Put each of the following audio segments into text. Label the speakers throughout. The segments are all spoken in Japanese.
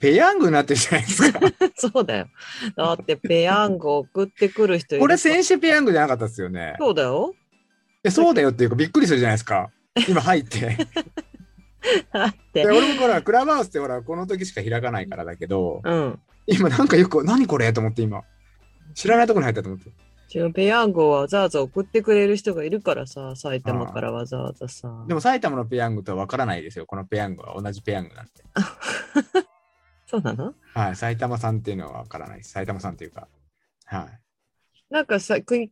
Speaker 1: ペヤングになってるじゃないです か。
Speaker 2: そうだよ。だってペヤング送ってくる人いる
Speaker 1: これ先週ペヤングじゃなかったですよね。
Speaker 2: そうだよ。
Speaker 1: えそうだよっていうかびっくりするじゃないですか。今入 って。
Speaker 2: だっ
Speaker 1: で
Speaker 2: て。
Speaker 1: 俺もほら、クラブハウスってほら、この時しか開かないからだけど、
Speaker 2: うん。
Speaker 1: 今なんかよく、何これと思って今。知らないとこに入ったと思って。
Speaker 2: 違うペヤングをわざわざ送ってくれる人がいるからさ、埼玉からわざわざさ。
Speaker 1: でも埼玉のペヤングとは分からないですよ。このペヤングは同じペヤングなんて。
Speaker 2: そうなの
Speaker 1: はい。埼玉さんっていうのは分からないです。埼玉さんっていうか。はい。
Speaker 2: なんかさ、く昨日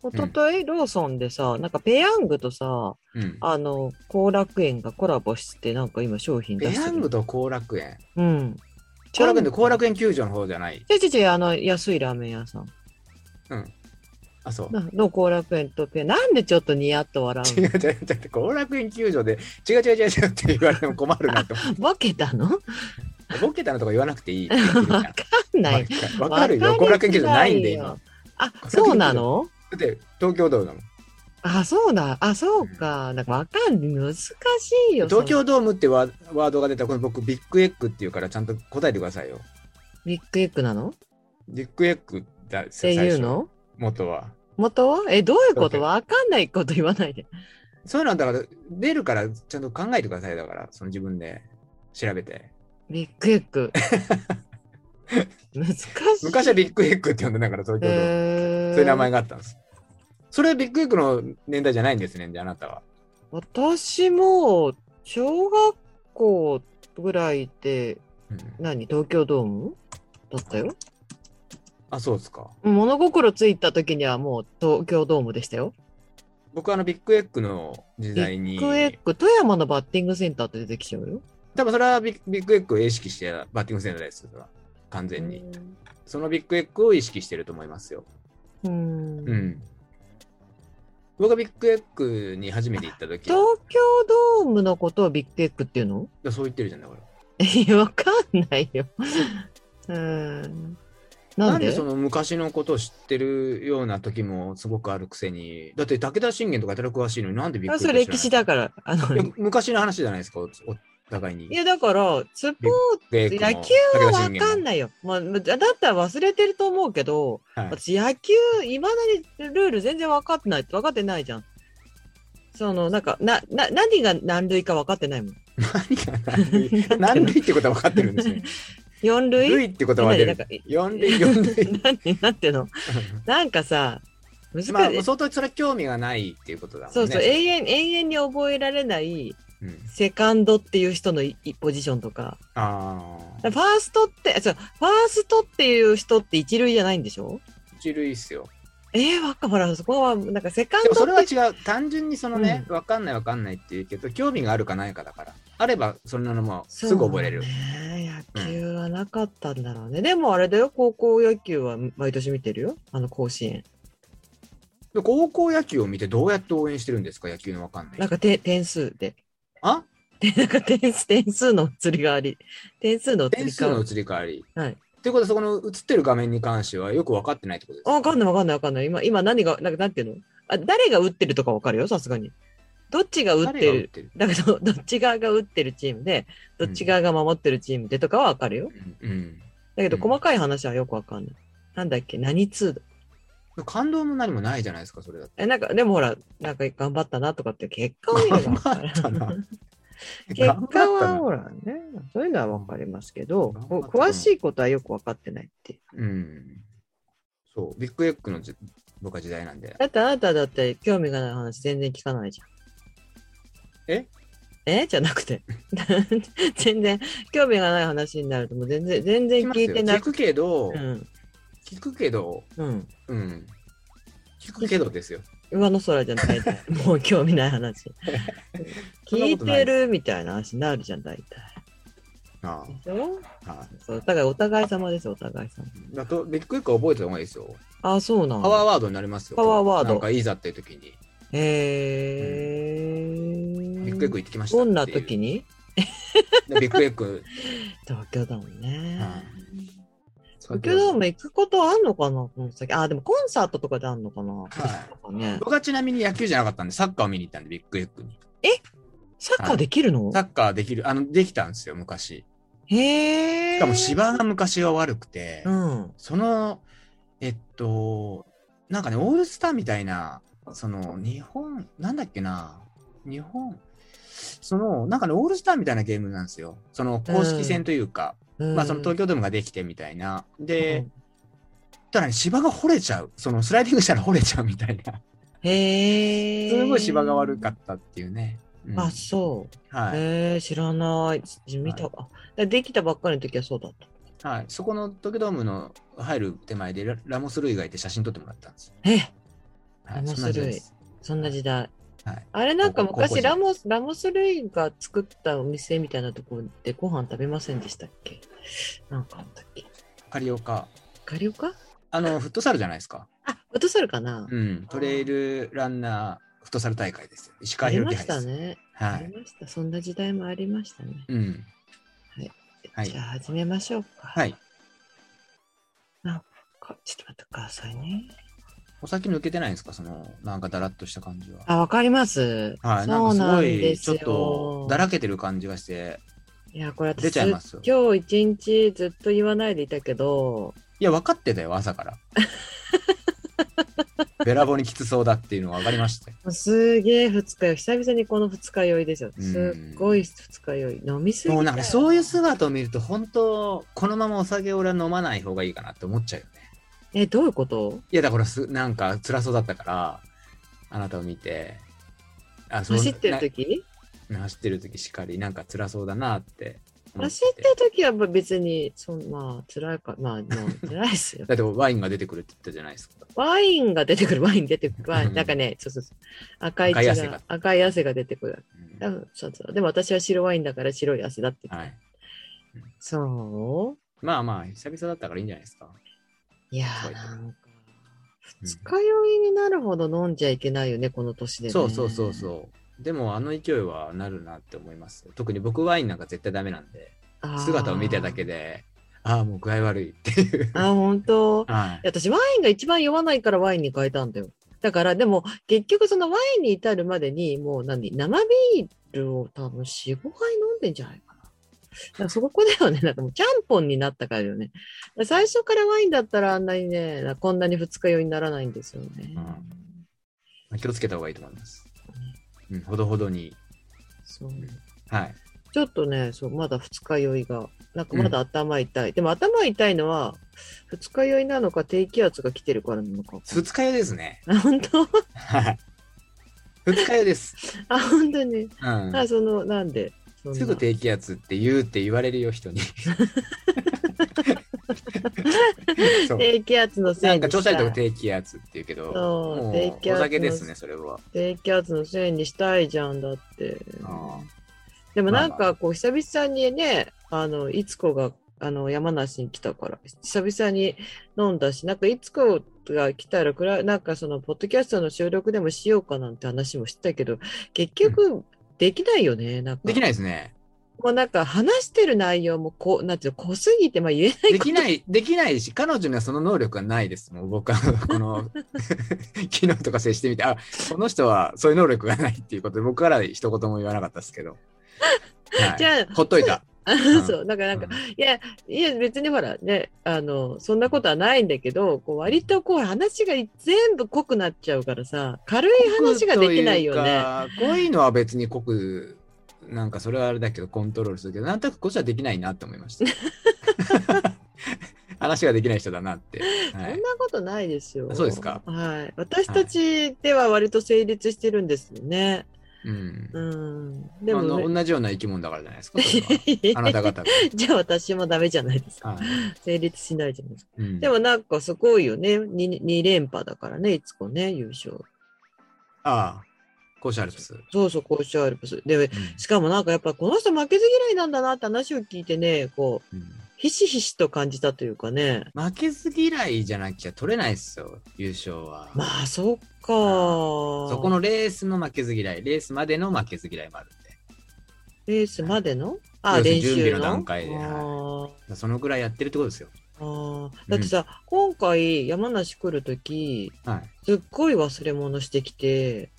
Speaker 2: 一昨日、ローソンでさ、なんかペヤングとさ、
Speaker 1: うん。
Speaker 2: あの、後楽園がコラボして、なんか今商品出
Speaker 1: ペ
Speaker 2: して
Speaker 1: ヤ
Speaker 2: る。
Speaker 1: ングと後楽園。
Speaker 2: うん。
Speaker 1: 後楽園って後楽園球場の方じゃない。
Speaker 2: ちょちょちょ、あの、安いラーメン屋さん。
Speaker 1: あ、そう。
Speaker 2: なの後楽園とペヤングなんでちょっとニヤッと笑う
Speaker 1: 違う違う違う。だって後楽園球場で違う違う違う違うって言われても困るなと思って。
Speaker 2: のボケたの
Speaker 1: ボケたのとか言わなくていいって言って
Speaker 2: わ
Speaker 1: るじゃ
Speaker 2: か
Speaker 1: ん。
Speaker 2: んない。
Speaker 1: わかるよ。後楽園球場ないんで今。だ
Speaker 2: わかりづらいよ。あ、そうなの
Speaker 1: って東京ドームだもん。
Speaker 2: あ、そうだ。あ、そうか。なんかわかんない。難しいよ。
Speaker 1: 東
Speaker 2: その
Speaker 1: 京ドームってワーワードが出たらこれ僕ビッグエッグっていうからちゃんと答えてくださいよ。
Speaker 2: ビッグエッグなのっ
Speaker 1: ビッグエッグだって
Speaker 2: ていうの
Speaker 1: 元は。
Speaker 2: 元はえ、どういうこ
Speaker 1: そう
Speaker 2: と
Speaker 1: そう
Speaker 2: わかんないこと言わないで。
Speaker 1: そういうのはだから出るからちゃんと考えてくださいだからその自分で調べて。
Speaker 2: ビッグエッグ。難しい。
Speaker 1: 昔はビッグエッグって呼んでたから東京ドーム。
Speaker 2: えー
Speaker 1: そういう名前があったんです。それはビッグエッグの年代じゃないんですね、じゃああなたは。
Speaker 2: 私も小学校ぐらいで
Speaker 1: うん
Speaker 2: 何東京ドームだったよ
Speaker 1: あ、そうですか。
Speaker 2: 物心ついた時にはもう東京ドームでしたよ
Speaker 1: 僕はあのビッグエッグの時
Speaker 2: ビ
Speaker 1: 代に
Speaker 2: ッ、グエッグ富山のバッティングセンターって出てきちゃうよ
Speaker 1: 多分それはビッビッグエッグを意識してバッティングセンターです。それは完全に。そのビッグエッグを意識してると思いますよ。
Speaker 2: うん
Speaker 1: うん。僕がビッグエッグに初めて行った時、
Speaker 2: 東京ドームのことをビッグエッグっていうの
Speaker 1: そう言ってるじゃない、俺。
Speaker 2: いやわかんないようん
Speaker 1: な
Speaker 2: なん
Speaker 1: ん
Speaker 2: で
Speaker 1: でその昔のことを知ってるような時もすごくあるくせに、だって武田信玄とかやたら詳しいのになんでビッグエッ
Speaker 2: あ
Speaker 1: グ知
Speaker 2: そ
Speaker 1: ら
Speaker 2: れ
Speaker 1: ない
Speaker 2: 歴史だからあの
Speaker 1: いや昔の話じゃないですか、おお互いに。
Speaker 2: いやだからスポーツ
Speaker 1: 野
Speaker 2: 野球は分かんないよ。まあ、だだったら忘れてると思うけど、
Speaker 1: はい
Speaker 2: 私野球いまだにルール全然分かってない分かってないじゃん。そのなんかなな何が何類か分かってないもん。
Speaker 1: 何が何類何類ってことは分かってるんですね。
Speaker 2: 四類
Speaker 1: 類ってことは出
Speaker 2: な
Speaker 1: る
Speaker 2: ん。かい
Speaker 1: 四類、四類。
Speaker 2: 何 なんていうのなんかさ難 しい、
Speaker 1: まあ、相当それは興味がないっていうことだもんね。
Speaker 2: そうそう、永遠永遠に覚えられない
Speaker 1: うん
Speaker 2: セカンドっていう人のいいポジションとか
Speaker 1: あ
Speaker 2: フ
Speaker 1: あ
Speaker 2: ァ。ーストってそうファーストっていう人って一類じゃないんでしょ
Speaker 1: 一類っすよ。
Speaker 2: えー、わかほらそこはなんかセカン
Speaker 1: でも
Speaker 2: ド
Speaker 1: そ
Speaker 2: っ
Speaker 1: れ
Speaker 2: て
Speaker 1: は違う。単純にそのね、
Speaker 2: う
Speaker 1: 分かんない分かんないって言うけど、興味があるかないかだから。あれば、そんなのもう
Speaker 2: そう
Speaker 1: すぐ覚えれる。
Speaker 2: ね、野球はなかったんだろうね、でもあれだよ高校野球は毎年見てるよあの甲子園
Speaker 1: で高校野球を見てどうやって応援してるんですか、野球の分かんない
Speaker 2: なん
Speaker 1: 人。
Speaker 2: かて点数で
Speaker 1: あ
Speaker 2: で なんか点数点数の移り変わり点数の移
Speaker 1: 点
Speaker 2: り
Speaker 1: 数
Speaker 2: 変わ
Speaker 1: の
Speaker 2: り
Speaker 1: 移り変わり。
Speaker 2: はい
Speaker 1: ってことは、そこの映ってる画面に関してはよく分かってないってことです
Speaker 2: あ
Speaker 1: か
Speaker 2: わかんないわかんないわかんない今今何がなんかなんていうのあ誰が打ってるとかわかるよさすがにどっちが打っ
Speaker 1: 誰が
Speaker 2: て
Speaker 1: 打っ
Speaker 2: る
Speaker 1: てる。
Speaker 2: だけど どっち側が打ってるチームでどっち側が守ってるチームでとかはわかるよ
Speaker 1: うん。
Speaker 2: だけど
Speaker 1: うん
Speaker 2: 細かい話はよくわかんない、なんだっけ何通
Speaker 1: 感動も何もないじゃないですか、それだと。
Speaker 2: えなんかでもほらなんか頑張ったなとかって結果を見れば分かる
Speaker 1: 頑張ったな
Speaker 2: 結果は
Speaker 1: 頑張っ
Speaker 2: ほらねそういうのは分かりますけど
Speaker 1: 頑張
Speaker 2: こ
Speaker 1: ったな
Speaker 2: 詳しいことはよく分かってないって
Speaker 1: たなうん。そう、ビッグエッグのじ僕は時代なんで。
Speaker 2: だってあなただって興味がない話全然聞かないじゃん
Speaker 1: え
Speaker 2: えじゃなくて 全然興味がない話になるともう全然全然
Speaker 1: 聞
Speaker 2: 聞いてな
Speaker 1: 聞
Speaker 2: く
Speaker 1: くけど、
Speaker 2: うん
Speaker 1: 聞くけど、
Speaker 2: うん
Speaker 1: うん。聞くけどですよ。
Speaker 2: 上の空じゃな い体もう興味ない話
Speaker 1: そんな
Speaker 2: 聞い
Speaker 1: ことない
Speaker 2: てるみたいな話になるじゃん大体
Speaker 1: あ
Speaker 2: でしょ
Speaker 1: あはい
Speaker 2: そうだからお互い様ですお互い様
Speaker 1: だとビッグエッグは覚えてた方がいいですよ。
Speaker 2: あそうなの
Speaker 1: パワーワードになりますよ。
Speaker 2: パワーワード
Speaker 1: なんかいいざっていう時に、
Speaker 2: へー
Speaker 1: ビッグエッグ行ってきました
Speaker 2: ど
Speaker 1: っていうん
Speaker 2: な時に
Speaker 1: でビッグエッ グ。
Speaker 2: 東京ドームね
Speaker 1: はい。
Speaker 2: 東京ドーム行くことあんのかなこの先あ、でもコンサートとかであんのかな、
Speaker 1: はい
Speaker 2: ね、
Speaker 1: 僕はちなみに野球じゃなかったんで、サッカーを見に行ったんで、ビッグエッグに。
Speaker 2: サッカーできるの、
Speaker 1: サッカーできる、あの、できたんですよ、昔。
Speaker 2: へえ。
Speaker 1: しかも芝が昔は悪くて、
Speaker 2: うん。
Speaker 1: その、えっと、なんかね、オールスターみたいな、その、日本、なんだっけな、日本、その、なんかね、オールスターみたいなゲームなんですよ。その、公式戦というか、
Speaker 2: うん
Speaker 1: まあ、その東京ドームができてみたいな。で、
Speaker 2: うん
Speaker 1: ただね、芝が掘れちゃう。その、スライディングしたら掘れちゃうみたいな。
Speaker 2: へえ。
Speaker 1: すごい芝が悪かったっていうね。うん
Speaker 2: あ、そう。
Speaker 1: はい。
Speaker 2: へえ、知らない。見た、あできたばっかりの時はそうだった。
Speaker 1: はい。そこの東京ドームの入る手前でラ、ラモス・ルイがいて写真撮ってもらったんですよ。
Speaker 2: え、
Speaker 1: は
Speaker 2: ラ
Speaker 1: い、
Speaker 2: モス
Speaker 1: そんな時代です。
Speaker 2: そんな時代。
Speaker 1: はい。
Speaker 2: あれなんか
Speaker 1: 高校高校
Speaker 2: 昔
Speaker 1: 時代
Speaker 2: ラモス、ラモス・ルイが作ったお店みたいなところでご飯食べませんでしたっけなんかあったっけ
Speaker 1: カリオカ。
Speaker 2: カリオカ
Speaker 1: あの、フットサルじゃないですか。
Speaker 2: あ、落とさるかな、
Speaker 1: うん。トレイルランナー、フットサル大会ですよ。石
Speaker 2: あ
Speaker 1: 川
Speaker 2: り
Speaker 1: 博
Speaker 2: ま
Speaker 1: 樹杯
Speaker 2: し
Speaker 1: で
Speaker 2: た
Speaker 1: す。
Speaker 2: ね、
Speaker 1: は
Speaker 2: あり
Speaker 1: い。
Speaker 2: ました。そんな時代もありましたね。
Speaker 1: うん。はい
Speaker 2: じゃあ始めましょうか。
Speaker 1: はい。
Speaker 2: かちょっと待ってくださいね。
Speaker 1: お酒抜けてないんですかその、なんかだらっとした感じは。
Speaker 2: あ、わかります。
Speaker 1: はい、なん
Speaker 2: そ
Speaker 1: か
Speaker 2: う
Speaker 1: す
Speaker 2: な
Speaker 1: ご
Speaker 2: ん
Speaker 1: い
Speaker 2: で
Speaker 1: ち
Speaker 2: す
Speaker 1: ょ
Speaker 2: よ。
Speaker 1: っとだらけてる感じがして、
Speaker 2: いや、これ私
Speaker 1: 出ちゃいますよ
Speaker 2: 今日一日ずっと言わないでいたけど、
Speaker 1: いや、分かってたよ、朝 から。べらぼうにきつそうだっていうのは分かりま したよ。
Speaker 2: もうすげえ二日酔い、久々にこの二日酔いですよ。
Speaker 1: うん
Speaker 2: すっごい二日酔い。飲みすぎ
Speaker 1: もうなん
Speaker 2: た
Speaker 1: か
Speaker 2: よ
Speaker 1: そういう姿を見ると、本当このままお酒俺は飲まない方がいいかなって思っちゃうよね。
Speaker 2: え、どういうこと
Speaker 1: いや、だからす、なんか辛そうだったから、あなたを見て、あそう
Speaker 2: 走ってる時
Speaker 1: な走ってる時しっかり、なんか辛そうだなって思
Speaker 2: 走ってる時は別に、そんまあ、辛いか、まあ、もう辛いですよ。
Speaker 1: だってワインが出てくるって言ったじゃないですか。
Speaker 2: ワインが出てくる、ワイン出てくる。ワイ
Speaker 1: うん
Speaker 2: ンなんかね、そうそうそう。赤い
Speaker 1: 赤い
Speaker 2: 血
Speaker 1: 汗
Speaker 2: が
Speaker 1: が、
Speaker 2: 赤い汗が出てくる。
Speaker 1: うん
Speaker 2: 多分そうそう。でも私は白ワインだから白い汗だって。
Speaker 1: はい。
Speaker 2: そう
Speaker 1: まあまあ、久々だったからいいんじゃないですか。
Speaker 2: いや
Speaker 1: そう言
Speaker 2: ー
Speaker 1: って
Speaker 2: な
Speaker 1: た
Speaker 2: んか、
Speaker 1: うん
Speaker 2: 二日酔いになるほど飲んじゃいけないよね、この年で、ね。
Speaker 1: そうそうそう
Speaker 2: う。
Speaker 1: そう。でもあの勢いはなるなって思います。特に僕ワインなんか絶対ダメなんで、姿を見ただけ
Speaker 2: で。
Speaker 1: で、ああ、もう具合悪いっていう。
Speaker 2: あー、本当。
Speaker 1: はい
Speaker 2: や私、ワインが一番酔わないからワインに変えたんだよ。だから、でも、結局、そのワインに至るまでに、もう何、生ビールを多分4、5杯飲んでんじゃないかな。だからそこだよね、なん かもう、ちゃんぽんになったからよね。最初からワインだったら、あんなにね、こんなに二日酔いにならないんですよね。
Speaker 1: うんい。気をつけた方がいいと思います。うん、ほどほどに。
Speaker 2: そう
Speaker 1: はい。
Speaker 2: ちょっとね、そう、まだ二日酔いが、なんかまだ頭痛い。でも頭痛いのは、二日酔いなのか低気圧が来てるからなのか。
Speaker 1: 二日酔いですね。
Speaker 2: あ、本当
Speaker 1: はい。二日酔いです。
Speaker 2: あ、本当に。
Speaker 1: うん。
Speaker 2: あ、その、なんで。そんな
Speaker 1: すぐ低気圧って言うって言われるよ、人 に。 そう
Speaker 2: 低気圧のせ
Speaker 1: ないんか
Speaker 2: に
Speaker 1: 調
Speaker 2: し
Speaker 1: 子悪いと
Speaker 2: た
Speaker 1: こ
Speaker 2: い。
Speaker 1: 低気圧って言うけど、
Speaker 2: そう
Speaker 1: も
Speaker 2: 低
Speaker 1: う
Speaker 2: 気圧の
Speaker 1: お酒ですね、それは。
Speaker 2: 低気圧のせいにしたいじゃんだって。
Speaker 1: あ
Speaker 2: でもなん
Speaker 1: まあま
Speaker 2: かこう、久々にね、あの、いつこが、あの、山梨に来たから、久々に飲んだし、なんかいつこが来たらくら、なんかその、ポッドキャストの収録でもしようかなんて話もしてたけど、結局、できないよね、なんか。
Speaker 1: できないですね。
Speaker 2: もうなんか話してる内容もこう、なんていうの、濃すぎて、まあ言えない
Speaker 1: できない、できないし、彼女にはその能力がないです。もう僕は、 この、昨日とか接してみて、あ、この人はそういう能力がないっていうことで、僕からは一言も言わなかったです けど。はい、
Speaker 2: じゃあ
Speaker 1: ほっといた。ん
Speaker 2: そう、だからなんか、
Speaker 1: うん
Speaker 2: いや、いや、別にほら、ね、あの、そんなことはないんだけど、こう割とこう話が全部濃くなっちゃうからさ、軽い話ができないよね。
Speaker 1: 濃くというか。こういうのは別に濃く、なんかそれはあれだけど、コントロールするけど、なんとなくこっちはできないなって思いました。 話ができない人だなって。は
Speaker 2: そん
Speaker 1: い、
Speaker 2: なことないですよ。
Speaker 1: あそうですか
Speaker 2: はい。私たちでは割と成立してるんですよね。
Speaker 1: うん。
Speaker 2: うん。で
Speaker 1: で
Speaker 2: も、
Speaker 1: も、
Speaker 2: ね、
Speaker 1: 同じような生き物だからじゃないですか。それは あなた方が。
Speaker 2: じゃあ私もダメじゃないですか。
Speaker 1: はい
Speaker 2: 成立しないじゃないですか。
Speaker 1: うん
Speaker 2: でもなんかすごいよね。2, 二連覇だからね、いつこね、優勝。
Speaker 1: ああ、甲子アルプス。うん
Speaker 2: そうそう、甲子アルプス。で、しかもなんかやっぱこの人負けず嫌いなんだなって話を聞いてね、こう、
Speaker 1: うん
Speaker 2: ひしひしと感じたというかね。
Speaker 1: 負けず嫌いじゃなきゃ取れないっすよ、優勝は。
Speaker 2: まあ、そっか
Speaker 1: そこのレースの負けず嫌い、レースまでの負けず嫌いもあるんで
Speaker 2: レースまでのあ、
Speaker 1: 要する
Speaker 2: 練
Speaker 1: に準
Speaker 2: 習
Speaker 1: 備
Speaker 2: の
Speaker 1: の段階で
Speaker 2: あー
Speaker 1: はそのぐらいやってるってことですよ。
Speaker 2: あーだってさ、今回山梨来るとき、
Speaker 1: はい。
Speaker 2: すっごい忘れ物してきて、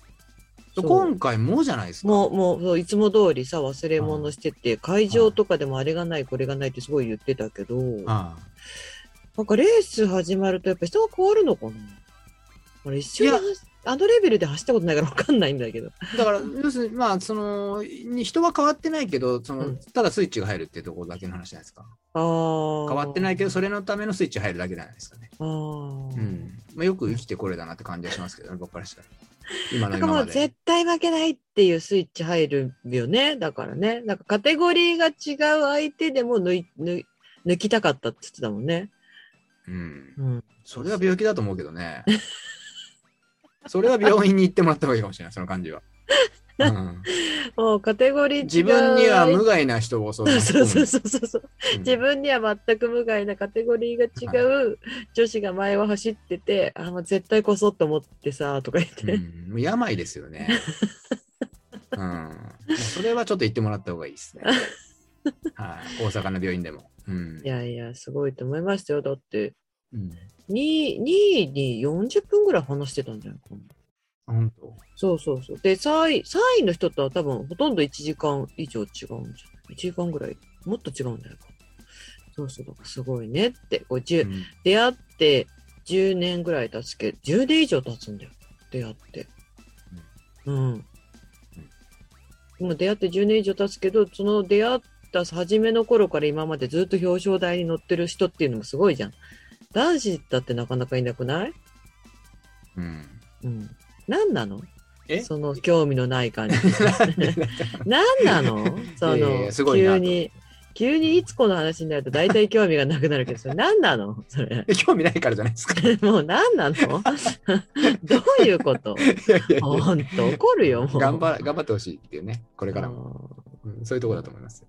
Speaker 2: そう
Speaker 1: 今回もじゃないですか。
Speaker 2: もう、もうそう、いつも通りさ、忘れ物してて、会場とかでもあれがない、これがないってすごい言ってたけど、なん
Speaker 1: ああ
Speaker 2: かレース始まるとやっぱ人が変わるのかな俺一瞬で
Speaker 1: いや
Speaker 2: 走あのレベルで走ったことないからわかんないんだけど。
Speaker 1: だから、要するに、まあ、その、に人は変わってないけど、その、
Speaker 2: うん
Speaker 1: ただスイッチが入るっていうところだけの話じゃないですか。
Speaker 2: ああ。。
Speaker 1: 変わってないいけど、それのためのスイッチ入るだけじゃないですかね。
Speaker 2: ああ。
Speaker 1: うん。まあ、よく生きてこれだなって感じはしますけどね、僕からしたら。今の
Speaker 2: なん
Speaker 1: 今
Speaker 2: かも
Speaker 1: ま
Speaker 2: う
Speaker 1: で
Speaker 2: 絶。対負けないっていうスイッチ入るよね。だからね。なんかカテゴリーが違う相手でも抜い抜抜きたかったって言ってたもんね。
Speaker 1: うん。
Speaker 2: うん。
Speaker 1: それは病気だと思うけどね。それは病院に行ってもらった方がいいかもしれない、その感 じは。うん、
Speaker 2: もうカテゴリー違う
Speaker 1: 自分には無害な人を襲う。
Speaker 2: そうそうそうそうそう。
Speaker 1: うん
Speaker 2: 自分には全く無害なカテゴリーが違う女子が前を走ってて、あ、もう絶対こそって思ってさ、とか言って。
Speaker 1: うん、もう病ですよね。 うん、もうそれはちょっと言ってもらった方がいいですね。はい、大阪の病院でも。うん
Speaker 2: い、やいや、すごいと思いましたよ。だって、
Speaker 1: うん、
Speaker 2: 2位、2位に40分ぐらい話してたんじゃないかな。
Speaker 1: 本当。
Speaker 2: そうそうそう。で、3位、3位の人とは多分ほとんど1時間以上違うんじゃない ?1 時間ぐらい、もっと違うんじゃないかな。そうそう、だからすごいねって、こう10
Speaker 1: うん
Speaker 2: 出会って10年ぐらい経つけど、10年以上経つんだよ、出会って。うん。もう出会って10年以上経つけど、その出会った初めの頃から今までずっと表彰台に乗ってる人っていうのもすごいじゃん。男子だってなかなかいなくない
Speaker 1: うん、
Speaker 2: うん。何なの
Speaker 1: え
Speaker 2: その興味のな い感じ。何なのそ
Speaker 1: いやい
Speaker 2: の
Speaker 1: や、すごいなと
Speaker 2: 急に、急にいつこの話になると大体興味がなくなるけど、それ何なのそれ。
Speaker 1: え興味ないからじゃないですか。い
Speaker 2: もう何なの どういうこと
Speaker 1: やいやいや
Speaker 2: ほんと怒るよ、もう。
Speaker 1: 頑張頑張ってほしいっていうね、これからも、
Speaker 2: う
Speaker 1: うんそういうところだと思います。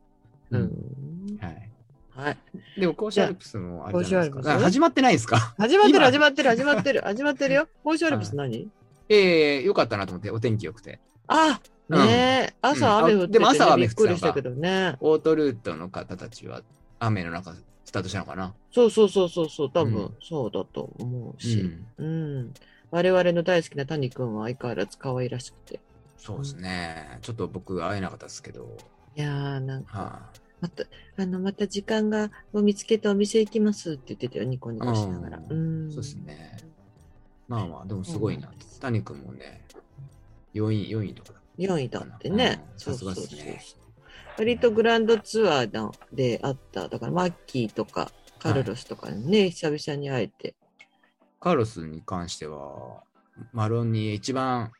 Speaker 2: ん。う
Speaker 1: うん
Speaker 2: ん
Speaker 1: はい、
Speaker 2: はい。
Speaker 1: でも、甲子アルプスもあれじゃないです
Speaker 2: じ
Speaker 1: か。
Speaker 2: ゃ
Speaker 1: あ
Speaker 2: あ
Speaker 1: 始まってないんですか
Speaker 2: 始まってる、
Speaker 1: 今
Speaker 2: 始まってる、始まってる、始まってるよ。甲子アルプス何
Speaker 1: ええよかったなと思って、お天気良くて。
Speaker 2: あ、ねえ、朝雨降っててね
Speaker 1: でも朝は雨
Speaker 2: び
Speaker 1: 降ってたの
Speaker 2: っく
Speaker 1: か
Speaker 2: りしたけどね。
Speaker 1: オートルートの方たちは、雨の中、スタートしたのかな。
Speaker 2: そうそうそうそう、そう多分、
Speaker 1: うん
Speaker 2: そうだと思う
Speaker 1: う
Speaker 2: し。
Speaker 1: ん、
Speaker 2: うん。我々の大好きな谷君は相変わらず可愛らしくて。
Speaker 1: そうですね。ちょっと僕、会えなかったですけど。
Speaker 2: いやー、なんか、
Speaker 1: は
Speaker 2: また、あの、また時間が、を見つけてお店行きますって言ってたよ、ニコニコしながら。
Speaker 1: う
Speaker 2: うん。
Speaker 1: い、そうですね。まあまあ、でもすごいな。谷君もね、4位、4位とかだ。
Speaker 2: 4位だってね。
Speaker 1: うん
Speaker 2: そうそうそう
Speaker 1: さすがっすね
Speaker 2: 割とグランドツアーのであった、だからマッキーとかカルロスとかにね、久々に会えて。
Speaker 1: カーロスに関しては、マロンに一番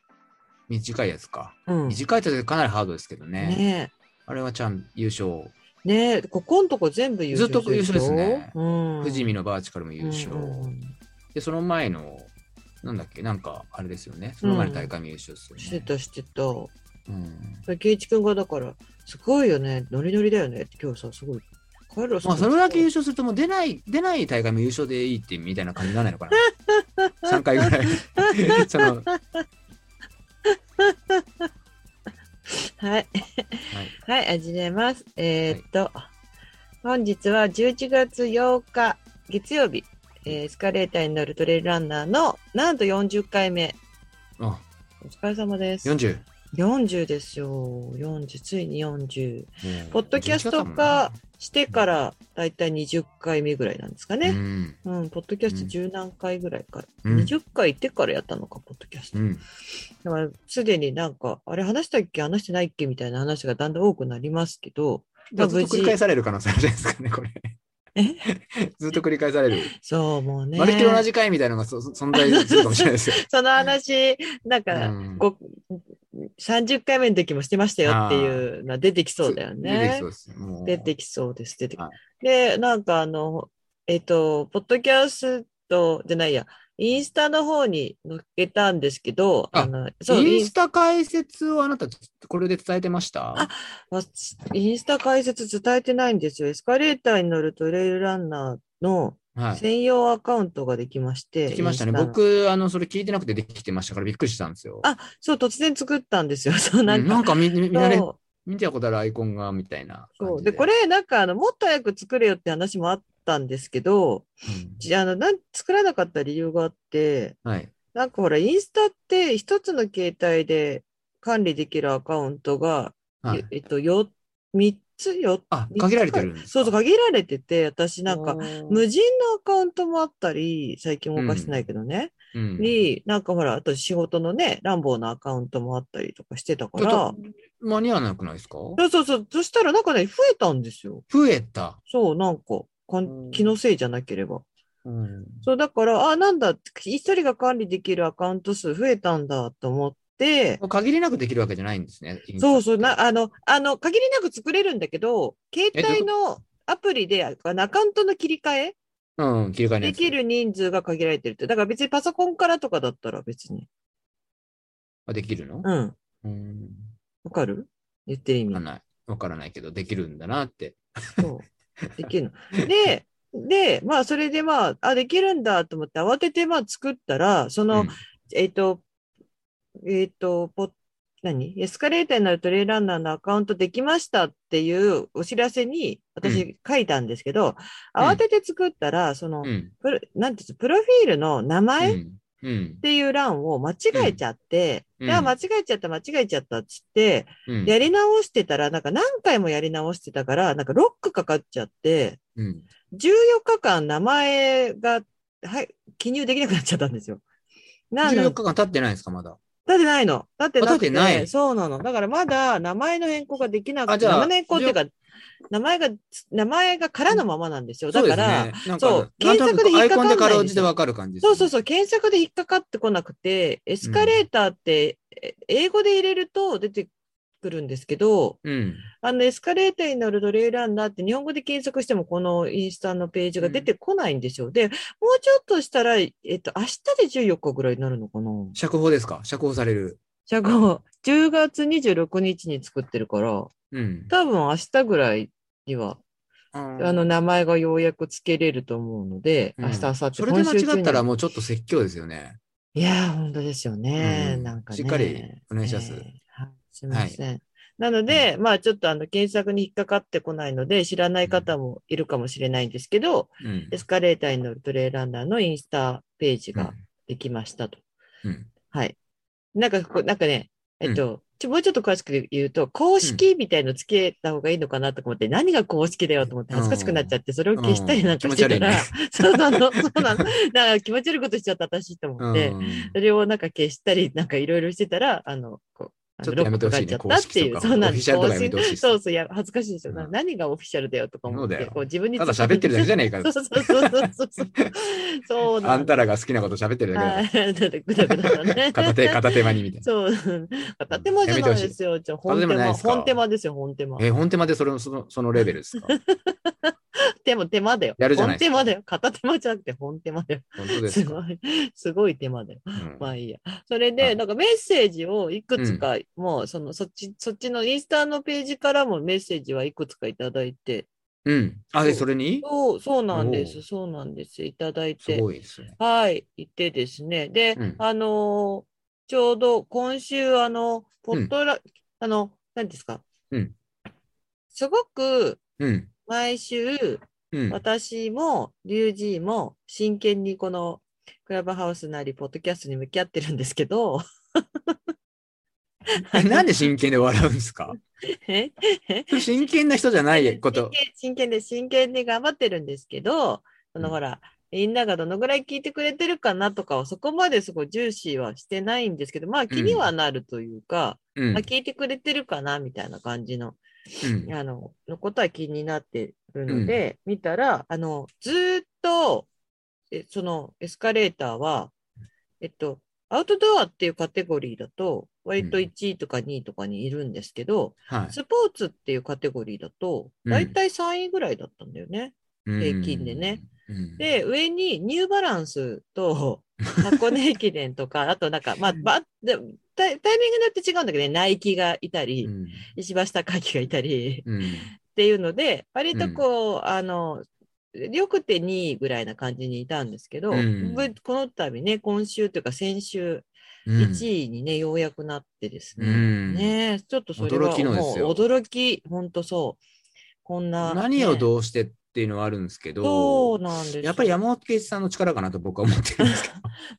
Speaker 1: 短いやつか。
Speaker 2: うん。ね
Speaker 1: 短いやつでかなりハードですけどね。
Speaker 2: え。
Speaker 1: あれはちゃん優勝。
Speaker 2: ねえ、ここんとこ全部優勝
Speaker 1: ずっと優勝ですね
Speaker 2: うん。
Speaker 1: 富士見のバーチカルも優勝。
Speaker 2: うんうん
Speaker 1: で、その前の、なんだっけ、なんか、あれですよね。その前の大会も優勝ですよね。
Speaker 2: してたしてた。
Speaker 1: うん
Speaker 2: 圭一君がだから、すごいよね、ノリノリだよねって今日さ、すごい。カルロス
Speaker 1: まあ、それだけ優勝すると、もう出ない、出ない大会も優勝でいいってみたいな感じにならないのか な。3回ぐらい。 その、はい。
Speaker 2: はい。はい、始めます。えーっと、本日は11月8日月曜日、えーエスカレーターに乗るトレイルランナーのなんと40回目。
Speaker 1: あ、
Speaker 2: お疲れ様です。
Speaker 1: 40。
Speaker 2: 40ですよ。40、ついに40。
Speaker 1: もう
Speaker 2: ポッドキャスト化してからだいたい20回目ぐらいなんですか
Speaker 1: 11だった
Speaker 2: ね。
Speaker 1: もんね。
Speaker 2: うん、ポッドキャスト十何回ぐらいから。
Speaker 1: うん。うん。
Speaker 2: 20回行ってからやったのか、ポッドキャスト。
Speaker 1: うん。
Speaker 2: だから、すでになんか、あれ話したっけ話してないっけみたいな話がだんだん多くなりますけど、まあ
Speaker 1: ずっと繰り返される可能性あるじゃないですかね、これ。 ずっと繰り返される。
Speaker 2: そう、もうね。
Speaker 1: まるっきり同じ回みたいなのがそそ存在するかもしれない ですよ。
Speaker 2: その話、なん
Speaker 1: う
Speaker 2: か、
Speaker 1: ん
Speaker 2: ご30回目の時もしてましたよっていうのは出てきそうだよ
Speaker 1: 出てき
Speaker 2: ね
Speaker 1: そう。です。もう
Speaker 2: 出てきそうです。出てき
Speaker 1: はい
Speaker 2: で、なんかあの、えっ、と、ポッドキャストじゃないや、インスタの方に載っけたんですけど、
Speaker 1: あ
Speaker 2: の、
Speaker 1: インスタ解説をあなた、これで伝えてました
Speaker 2: あまあインスタ解説伝えてないんですよ。エスカレーターに乗るトレイルランナーの
Speaker 1: はい。
Speaker 2: 専用アカウントができまして。
Speaker 1: 聞きましたね。
Speaker 2: インスタの。
Speaker 1: 僕、あの、それ聞いてなくてできてましたからびっくりしたんですよ。
Speaker 2: あ、そう、突然作ったんですよ。そう、
Speaker 1: うん
Speaker 2: な
Speaker 1: なんん
Speaker 2: か。
Speaker 1: かみみみんなね
Speaker 2: そう
Speaker 1: 見てたことあるアイコンがみたいな感
Speaker 2: そ
Speaker 1: じ
Speaker 2: う。で、こ、れ、なんか、あの、もっと早く作れよって話もあったんですけど、
Speaker 1: うん
Speaker 2: じあの、なん、作らなかった理由があって、
Speaker 1: はい。
Speaker 2: なんかほら、インスタって一つの携帯で管理できるアカウントが、
Speaker 1: はい、
Speaker 2: えっと、よ、3つよ、
Speaker 1: あ、限られてるんですか
Speaker 2: そうそう、限られてて、私なんか、
Speaker 1: 無
Speaker 2: 無人のアカウントもあったり、最近動かしてないけどね。に、なんかほら、あと仕事のね、乱暴なアカウントもあったりとかしてたか
Speaker 1: ちょっ
Speaker 2: ら
Speaker 1: と、間に合わなくないですか
Speaker 2: そうそうそう、そしたらなんかね、増えたんですよ。
Speaker 1: 増えた。
Speaker 2: そう、なんか、か
Speaker 1: うん
Speaker 2: ん気のせいじゃなければ。
Speaker 1: うん。
Speaker 2: そう、だから、あ、なんだ、一人が管理できるアカウント数増えたんだと思って、
Speaker 1: 限りなくできるわけじゃないんですね。
Speaker 2: そうそう、な、あの、あの、限りなく作れるんだけど、携帯のアプリで、あのアカウントの切り替
Speaker 1: うん、切り替え
Speaker 2: え
Speaker 1: のや
Speaker 2: で
Speaker 1: つ
Speaker 2: きる人数が限られてるって。だから別にパソコンからとかだったら別に。
Speaker 1: あできるの
Speaker 2: うん。
Speaker 1: うん。
Speaker 2: わかる言ってる意
Speaker 1: わか
Speaker 2: 味
Speaker 1: ん。ない。わからないけど、できるんだなって。
Speaker 2: そう。できるの。で、で、まあ、それでまあ、あ、できるんだと思って、慌ててまあ作ったら、その、
Speaker 1: うん
Speaker 2: えっ、と、えっ、と、ポ何エスカレーターになるトレイランナーのアカウントできましたっていうお知らせ
Speaker 1: う
Speaker 2: に私書いたんですけ
Speaker 1: う
Speaker 2: ど、
Speaker 1: ん
Speaker 2: 慌てて作ったら、その、
Speaker 1: うん。
Speaker 2: プロなんていうんですプロフィールの名
Speaker 1: う
Speaker 2: 前っ
Speaker 1: ん。うん。
Speaker 2: ていう欄を間違えちゃって、
Speaker 1: うん
Speaker 2: いや、間違えちゃった、間違えちゃったっつって、
Speaker 1: うん
Speaker 2: やり直してたら、なんか何回もやり直してたから、なんかロックかかっちゃって、
Speaker 1: うん。
Speaker 2: 14日間名前が、はい、記入できなくなっちゃったんですよ。なんだ
Speaker 1: 14日間経ってないですか、まだ。
Speaker 2: だってないの。だってなく
Speaker 1: あだってない
Speaker 2: そうなの。だからまだ名前の変更ができな
Speaker 1: あ
Speaker 2: く
Speaker 1: じ
Speaker 2: て、
Speaker 1: ゃあ
Speaker 2: 名前の変更っていうか、名前が、名前が空のままなんですよ。だ
Speaker 1: そうで
Speaker 2: か
Speaker 1: す
Speaker 2: ら、
Speaker 1: ね、なんか
Speaker 2: そう
Speaker 1: なんとなく
Speaker 2: 検索で引っかかんないんですよ
Speaker 1: アイコンでかろうじてわかる感じです
Speaker 2: そ
Speaker 1: ね、
Speaker 2: うそうそう、検索で引っかかってこなくて、エスカレーターって、え英語で入れると出てくるんですけど、
Speaker 1: うん。
Speaker 2: あの、エスカレーターに乗るトレイランナーって日本語で検索してもこのインスタのページが出てこないんですよ。で、もうちょっとしたら、えっと、明日で14日ぐらいになるのかな
Speaker 1: 釈放ですか釈放される。
Speaker 2: じゃあこう、10月26日に作ってるから、
Speaker 1: うん。
Speaker 2: 多分明日ぐらいには、
Speaker 1: あ
Speaker 2: あの、名前がようやく付けれると思うので、
Speaker 1: うん
Speaker 2: 明日、明後日、
Speaker 1: それで間
Speaker 2: 今週中
Speaker 1: 違っ
Speaker 2: に
Speaker 1: たらもうちょっと説教ですよね。
Speaker 2: いやー、本当ですよね。
Speaker 1: うん
Speaker 2: なんかね。
Speaker 1: しっかりお願いします
Speaker 2: えーはい、すみません。なので、まあちょっとあの検索に引っかかってこないので、知らない方もいるかもしれないんですけど、
Speaker 1: うん。
Speaker 2: エスカレーターに乗るトレーランナーのインスタページ
Speaker 1: うん
Speaker 2: ができましたと。
Speaker 1: うん。
Speaker 2: はい。なんかこう、なんかね、えっと、ちょもうちょっと詳しく言うと、公式みたいのつけた方がいいのかなとか思って、何が公式だよと思って恥ずかしくなっちゃって、それを消したりなんかしてたら、
Speaker 1: うん
Speaker 2: そうなの、そう なの。だから気持ち悪いことしちゃった私と思って、
Speaker 1: うん
Speaker 2: それをなんか消したり、なんかいろいろしてたら、あの、こう、あ
Speaker 1: ちょっと
Speaker 2: の
Speaker 1: やめてほしい
Speaker 2: ロ
Speaker 1: ね。
Speaker 2: ックかかっちゃったっていう、そうな
Speaker 1: オ
Speaker 2: ん
Speaker 1: フ
Speaker 2: で
Speaker 1: ィ
Speaker 2: す。
Speaker 1: シャルとかや
Speaker 2: 公
Speaker 1: めてほしい
Speaker 2: 式
Speaker 1: です
Speaker 2: そうそう、いや、恥ずかしいですよ。
Speaker 1: うん
Speaker 2: な何がオフィシャルだよとか思っ
Speaker 1: そうだ
Speaker 2: て、
Speaker 1: よ
Speaker 2: こう自分に
Speaker 1: ただ喋ってるだけじゃねえかよ
Speaker 2: そうそうそうそうそうそう。そう
Speaker 1: あ
Speaker 2: なんんだ。
Speaker 1: たらが好きなこと喋ってるだけだか
Speaker 2: はい。だってぐだぐだだね。
Speaker 1: ら。 片手、片手間にみたいな。
Speaker 2: そう。片手間じゃないですよ。ちょ本手
Speaker 1: 片手間ない
Speaker 2: 間、
Speaker 1: ですか
Speaker 2: 本手間ですよ、本手間。
Speaker 1: えー、本手までそれそのそのレベル ですか
Speaker 2: 手も手間だよ。
Speaker 1: やるじゃない
Speaker 2: 本
Speaker 1: です
Speaker 2: 手
Speaker 1: か
Speaker 2: 間だよ。片手間じゃなくて本手間だよ。
Speaker 1: 本当です
Speaker 2: す
Speaker 1: か
Speaker 2: ごい、すごい手間だよ。
Speaker 1: うん
Speaker 2: まあいいや。それ
Speaker 1: は
Speaker 2: で、
Speaker 1: い
Speaker 2: なんかメッセージをいくつか、もうその、そっち、そっちのインスタのページからもメッセージはいくつかいただいて、
Speaker 1: うん。あ、
Speaker 2: そ
Speaker 1: で、
Speaker 2: う
Speaker 1: それに
Speaker 2: そう、そうなんで
Speaker 1: お
Speaker 2: す、
Speaker 1: う
Speaker 2: そうなんです、いただい
Speaker 1: す
Speaker 2: て、
Speaker 1: ごいですね。
Speaker 2: はい、いてですね、で、
Speaker 1: うん
Speaker 2: あのーちょうど今週、あの、ポットラ、あの、何ですか、
Speaker 1: うん
Speaker 2: すごく
Speaker 1: うん。
Speaker 2: 毎週、
Speaker 1: うん。
Speaker 2: 私もリュウジーも真剣にこのクラブハウスなりポッドキャストに向き合ってるんですけど
Speaker 1: えなんで真剣で笑うんです か
Speaker 2: え
Speaker 1: それ真剣な人じゃないこと
Speaker 2: 真剣。真剣で真剣で頑張ってるんですけどその
Speaker 1: うん
Speaker 2: ほら、みんながどのぐらい聞いてくれてるかなとかはそこまですごい重視はしてないんですけどまあ気にはなるというか、
Speaker 1: うん
Speaker 2: あ。聞いてくれてるかなみたいな感じの
Speaker 1: うん
Speaker 2: あののことは気になってるので、見たらあのずーっとえそのエスカレーターは、えっと、アウトドアっていうカテゴリーだと割と
Speaker 1: うん
Speaker 2: 1位とか2位とかにいるんですけど、
Speaker 1: はい。
Speaker 2: スポーツっていうカテゴリーだと
Speaker 1: うん
Speaker 2: 大体3位ぐらいだったんだよね。平均でね
Speaker 1: うん。うん、
Speaker 2: で上にニューバランス と箱根駅伝とかあとなんか、まあ、ばでタイタイミングによって違うんだけどねナイキがいたり、
Speaker 1: うん
Speaker 2: 石橋貴明がいたり。
Speaker 1: うん
Speaker 2: っていうので、割とこう、あの、よくて2位ぐらいな感じにいたんですけど、
Speaker 1: うん
Speaker 2: ぶこの度ね、今週というか先週、
Speaker 1: うん
Speaker 2: 1位にね、ようやくなってです
Speaker 1: う
Speaker 2: ね。
Speaker 1: ん
Speaker 2: ねえちょっとそれは
Speaker 1: 驚きのですよ
Speaker 2: もう驚き、本当そう。こんな、
Speaker 1: 何を
Speaker 2: ね
Speaker 1: どうしてっていうのはあるんですけ
Speaker 2: そ
Speaker 1: ど
Speaker 2: う、なんですよ
Speaker 1: やっぱり山本圭一さんの力かなと僕は思ってるん ですけ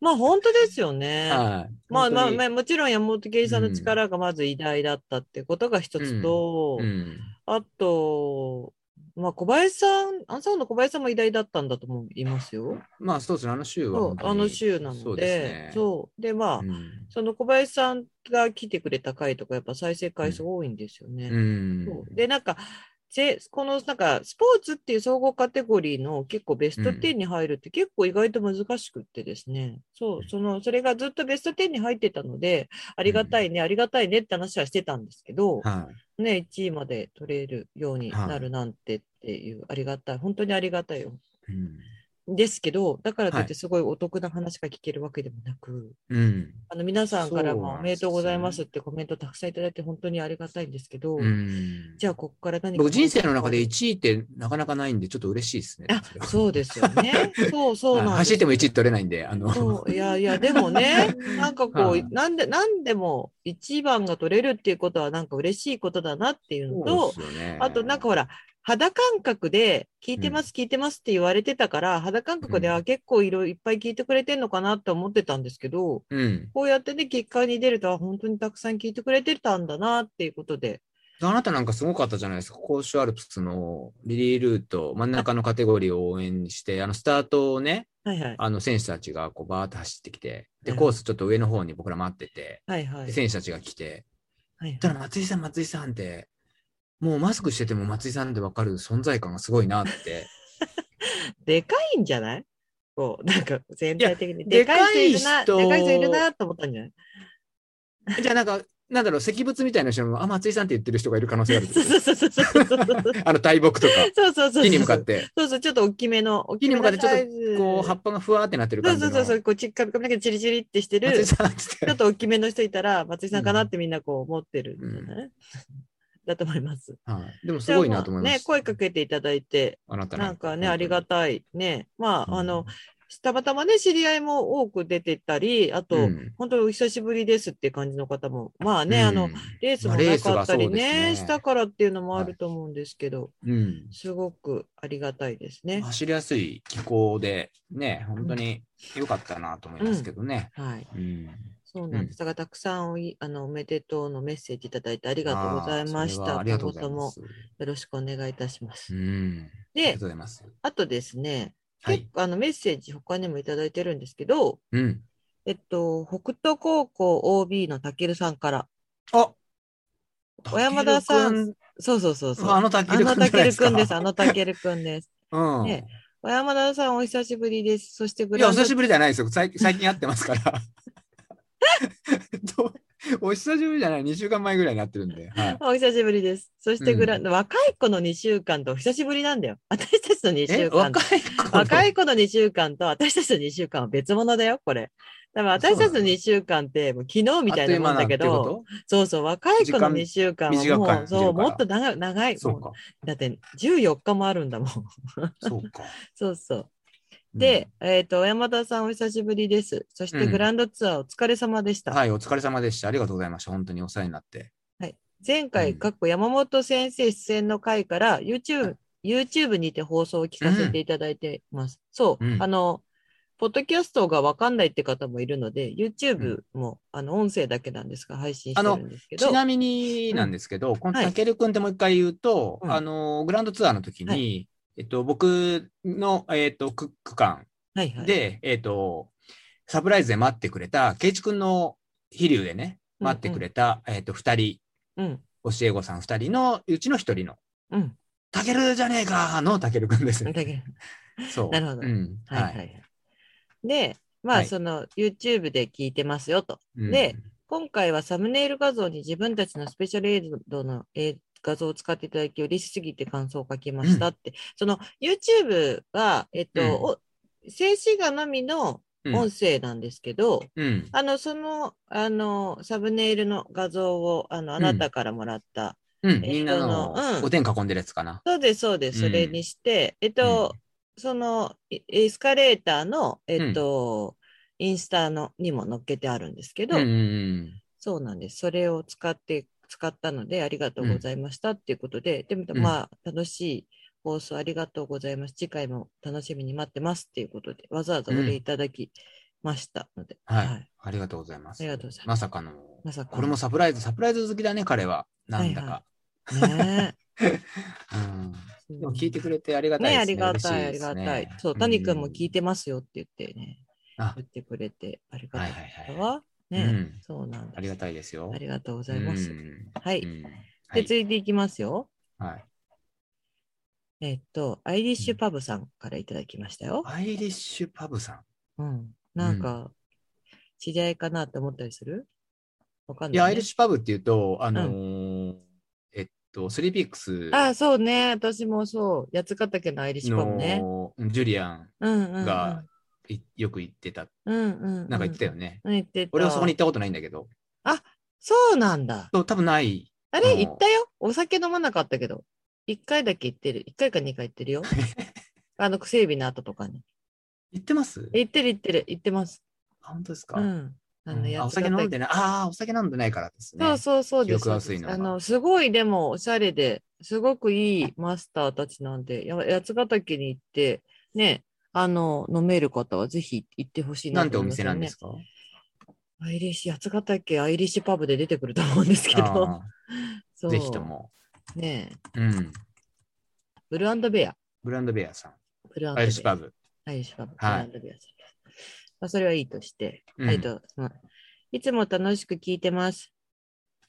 Speaker 2: まあ本当ですよ
Speaker 1: ど、
Speaker 2: ね。
Speaker 1: はい。
Speaker 2: まあまあ
Speaker 1: 本当
Speaker 2: ま
Speaker 1: に
Speaker 2: あ、もちろん山本圭一さんの力がまず偉大だったってことが一つと、
Speaker 1: うん、
Speaker 2: あと、まあ小林さん、アンサーの小林さんも偉大だったんだと思いますよ。
Speaker 1: まあそうですね、あの週は
Speaker 2: そ
Speaker 1: 本
Speaker 2: う、
Speaker 1: 当に。
Speaker 2: あの週なの
Speaker 1: そう
Speaker 2: で、
Speaker 1: すね
Speaker 2: そう。で、まあ、
Speaker 1: うん
Speaker 2: その小林さんが来てくれた回とか、やっぱ再生回数多いんですよ
Speaker 1: う
Speaker 2: ね。
Speaker 1: ん
Speaker 2: そうで、なんか、ぜこのなんかスポーツっていう総合カテゴリーの結構ベスト
Speaker 1: うん
Speaker 2: 10に入るって結構意外と難しくってですね、そう、その、それがずっとベスト10に入ってたので、ありがたいね、ありがたいねって話はしてたんですけど、
Speaker 1: は
Speaker 2: ね、1位まで取れるようになるなんてっていう、ありがたい、本当にありがたいよ。
Speaker 1: い。うん
Speaker 2: ですけど、だからといっ
Speaker 1: は
Speaker 2: てすごいお得な話が聞けるわけでもなく、
Speaker 1: うん。
Speaker 2: あの皆さんから
Speaker 1: そう
Speaker 2: も
Speaker 1: なんですよね
Speaker 2: おめでとうございますってコメントたくさんいただいて本当にありがたいんですけど、
Speaker 1: うん
Speaker 2: じゃあここから何か
Speaker 1: 僕人生の中で1位ってなかなかないんで、ちょっと嬉しいですね。
Speaker 2: あそうですよね。そうそうなん
Speaker 1: は
Speaker 2: で
Speaker 1: い
Speaker 2: す。
Speaker 1: 走っても1位取れないんで、あの、
Speaker 2: そういやいや、でもね、なんかこ
Speaker 1: は
Speaker 2: う
Speaker 1: い、
Speaker 2: なんで、なんでも一番が取れるっていうことはなんか嬉しいことだなっていうのと、
Speaker 1: そうですよね
Speaker 2: あとなんかほら、肌感覚で聞いてます、聞いてますって言われてたから、肌感覚で、
Speaker 1: うん
Speaker 2: あ、結構いろいろいっぱい聞いてくれてんのかなって思ってたんですけど、
Speaker 1: うん。
Speaker 2: こうやってね、結果に出ると、あ本当にたくさん聞いてくれてたんだなっていうことで。
Speaker 1: あなたなんかすごかったじゃないですか。甲州アルプスのリリールート、真ん中のカテゴリーを応援して、あの、スタートをね、
Speaker 2: はいはい。
Speaker 1: あの、選手たちがこう、バーッと走ってきて、で、
Speaker 2: うん
Speaker 1: コースちょっと上の方に僕ら待ってて、
Speaker 2: はいはい。
Speaker 1: で選手たちが来て、
Speaker 2: はい
Speaker 1: たら松井さん、松井さんって、もうマスクしてても松井さんって分かる存在感がすごいな って。
Speaker 2: でかいんじゃないこう、なんか全体的に。
Speaker 1: や
Speaker 2: でかい人いるな、
Speaker 1: でかい人
Speaker 2: でかい人いるなと思ったんじゃない
Speaker 1: じゃあなんか、なんだろう、石仏みたいな人も、あ、松井さんって言ってる人がいる可能性があるって
Speaker 2: そ
Speaker 1: こ
Speaker 2: うそうそうそうそうそうそうそう。
Speaker 1: と。あの大木とか、
Speaker 2: そうそうそう。
Speaker 1: 木に向かって、
Speaker 2: そうそう、ちょっと大きめの、大き
Speaker 1: 木に
Speaker 2: め
Speaker 1: 向か
Speaker 2: の
Speaker 1: ってちょっと
Speaker 2: サイズ
Speaker 1: こう、葉っぱがふわーってなってる
Speaker 2: そう
Speaker 1: 感じ
Speaker 2: そ
Speaker 1: の。
Speaker 2: うそうそう、こう、ちっかびかみだけチリチリってして
Speaker 1: 松
Speaker 2: る、
Speaker 1: 井
Speaker 2: ち
Speaker 1: さんっつって
Speaker 2: ょっ。と大きめの人いたら、松井さんかなってみんなこう思ってるんじゃない、だと思います。
Speaker 1: はい、でもすごいなと思いま
Speaker 2: ね、
Speaker 1: す。
Speaker 2: 声かけていただいて、
Speaker 1: あなた
Speaker 2: なんかね、ありが
Speaker 1: と
Speaker 2: たい。ね。まあ、あの、、たまたまね、知り合いも多く出てたり、あと、
Speaker 1: うん
Speaker 2: 本当にお久しぶりですっていう感じの方も、まあね、あの、、レース
Speaker 1: ま
Speaker 2: も
Speaker 1: あレ
Speaker 2: な
Speaker 1: ースが
Speaker 2: かったり
Speaker 1: そうです
Speaker 2: ね、
Speaker 1: ね
Speaker 2: したからっていうのもあると思うんですけど、
Speaker 1: うんうん
Speaker 2: すごくありがたいですね。
Speaker 1: 走りやすい気候で、ね、本当に良かったなと思いますけどね。
Speaker 2: はい。
Speaker 1: うん
Speaker 2: そうなんです。だからたくさんおいあのおめでとうのメッセージいただいてあり
Speaker 1: あ
Speaker 2: がとうございまし
Speaker 1: ーそれ
Speaker 2: た。
Speaker 1: はありがとうござい
Speaker 2: 今
Speaker 1: ま
Speaker 2: 後と
Speaker 1: す。
Speaker 2: もよろしくお願いいたしま
Speaker 1: う
Speaker 2: す。
Speaker 1: ん。ありが
Speaker 2: で
Speaker 1: とう、ございます。
Speaker 2: あとですね、
Speaker 1: は
Speaker 2: 結
Speaker 1: い。
Speaker 2: 構あのメッセージ他にもいただいてるんですけど、
Speaker 1: うん。
Speaker 2: えっと、北東高校 OB のたけるさんから、
Speaker 1: あ
Speaker 2: 小山田さ
Speaker 1: たけ
Speaker 2: ん
Speaker 1: る
Speaker 2: そうそうそう
Speaker 1: く
Speaker 2: そ
Speaker 1: ん
Speaker 2: う。
Speaker 1: あのたけ
Speaker 2: あ
Speaker 1: るくん
Speaker 2: のたけるくんです。
Speaker 1: じゃ
Speaker 2: あ
Speaker 1: ない
Speaker 2: のたけるくんです。
Speaker 1: すかうん。
Speaker 2: ね小山田さん、お久しぶりです。そしてグ
Speaker 1: いや、
Speaker 2: ラ
Speaker 1: お
Speaker 2: ンド
Speaker 1: 久しぶりじゃないですよ。最近 最近会ってますから。 どうお久しぶりじゃない、2週間前ぐらいになってるんで。はい、
Speaker 2: お久しぶりです。そしてグランド、若い子の2週間とお久しぶりなんだよ。私たちの2
Speaker 1: え
Speaker 2: 週間と
Speaker 1: 若。い子
Speaker 2: 若
Speaker 1: い
Speaker 2: い子の2週間と私たちの2週間は別物だよ、これ。多分私たちの2週間ってもう昨日みたいなもんだけど、、そうそう、若い子の2週間は
Speaker 1: 短
Speaker 2: も、
Speaker 1: いう
Speaker 2: そう、
Speaker 1: 短い
Speaker 2: もっと長い、長い。
Speaker 1: そう
Speaker 2: も
Speaker 1: か。
Speaker 2: うだって14日もあるんだ もん。
Speaker 1: そうか。
Speaker 2: そうそう。 で、えっ、と、小山田さんお久しぶりです。そして
Speaker 1: うん
Speaker 2: グランドツアーお疲れ様でし
Speaker 1: う
Speaker 2: た。
Speaker 1: ん、はい、お疲れ様でした。ありがとうございました。本当にお世話になって。
Speaker 2: 前
Speaker 1: う
Speaker 2: 回、
Speaker 1: ん
Speaker 2: かっこ山本先生出演の回から YouTube、YouTube にて放送を聞かせていただいてます。そう、
Speaker 1: うん
Speaker 2: あの、ポッドキャストがわかんないって方もいるので、YouTube も、あの、音声だけなんですが、配信してるんですけど
Speaker 1: ち、なみになんですけど、この
Speaker 2: はい
Speaker 1: たけるくんってもう一回言うと、
Speaker 2: うん
Speaker 1: あの、グランドツアーの時に、
Speaker 2: は
Speaker 1: えっと、僕の、えっと、区区間
Speaker 2: はいはい。
Speaker 1: で、えっと、サプライズで待ってくれた、ケイチくんの飛竜でね、
Speaker 2: うんうん
Speaker 1: 待ってくれた、えっと、二人、
Speaker 2: うん、
Speaker 1: 教え子さん二人のうちの一人の、
Speaker 2: うん、
Speaker 1: たけるじゃねえかのたけるくん です
Speaker 2: だ
Speaker 1: ね。
Speaker 2: け
Speaker 1: そう。
Speaker 2: なるほど
Speaker 1: うん。
Speaker 2: はいはいはい。で、ま
Speaker 1: は
Speaker 2: あ、
Speaker 1: い
Speaker 2: その、YouTube で聞いてますよと。
Speaker 1: うん
Speaker 2: で、今回はサムネイル画像に自分たちのスペシャルエイドのえー画像を使っていただき、嬉しすぎて感想を書きましたって。その YouTube は、えっと、
Speaker 1: うん
Speaker 2: お静止画のみの
Speaker 1: うん
Speaker 2: 音声なんですけど、
Speaker 1: うん。
Speaker 2: あの、その、あの、サムネイルの画像を、あの、あ
Speaker 1: うん
Speaker 2: なたからもらった。
Speaker 1: うん、
Speaker 2: えー
Speaker 1: みんな
Speaker 2: そのう
Speaker 1: の
Speaker 2: ん
Speaker 1: おでん囲んでるやつかな。
Speaker 2: そうです、そうです。それにして、えっと、その、エエスカレーターの、えっと、インスタのにも載っけてあるんですけど、
Speaker 1: うんうんうん
Speaker 2: そうなんです。それを使って、使ったので、ありがとうございましたっていうことで、で
Speaker 1: うん
Speaker 2: も、まあ、楽しい放送ありがとうございます。次回も楽しみに待ってますっていうことで、わざわざお礼いただきましたので、
Speaker 1: はい、ありがとうございます。
Speaker 2: ありがとうござい
Speaker 1: ま
Speaker 2: ます
Speaker 1: さかの、
Speaker 2: まさか。
Speaker 1: これもサプライズ、サプライズ好きだね、彼は。なんだか。
Speaker 2: ね
Speaker 1: うん
Speaker 2: え。
Speaker 1: でも 聞いてくれてありがたい
Speaker 2: ね
Speaker 1: ですね。
Speaker 2: ありがたい、あ
Speaker 1: 嬉しで
Speaker 2: り
Speaker 1: す
Speaker 2: が
Speaker 1: ね
Speaker 2: たい。そう、谷君も聞いてますよって言ってね、
Speaker 1: うんあ
Speaker 2: 言ってくれてありがたい
Speaker 1: はいはい
Speaker 2: 方
Speaker 1: は
Speaker 2: は、
Speaker 1: い
Speaker 2: ね、
Speaker 1: うん
Speaker 2: そうなんだ。
Speaker 1: ありがたいですよ。
Speaker 2: あり
Speaker 1: がとう
Speaker 2: がとうございます。は。
Speaker 1: はいう
Speaker 2: で、
Speaker 1: んはい
Speaker 2: 続いていきますよ。
Speaker 1: はい
Speaker 2: えっと、アイリッシュパブさんからいただきましたよ。
Speaker 1: アイリッシュパブさ
Speaker 2: うん。なんか、知り合いかなって思ったりするわかん
Speaker 1: ん。
Speaker 2: ない、
Speaker 1: いや、アイリッシュパブっていうと、あのー、えっと、スリーピックス
Speaker 2: ああ、そうね。私もそう。八ヶ岳のアイリッシュパブね。
Speaker 1: のジュリアン
Speaker 2: うんうん、うん。
Speaker 1: がいよく行ってた。
Speaker 2: うんうん、うん。
Speaker 1: なんか言ってたよね。
Speaker 2: うん。言ってた。
Speaker 1: 俺はそこに行ったことないんだけど。
Speaker 2: そうなんだ。
Speaker 1: そう多分ない。
Speaker 2: あ
Speaker 1: あ
Speaker 2: れ
Speaker 1: の
Speaker 2: 行ったよ。お酒飲まなかったけど。一回だけ行ってる。一回か二回行って るよ。あの、整備の後とかに。
Speaker 1: 行ってます
Speaker 2: 行ってる行ってる。行ってます。
Speaker 1: あ本当ですか、
Speaker 2: う
Speaker 1: うん
Speaker 2: ん。あの、
Speaker 1: あお
Speaker 2: 八ヶ
Speaker 1: 酒
Speaker 2: 岳
Speaker 1: 飲んでない。ああ、お酒飲んでないからですね。
Speaker 2: そうそうそうです。
Speaker 1: 記憶が薄いのが
Speaker 2: あの、すごいでもおしゃれで、すごくいいマスターたちなんで、や八ヶ岳に行って、ね、あの、飲める方はぜひ行ってほしいな
Speaker 1: なんて
Speaker 2: と
Speaker 1: お
Speaker 2: 思います
Speaker 1: 店
Speaker 2: よね。
Speaker 1: なんですか
Speaker 2: アイリッシュ、八ヶ岳アイリッシュパブで出てくると思うんですけど、
Speaker 1: あ
Speaker 2: そ
Speaker 1: ー
Speaker 2: う
Speaker 1: ぜひと。も。
Speaker 2: ねえ
Speaker 1: うん。
Speaker 2: ブルーベア。
Speaker 1: ブランドベアさん。
Speaker 2: ブルー
Speaker 1: アイリッシュパ
Speaker 2: ブ。
Speaker 1: ブ。
Speaker 2: アイリッシュパブ。
Speaker 1: はい
Speaker 2: ブルーベアさんまあ、それはいいとして、
Speaker 1: うん
Speaker 2: はいと、うんいつも楽しく聞いてます。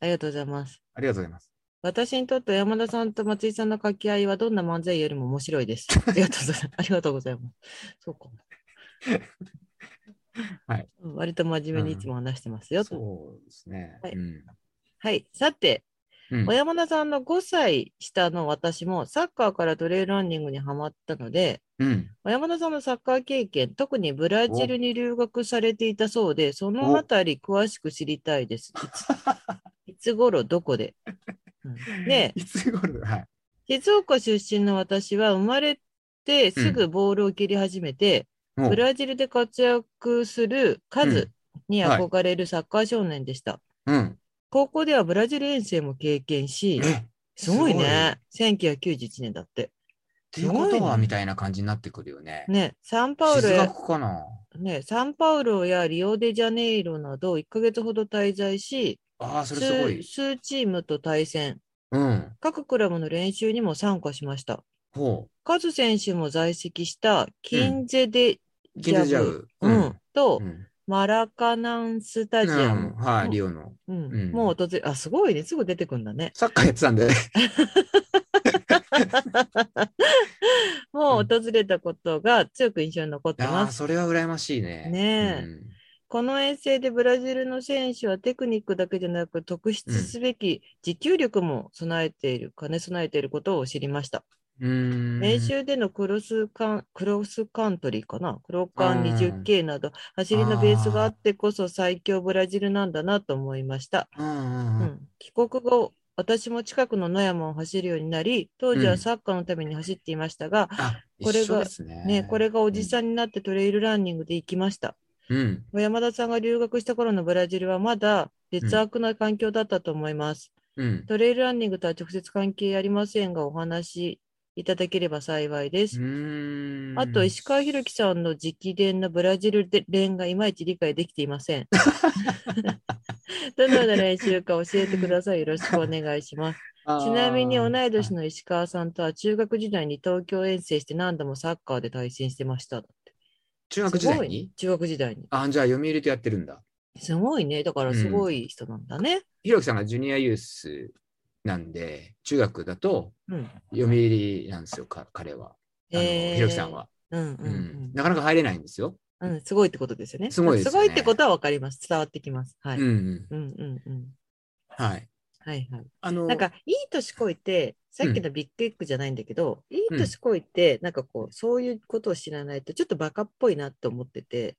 Speaker 2: ありがとうございます。
Speaker 1: ありがとうございます。
Speaker 2: 私にとって山田さんと松井さんの掛け合いはどんな漫才よりも面白 いです。ありがとうございます。ありがとうございます。そうか。
Speaker 1: はい。
Speaker 2: 割と真面目にいつも話してますよ。と
Speaker 1: そうですね。
Speaker 2: はい
Speaker 1: うん
Speaker 2: はい。さて、
Speaker 1: うん
Speaker 2: 小山田さんの5歳下の私もサッカーからトレイルランニングにハマったので、
Speaker 1: うん。
Speaker 2: 小山田さんのサッカー経験、特にブラジルに留学されていたそうで、そのあたり詳しく知りたいです。 いついつ頃どこで、うんで、
Speaker 1: いつ頃はい。
Speaker 2: 静岡出身の私は生まれてすぐボールを蹴り始めて、
Speaker 1: も
Speaker 2: ブラジルで活躍するカズに憧れるサッカー少年でした。
Speaker 1: うん。
Speaker 2: 高校ではブラジル遠征も経験し、
Speaker 1: え
Speaker 2: すごいね。1991年だって。
Speaker 1: っていうこと
Speaker 2: すごい
Speaker 1: は
Speaker 2: ね
Speaker 1: みたいな感じになってくるよね。
Speaker 2: ね、サンパウロ
Speaker 1: 静
Speaker 2: や、
Speaker 1: 学かな
Speaker 2: ね、サンパウロやリオデジャネイロなど1ヶ月ほど滞在し、
Speaker 1: ああ、それすご
Speaker 2: 数
Speaker 1: い。
Speaker 2: 数チームと対戦、
Speaker 1: うん。
Speaker 2: 各クラブの練習にも参加しました。
Speaker 1: ほ
Speaker 2: カズ選手も在籍したキンゼデ
Speaker 1: う。
Speaker 2: ジャブ,、
Speaker 1: ジャブ。
Speaker 2: うんと、
Speaker 1: うん。
Speaker 2: マラカナンスタジ
Speaker 1: う
Speaker 2: ア
Speaker 1: ん
Speaker 2: ム。
Speaker 1: はい、リオの。
Speaker 2: うん
Speaker 1: うん
Speaker 2: もう訪れ、あ、すごいね。すぐ出てくんだね。
Speaker 1: サッカーやってたんで。
Speaker 2: もう訪れたことが強く印象に残って
Speaker 1: あ
Speaker 2: ま
Speaker 1: あ、
Speaker 2: す。
Speaker 1: それは羨ましいね。
Speaker 2: ねえ
Speaker 1: うん
Speaker 2: この遠征でブラジルの選手はテクニックだけでなく、特筆すべき持久力も備えている、兼ね備えていることを知りました。
Speaker 1: うーん。
Speaker 2: 練習でのクロスカン、クロスカントリーかなクロカン 20K など、走りのベースがあってこそ最強ブラジルなんだなと思いました。
Speaker 1: うんうん
Speaker 2: う
Speaker 1: うん
Speaker 2: ん、帰国後、私も近くの野山を走るようになり、当時
Speaker 1: う
Speaker 2: は
Speaker 1: ん
Speaker 2: サッカーのために走っていましたが、
Speaker 1: あ、
Speaker 2: これが
Speaker 1: 一緒ですね。
Speaker 2: ね、これがおじさ
Speaker 1: ん。
Speaker 2: んになってトレイルランニングで行きました。
Speaker 1: うん。
Speaker 2: 山田さんが留学した頃のブラジルはまだ劣悪な環境だったと思います。
Speaker 1: うん。
Speaker 2: トレイルランニングとは直接関係ありませんが、お話しいただければ幸いです。
Speaker 1: うん
Speaker 2: あと、石川博樹さんの直伝のブラジル連がいまいち理解できていませ ん。どのような練習か教えてください。よろしくお願いします。ちなみに、同い年
Speaker 1: の。
Speaker 2: の石川さんとは中学時代に東京遠征して何度もサッカーで対戦してました。
Speaker 1: 中学時代
Speaker 2: すごい
Speaker 1: に
Speaker 2: ね中学時代に。
Speaker 1: あ、じゃあ、読売とやってるんだ。
Speaker 2: すごいね。だから、すごい人なんだね。
Speaker 1: ひろきさんがジュニアユースなんで、中学だと
Speaker 2: うん。
Speaker 1: 読売なんですよ、か彼は。あの
Speaker 2: へー
Speaker 1: ひろきさんは、
Speaker 2: うん
Speaker 1: う
Speaker 2: うんん
Speaker 1: なかなか入れないんですよ。
Speaker 2: うん。うん、すごいってことですよね。
Speaker 1: すごいですよね
Speaker 2: すごいってことはわかります。伝わってきます。はい。
Speaker 1: うん
Speaker 2: うん、
Speaker 1: うん。
Speaker 2: うん、うん。
Speaker 1: はい。
Speaker 2: はいはい。
Speaker 1: あの、
Speaker 2: なんか、いい年こいて、さっきのビッグエッグじゃないんだけど、いい 年こいて、なんかこう、そういうことを知らないと、ちょっとバカっぽいなって思ってて、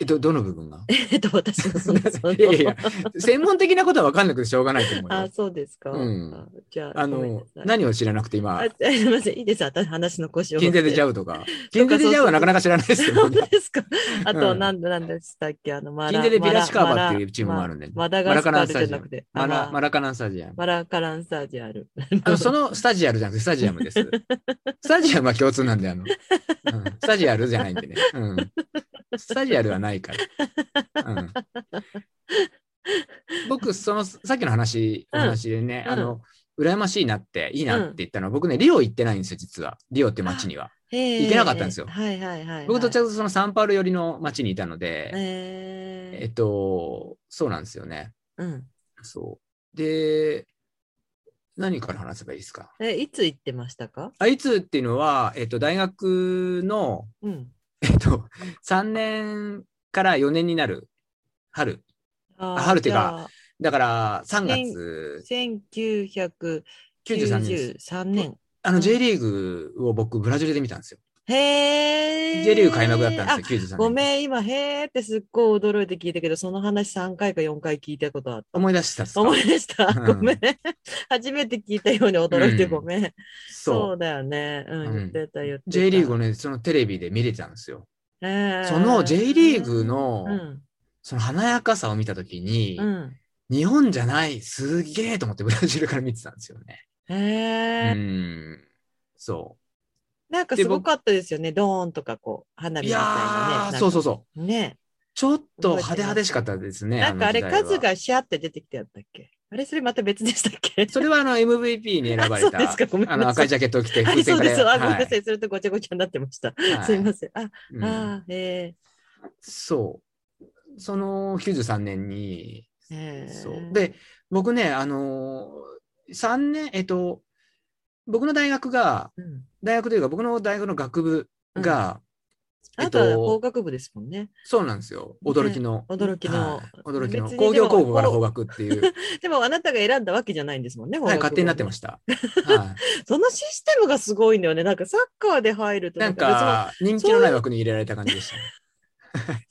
Speaker 1: えど、どの部 分が
Speaker 2: えっと、私のその、その
Speaker 1: いやいや、専門的なことは分かんなくてしょうがないと思う
Speaker 2: あ
Speaker 1: よ、。
Speaker 2: そうですか。
Speaker 1: うん
Speaker 2: あじゃあ、
Speaker 1: あ
Speaker 2: ごめんな
Speaker 1: の
Speaker 2: さ、い
Speaker 1: 何を知らなくて今
Speaker 2: あ、、すみません、いいです。私、話の腰を。
Speaker 1: 金税でジャ
Speaker 2: う。
Speaker 1: ウと か。金税でジャウはなかなか知らないですよ
Speaker 2: 本 当。ですか。あと、
Speaker 1: うん
Speaker 2: なんで、なんでしたっけ、あの、マラ。
Speaker 1: 金税でビラシカーバっていう
Speaker 2: マラ
Speaker 1: チームもあるんでね
Speaker 2: マダガスカールじゃなくて、
Speaker 1: マラ
Speaker 2: あ
Speaker 1: マラカナンスタジアム。
Speaker 2: マラカランサージある。
Speaker 1: あの、そのスタジアルじゃなくて、スタジアム です。スタジアムは共通なんで、あの、うんスタジアルじゃないんでね。うん。スタジアルはないから。うん。僕、その、さっきの話、お
Speaker 2: うん
Speaker 1: 話でね、
Speaker 2: うん
Speaker 1: あの、羨ましいなって、いいなって言ったのは、僕ね、リオ行ってないんですよ、実は。リオって街には。
Speaker 2: 行
Speaker 1: 行けなかったんですよ
Speaker 2: はいはいはい、はい。
Speaker 1: 僕どちらかというとそのサンパウロ寄りの街にいたので、
Speaker 2: え
Speaker 1: えっと、そうなんですよね。
Speaker 2: ーうん。
Speaker 1: そう。で、何から話せばいいですか
Speaker 2: え、いつ行ってましたか
Speaker 1: あいつっていうのは、えっと、大学の、
Speaker 2: うん。
Speaker 1: えっ と、3年から4年になる春。
Speaker 2: あ
Speaker 1: あ春っていうか
Speaker 2: じゃあ
Speaker 1: だから、3月93年です。
Speaker 2: 1993年。
Speaker 1: あの、J リーグを僕、ブラジルで見たんですよ。
Speaker 2: へえ。
Speaker 1: J リーグ開幕だったんですよ、93
Speaker 2: あ
Speaker 1: 年。
Speaker 2: ごめん、今、へーってすっごい驚いて聞いたけど、その話3回か4回聞いたことあった。
Speaker 1: 思い出したっすか
Speaker 2: 思い出した。
Speaker 1: うん
Speaker 2: ごめん。初めて聞いたように驚いてごめん。そ
Speaker 1: そう
Speaker 2: うだよね。う、
Speaker 1: うんん
Speaker 2: 言ってた、言ってた。
Speaker 1: J リーグをね、そのテレビで見れたんですよ。
Speaker 2: へー、
Speaker 1: その J リーグの、
Speaker 2: うん、
Speaker 1: その華やかさを見たときに、
Speaker 2: うん。
Speaker 1: 日本じゃない、すげえと思ってブラジルから見てたんですよね。う
Speaker 2: へー
Speaker 1: ん。そ
Speaker 2: なんかすごかったですよね。ドーンとかこう、花
Speaker 1: う。
Speaker 2: 火
Speaker 1: い
Speaker 2: みたいな
Speaker 1: や
Speaker 2: ね。
Speaker 1: ー、
Speaker 2: なん
Speaker 1: そう
Speaker 2: か
Speaker 1: そうそう。
Speaker 2: ね。
Speaker 1: ちょっと派手派手しかったですね。
Speaker 2: なんかあれ
Speaker 1: の時代は
Speaker 2: 数。がシャーって出てきてやったっけあれそれまた別でしたっけ
Speaker 1: それはあの MVP に選ばれ
Speaker 2: あそうですかごめん
Speaker 1: た、あの
Speaker 2: なさ
Speaker 1: 赤
Speaker 2: い
Speaker 1: いジャケットを着て、
Speaker 2: あ、そうです。
Speaker 1: は
Speaker 2: あ、
Speaker 1: い
Speaker 2: ごめんなさい。それとごちゃごちゃになってました。
Speaker 1: はい
Speaker 2: すいません。あ、
Speaker 1: うん
Speaker 2: あー、へ
Speaker 1: そう。その93年に、
Speaker 2: え。へー
Speaker 1: そう。、で、僕ね、あのー、3年、えっと、僕の大学が、
Speaker 2: うん
Speaker 1: 大学というか、僕の大学の学部が、え
Speaker 2: あ
Speaker 1: っ
Speaker 2: とは法
Speaker 1: と、
Speaker 2: 学部ですもんね。
Speaker 1: そうなんですよ。驚きの。
Speaker 2: 驚きの
Speaker 1: はい驚きの。
Speaker 2: 別に
Speaker 1: 工業高校から
Speaker 2: で
Speaker 1: 法
Speaker 2: も
Speaker 1: 学っ ていう、
Speaker 2: でもあなたが選んだわけじゃないんですもんね。
Speaker 1: はい、勝手になってま
Speaker 2: し
Speaker 1: した。はい。
Speaker 2: た。そのシステムがすごいんだよね。なんかサッカーで入ると
Speaker 1: なんか、人気のない枠に入れられた感じでしたね。
Speaker 2: 別の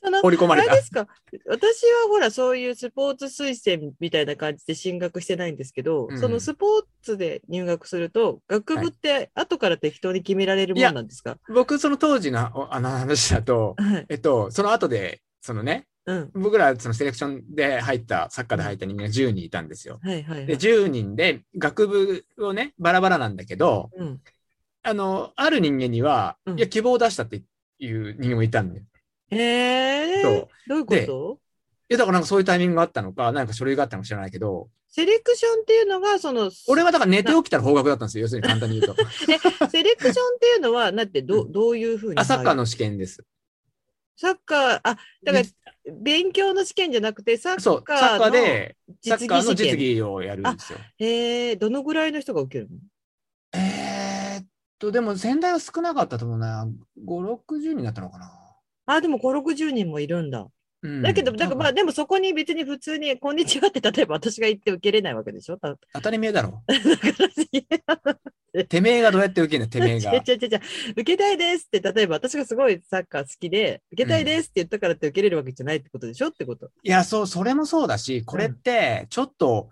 Speaker 2: その
Speaker 1: 放り込まれ
Speaker 2: あ
Speaker 1: た
Speaker 2: れで。すか私はほらそういうスポーツ推薦みたいな感じで進学してないんですけど、
Speaker 1: うん
Speaker 2: そのスポーツで入学すると学部って後から適当に決められるもんなんですか、
Speaker 1: 僕、その当時のおあの話だと、
Speaker 2: はい、
Speaker 1: えっと、その後で、そのね、
Speaker 2: うん
Speaker 1: 僕らそのセレクションで入った、サッカーで入った人間が10人いたんですよ。
Speaker 2: はいはいはい
Speaker 1: で、10人で学部をね、バラバラなんだけど、
Speaker 2: うん
Speaker 1: あの、ある人間には、
Speaker 2: うん
Speaker 1: いや、希望を出したっていう人間もいたんで。
Speaker 2: え
Speaker 1: そ
Speaker 2: ー
Speaker 1: う、
Speaker 2: どういうこと
Speaker 1: いや、だからなんかそういうタイミングがあったのか、なんか書類があったのか知らないけど、
Speaker 2: セレクションっていうのがその
Speaker 1: 俺はだから寝て起きたら方角だったんですよ。要するに簡単に言うと。
Speaker 2: セレクションっていうのはだってど
Speaker 1: う
Speaker 2: どういうふうに
Speaker 1: あ、サッカー
Speaker 2: の
Speaker 1: の試験です。
Speaker 2: サッカーあだから勉強の試験じゃなくてサ
Speaker 1: そ
Speaker 2: ッ
Speaker 1: う、
Speaker 2: カ
Speaker 1: サッカー
Speaker 2: ーの
Speaker 1: で、サッ
Speaker 2: 実
Speaker 1: カ
Speaker 2: 技
Speaker 1: ーの
Speaker 2: 試
Speaker 1: 実
Speaker 2: 験
Speaker 1: 技をやるんですよ。
Speaker 2: えー、どのぐらいの人が受けるの
Speaker 1: えーっと、でも仙台は少なかったと思うな。5、60人だったのかな。
Speaker 2: あでも5 60人もいるんだ
Speaker 1: うん
Speaker 2: だけど、だからまあ、でもそこに別に普通に、こんにちはって、例えば私が言って受けれないわけでしょただ
Speaker 1: 当たり前だろ。
Speaker 2: から、い
Speaker 1: てめえがどうやって受けんだ、てめえ
Speaker 2: や
Speaker 1: が。
Speaker 2: 違う違う違う受けたいですって、例えば私がすごいサッカー好きで、受けたいですって言ったからって受けれるわけじゃないってことでしょってこと。
Speaker 1: いや、そう、それもそうだし、これって、ちょっと、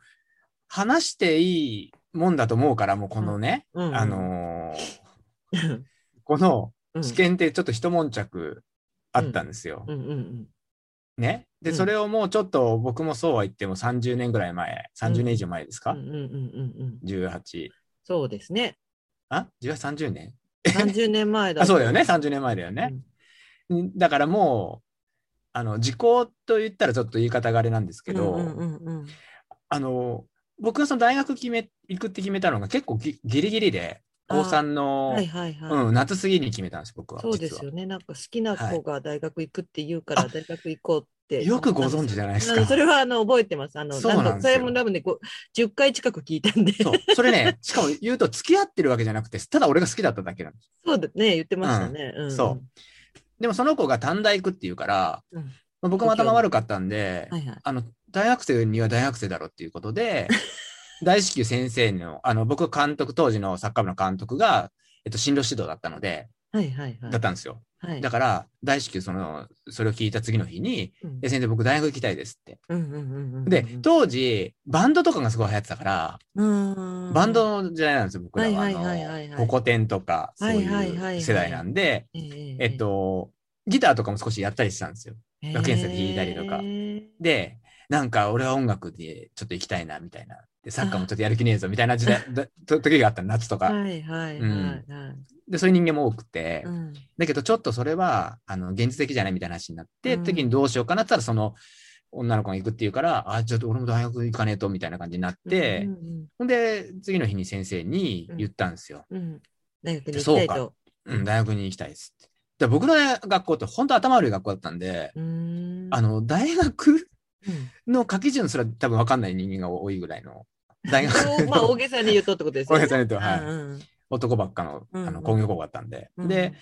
Speaker 1: 話していいもんだと思うから、もうこのね、
Speaker 2: うん
Speaker 1: あのーこの
Speaker 2: うん、
Speaker 1: 試験ってちょっと一悶着あったんですよ
Speaker 2: う。んうんうん。
Speaker 1: ね。で、
Speaker 2: うん
Speaker 1: それをもうちょっと、僕もそうは言っても30年ぐらい前、30年以上前です
Speaker 2: う
Speaker 1: か
Speaker 2: んうんうんうんうん。
Speaker 1: 18。
Speaker 2: そうですね。
Speaker 1: あ ?1830 年
Speaker 2: 30年前だ。
Speaker 1: あ、そうだよね。。30年前だよ
Speaker 2: ね
Speaker 1: ね。。だからもう、あの、時効と言ったらちょっと言い方があれなんですけど、
Speaker 2: うんうんうん
Speaker 1: あの、僕がその大学決め、行くって決めたのが結構ぎギリギリで、
Speaker 2: あ
Speaker 1: 高3の、
Speaker 2: はいはいはい。
Speaker 1: うん、夏過ぎに決めたんです、僕は。
Speaker 2: そうです
Speaker 1: 実は
Speaker 2: よね。なんか好きな子が大学行くって言うから、
Speaker 1: あ
Speaker 2: 大学行こうって。
Speaker 1: よくご存知じゃないですか
Speaker 2: うんそれはあの覚えてます。あの、
Speaker 1: そうなんですよ
Speaker 2: それも多分ね、こう10回近く聞いたんで。 そ
Speaker 1: そうう。それね、しかも言うと付き合ってるわけじゃなくて、ただ俺が好きだっただけなんです。
Speaker 2: だね、言ってましたね。うん。
Speaker 1: そでもその子が短大行くって言うから、
Speaker 2: うん
Speaker 1: まあ僕も頭悪かったんで、
Speaker 2: はいはい。
Speaker 1: あの、大学生には大学生だろっていうこと で、大至急先生の、あの、僕監督、当時のサッカー部の監督が、えっと、進路指導だったので、
Speaker 2: はいはいはい。
Speaker 1: だったんですよ。
Speaker 2: はい。
Speaker 1: だから、大至急、その、それを聞いた次の日に、
Speaker 2: うん
Speaker 1: え、先生、僕大学行きたいですって。
Speaker 2: うんうんうんうん
Speaker 1: で、当時、バンドとかがすごい流行ってたから、
Speaker 2: うん
Speaker 1: バンドの時代なんですよ、僕らは。
Speaker 2: は
Speaker 1: あ
Speaker 2: いはいはいはいはい
Speaker 1: の、ポコテンとか、そう
Speaker 2: はいはいはい
Speaker 1: い
Speaker 2: は
Speaker 1: う
Speaker 2: い
Speaker 1: 世代なんで、
Speaker 2: ええ
Speaker 1: えっ、と、ギターとかも少しやったりしてたんですよ。学園生で弾いたりとか
Speaker 2: ええ
Speaker 1: で、なんか俺は音楽でちょっと行きたいな、みたいな。で、サッカーもちょっとやる気ねえぞ、みたいな時 代、だと時があったの夏とか。
Speaker 2: はいはいはい
Speaker 1: うん
Speaker 2: はい
Speaker 1: で、そういう人間も多くて
Speaker 2: う、ん
Speaker 1: だけどちょっとそれは、あの、現実的じゃないみたいな話になって、
Speaker 2: うん
Speaker 1: 時にどうしようかなって言ったら、その、女の子が行くっていうから、あ、ちょっと俺も大学行かねえと、みたいな感じになって、
Speaker 2: うんうん
Speaker 1: ほんで、次の日に先生に言ったんですよ。
Speaker 2: うんうん大学に行き
Speaker 1: そ
Speaker 2: た
Speaker 1: う
Speaker 2: い
Speaker 1: か
Speaker 2: と。
Speaker 1: うん、大学に行きたいですって。で僕の学校って本当頭悪い学校だったんで、
Speaker 2: うーん
Speaker 1: あの、大学
Speaker 2: うん
Speaker 1: の書き順すら多分分かんない人間が多いぐらいの、大学
Speaker 2: そうまあ大げさに言うとってことです
Speaker 1: 大
Speaker 2: よね。
Speaker 1: げさに言うと、はい
Speaker 2: うん
Speaker 1: 男ばっかの
Speaker 2: うん
Speaker 1: あ
Speaker 2: う
Speaker 1: の
Speaker 2: ん
Speaker 1: 工業高校だったんで、
Speaker 2: うん
Speaker 1: で、、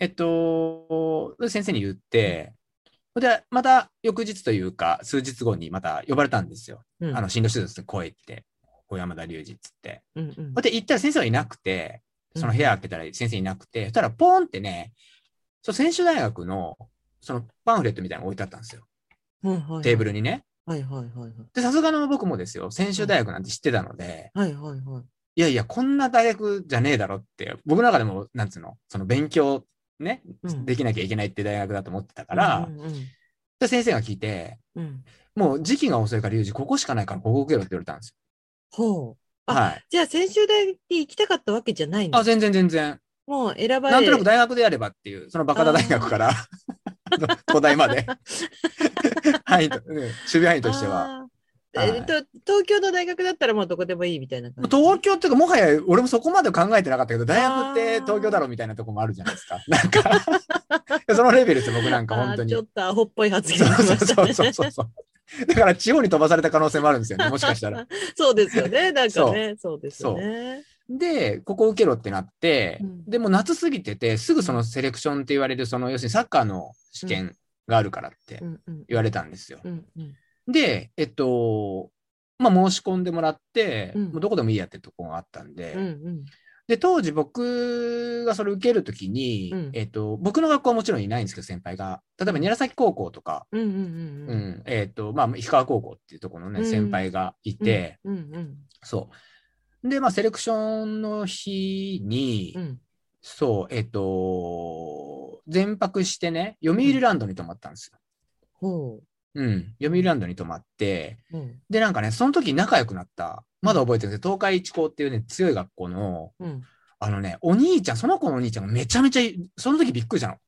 Speaker 1: えっと、先生に言って、で、また翌日というか、数日後にまた呼ばれたんですよ。
Speaker 2: うん
Speaker 1: あの、、進路手術に来いって、小山田隆二っつって。
Speaker 2: うんうん
Speaker 1: ほんで、行ったら先生はいなくて、その部屋開けたら先生いなくて、そしたらポンってね、その専修大学の、そのパンフレットみたいなの置いてあったんですよ。テーブ
Speaker 2: ル。
Speaker 1: ルにね。
Speaker 2: はいはいはいはい。
Speaker 1: で、さすがの僕もですよ、専修大学なんて知ってたので、
Speaker 2: はいはいはい。
Speaker 1: いやいや、こんな大学じゃねえだろって、僕の中でも、なんつうの、その勉強ね、
Speaker 2: うん
Speaker 1: できなきゃいけないって大学だと思ってたから、
Speaker 2: うんうん
Speaker 1: で先生が聞いて、
Speaker 2: うんうん
Speaker 1: もう時期が遅いから、リュウジ、ここしかないから、ここ受けろって言われたんです
Speaker 2: ほう。
Speaker 1: よ。
Speaker 2: あ
Speaker 1: はい。
Speaker 2: じゃあ、専修大に行きたかったわけじゃないの
Speaker 1: あ、全然全然。
Speaker 2: もう選ばれ
Speaker 1: なんとなく大学でやればっていう、そのバカ田大学から、 あの東大 まで。範囲と、うん守備範囲としては。
Speaker 2: あーえーと東京の大学だったらもうどこでもいいみたいな感じ。
Speaker 1: 東京っていうか、もはや俺もそこまで考えてなかったけど、大学って
Speaker 2: あー
Speaker 1: 東京だろみたいなとこもあるじゃないですか。なんか、 そのレベルですよ、僕なんか本当
Speaker 2: あー
Speaker 1: に
Speaker 2: ちょ。っとアホっぽい発言
Speaker 1: そう
Speaker 2: しました
Speaker 1: そう
Speaker 2: ね。
Speaker 1: そうそうそう。だから地方に飛ばされた可能性もあるんですよ ね、もしかしたら。
Speaker 2: そうですよね。なんかね、そうですよね。
Speaker 1: で、ここ受けろってなって、
Speaker 2: うん
Speaker 1: でもう夏過ぎてて、すぐそのセレクションって言われる、その要するにサッカーの試験があるからって
Speaker 2: うんうん
Speaker 1: 言われたんですよ。
Speaker 2: うんうん
Speaker 1: で、えっと、まあ、申し込んでもらって、
Speaker 2: うん
Speaker 1: もうどこでもいいやってとこがあったんで、
Speaker 2: うんうん
Speaker 1: で、当時僕がそれ受けるときに、
Speaker 2: うん
Speaker 1: えっと、僕の学校はもちろんいないんですけど、先輩が。例えば、韮崎高校とか、
Speaker 2: うんうん
Speaker 1: う、
Speaker 2: うんん
Speaker 1: えっと、まあ、氷川高校っていうところのね、
Speaker 2: うん
Speaker 1: 先輩がい
Speaker 2: うん。
Speaker 1: て、
Speaker 2: うんうん
Speaker 1: そう。で、まあ、セレクションの日に、
Speaker 2: うん
Speaker 1: そう、えっ、と、全泊してね、読売ランドに泊まったんですよ。
Speaker 2: ほ
Speaker 1: うん、読売ランドに泊まって、
Speaker 2: う。うん
Speaker 1: で、なんかね、その時仲良くなった、まだ覚えてるんですけど、東海一高っていうね、強い学校の、
Speaker 2: うん
Speaker 1: あのね、お兄ちゃん、その子のお兄ちゃんがめちゃめちゃい、その時びっくりしたの。
Speaker 2: うん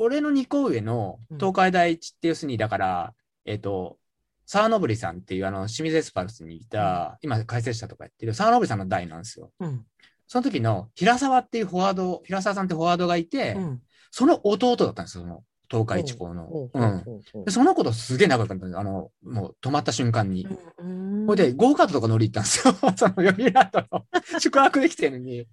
Speaker 1: 俺の2個上の
Speaker 2: うん
Speaker 1: 東海第一っていうすに、だから、えっ、と、沢登さんっていうあの清水エスパルスにいた、今解説者とかやってる沢登さんの代なんですよ。
Speaker 2: うん
Speaker 1: その時の平沢っていうフォワード、平沢さんってフォワードがいて、
Speaker 2: うん。
Speaker 1: その弟だったんですよ、その東海地高の
Speaker 2: ほ。う
Speaker 1: う。
Speaker 2: ほうんほうほう
Speaker 1: で、その子とすげえ仲良かったんですよあの、もう止まった瞬間に。
Speaker 2: うん
Speaker 1: ほいで、ゴーカートとか乗り行ったんですよ。 その読売ランドの宿泊できてるのに、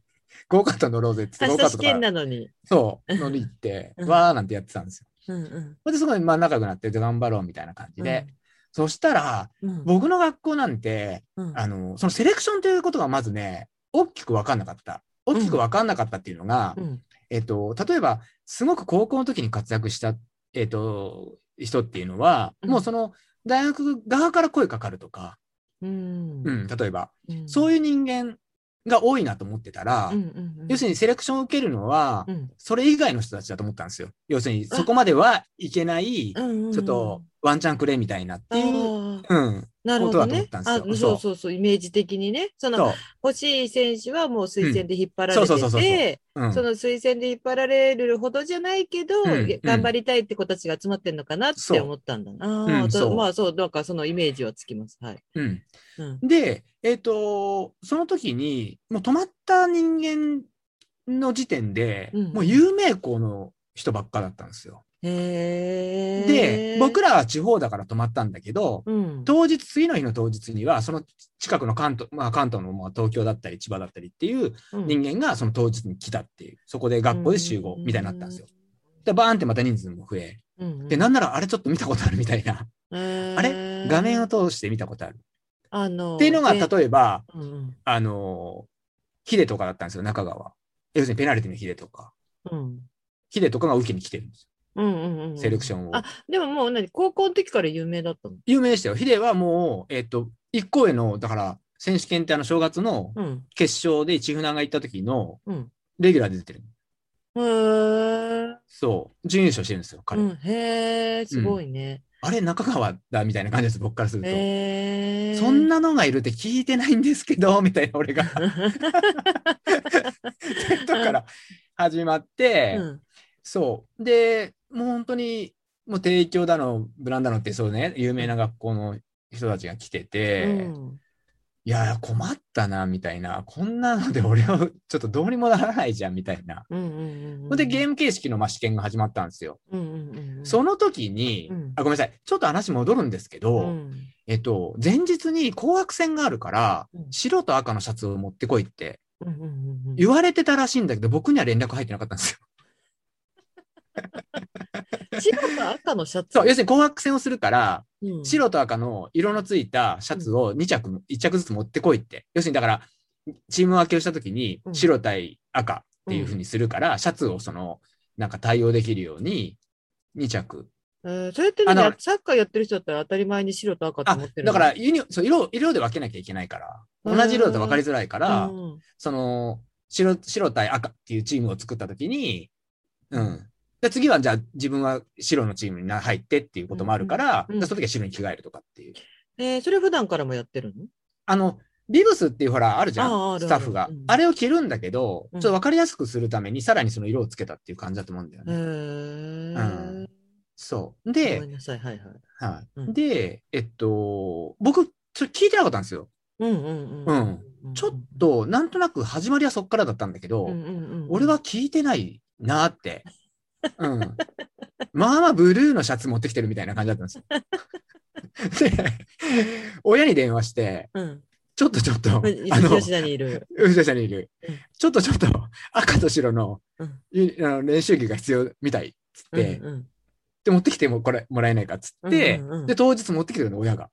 Speaker 1: ゴーカート乗ろうぜって言
Speaker 2: 明
Speaker 1: って、ゴーカー
Speaker 2: 日試
Speaker 1: トと
Speaker 2: 験
Speaker 1: か、
Speaker 2: なのに。
Speaker 1: そう、乗り行って、
Speaker 2: うん
Speaker 1: わーなんてやってたんですよ。
Speaker 2: うんうん
Speaker 1: ほいで、すごい、まあ仲良くなって、で頑張ろうみたいな感じで。そしたら、
Speaker 2: うん
Speaker 1: 僕の学校なんて、
Speaker 2: うん
Speaker 1: あの、そのセレクションということがまずね、大きく分かんなかった。大きく分かんなかったっていうのが、
Speaker 2: うん
Speaker 1: えっと、例えば、すごく高校の時に活躍した、えっと、人っていうのは、
Speaker 2: うん
Speaker 1: もうその、大学側から声かかるとか、
Speaker 2: うん
Speaker 1: うん、例えば、
Speaker 2: うん
Speaker 1: そういう人間が多いなと思ってたら、
Speaker 2: うんうんうん
Speaker 1: 要するにセレクションを受けるのは、
Speaker 2: うん
Speaker 1: それ以外の人たちだと思ったんですよ。要するに、そこまではいけない、
Speaker 2: うんうんうん
Speaker 1: ちょっとワンチャンくれみたいなっていう、
Speaker 2: あー
Speaker 1: うん、
Speaker 2: なるほどね。
Speaker 1: ことだと
Speaker 2: あ
Speaker 1: 思ったんですよそ
Speaker 2: そ
Speaker 1: う
Speaker 2: うそうそう、イメージ的にね。その
Speaker 1: そう、
Speaker 2: 欲しい選手はもう推薦で引っ張られ
Speaker 1: うんそうそうそうそ
Speaker 2: て
Speaker 1: う
Speaker 2: て、
Speaker 1: うん
Speaker 2: その推薦で引っ張られるほどじゃないけど、
Speaker 1: うん
Speaker 2: や頑張りたいって子たちが集まってんのかなっ
Speaker 1: そう
Speaker 2: て思ったんだな。
Speaker 1: ん
Speaker 2: あー
Speaker 1: そう
Speaker 2: まあそう、なんかそのイメージはつきます。はい。
Speaker 1: うん。
Speaker 2: うん
Speaker 1: で、えっ、と、その時に、もう止まった人間の時点で、
Speaker 2: うん
Speaker 1: もう有名校の人ばっかだったんですよ。
Speaker 2: へー
Speaker 1: で、僕らは地方だから止まったんだけど、
Speaker 2: うん、
Speaker 1: 当日、次の日の当日には、その近くの関東、まあ関東のまあ東京だったり千葉だったりっていう人間がその当日に来たっていう、そこで学校で集合みたいになったんですよ。で、バーンってまた人数も増え。
Speaker 2: うん。うんうん
Speaker 1: で、なんならあれちょっと見たことあるみたいな。あ
Speaker 2: へー
Speaker 1: れ画面を通して見たことある。
Speaker 2: あの
Speaker 1: っていうのが、
Speaker 2: で
Speaker 1: 例えば、
Speaker 2: うんうん
Speaker 1: あのーヒデとかだったんですよ、中川。要するにペナルティのヒデとか。
Speaker 2: うん
Speaker 1: ヒデとかが受けに来てるんです
Speaker 2: うんうんうん。
Speaker 1: よ。セレクションを。
Speaker 2: あでももう何高校の時から有名だったの。
Speaker 1: 有名でしたよ。ヒデはもう、えっと、一個上の、だから、選手権ってあの正月の
Speaker 2: うん。
Speaker 1: 決勝で千船が行った時の
Speaker 2: うん。
Speaker 1: レギュラーで出てる。
Speaker 2: へー
Speaker 1: そう。準優勝してるんですよ、彼。
Speaker 2: うん、へえ、すごいね。
Speaker 1: あれ、中川だみたいな感じです、僕からすると。
Speaker 2: へえ。
Speaker 1: そん。なのがいるって聞いてないんですけど、みたいな 俺が。とこから始まって、
Speaker 2: うん。
Speaker 1: そう。で、もう本当に、もう帝京だの、ブランダのって、そうね、有名な学校の人たちが来てて、
Speaker 2: うん
Speaker 1: いや、困ったな、みたいな。こんなので俺はちょっとどうにもならないじゃん、みたいな。
Speaker 2: うんうんうん。
Speaker 1: それでゲー
Speaker 2: ム。
Speaker 1: ム形式のまあ試験が始まったんですよ。
Speaker 2: うんうんうん。
Speaker 1: その時に、
Speaker 2: うん
Speaker 1: あ、ごめんなさい。ちょっと話戻るんですけど、
Speaker 2: うん。
Speaker 1: えっと、前日に紅白戦があるから、
Speaker 2: うん
Speaker 1: 白と赤のシャツを持ってこいって
Speaker 2: うんうんうんうん。
Speaker 1: 言われてたらしいんだけど、僕には連絡入ってなかったんですよ。
Speaker 2: 白と赤のシャツ。
Speaker 1: そう、要するに紅白戦をするから、
Speaker 2: うん、
Speaker 1: 白と赤の色のついたシャツを2着、1着ずつ持ってこいって。要するにだから、チーム分けをした時に
Speaker 2: う、ん
Speaker 1: 白対赤っていう風にするから、シャツをその、なんか対応できるように、2着。
Speaker 2: えーそれってね、
Speaker 1: あの
Speaker 2: サッカーやってる人だったら当たり前に白と赤と
Speaker 1: あ
Speaker 2: 思って、る
Speaker 1: だ
Speaker 2: の
Speaker 1: からユニそう色を、色で分けなきゃいけないから、
Speaker 2: うん
Speaker 1: 同じ色だと分かりづらいから、
Speaker 2: うん
Speaker 1: その白白対赤っていうチームを作った時に、うん、で次はじゃあ自分は白のチームにな入ってっていうこともあるから、
Speaker 2: うんうんうん
Speaker 1: でその時は白に着替えるとかっていう。
Speaker 2: えーそれ普段からもやってるの
Speaker 1: あのビブスっていうほらあるじゃ
Speaker 2: あああるあ
Speaker 1: ん
Speaker 2: る
Speaker 1: スタッフが
Speaker 2: うん。
Speaker 1: あれを着るんだけど、
Speaker 2: うん
Speaker 1: ちょっと分かりやすくするためにさらにその色をつけたっていう感じだと思うんだよ
Speaker 2: へ
Speaker 1: ね。
Speaker 2: ー
Speaker 1: そう
Speaker 2: ごめ
Speaker 1: で,、
Speaker 2: んなさい、はいはい。
Speaker 1: はい
Speaker 2: うん
Speaker 1: でえっと僕ちょっと聞いてなかったんですよ。
Speaker 2: うんうん
Speaker 1: う
Speaker 2: うんんうん。
Speaker 1: ちょっとなんとなく始まりはそっからだったんだけど、
Speaker 2: うんうんうん、
Speaker 1: 俺は聞いてないなーって。うん。まあまあブルーのシャツ持ってきてるみたいな感じだったんです よ。で、親に電話して、
Speaker 2: うん、
Speaker 1: ちょっとちょっと、あ
Speaker 2: うん。
Speaker 1: の、
Speaker 2: 吉田に いる。
Speaker 1: 吉田さんにいる
Speaker 2: うん。
Speaker 1: ちょっとちょっと、赤と白の,
Speaker 2: うん
Speaker 1: い、あの練習着が必要みたいっつって、
Speaker 2: うん
Speaker 1: で、
Speaker 2: うん
Speaker 1: 持ってきてもこれもらえないかっつって、
Speaker 2: うんうんうん
Speaker 1: で、当日持ってきてるの、親が。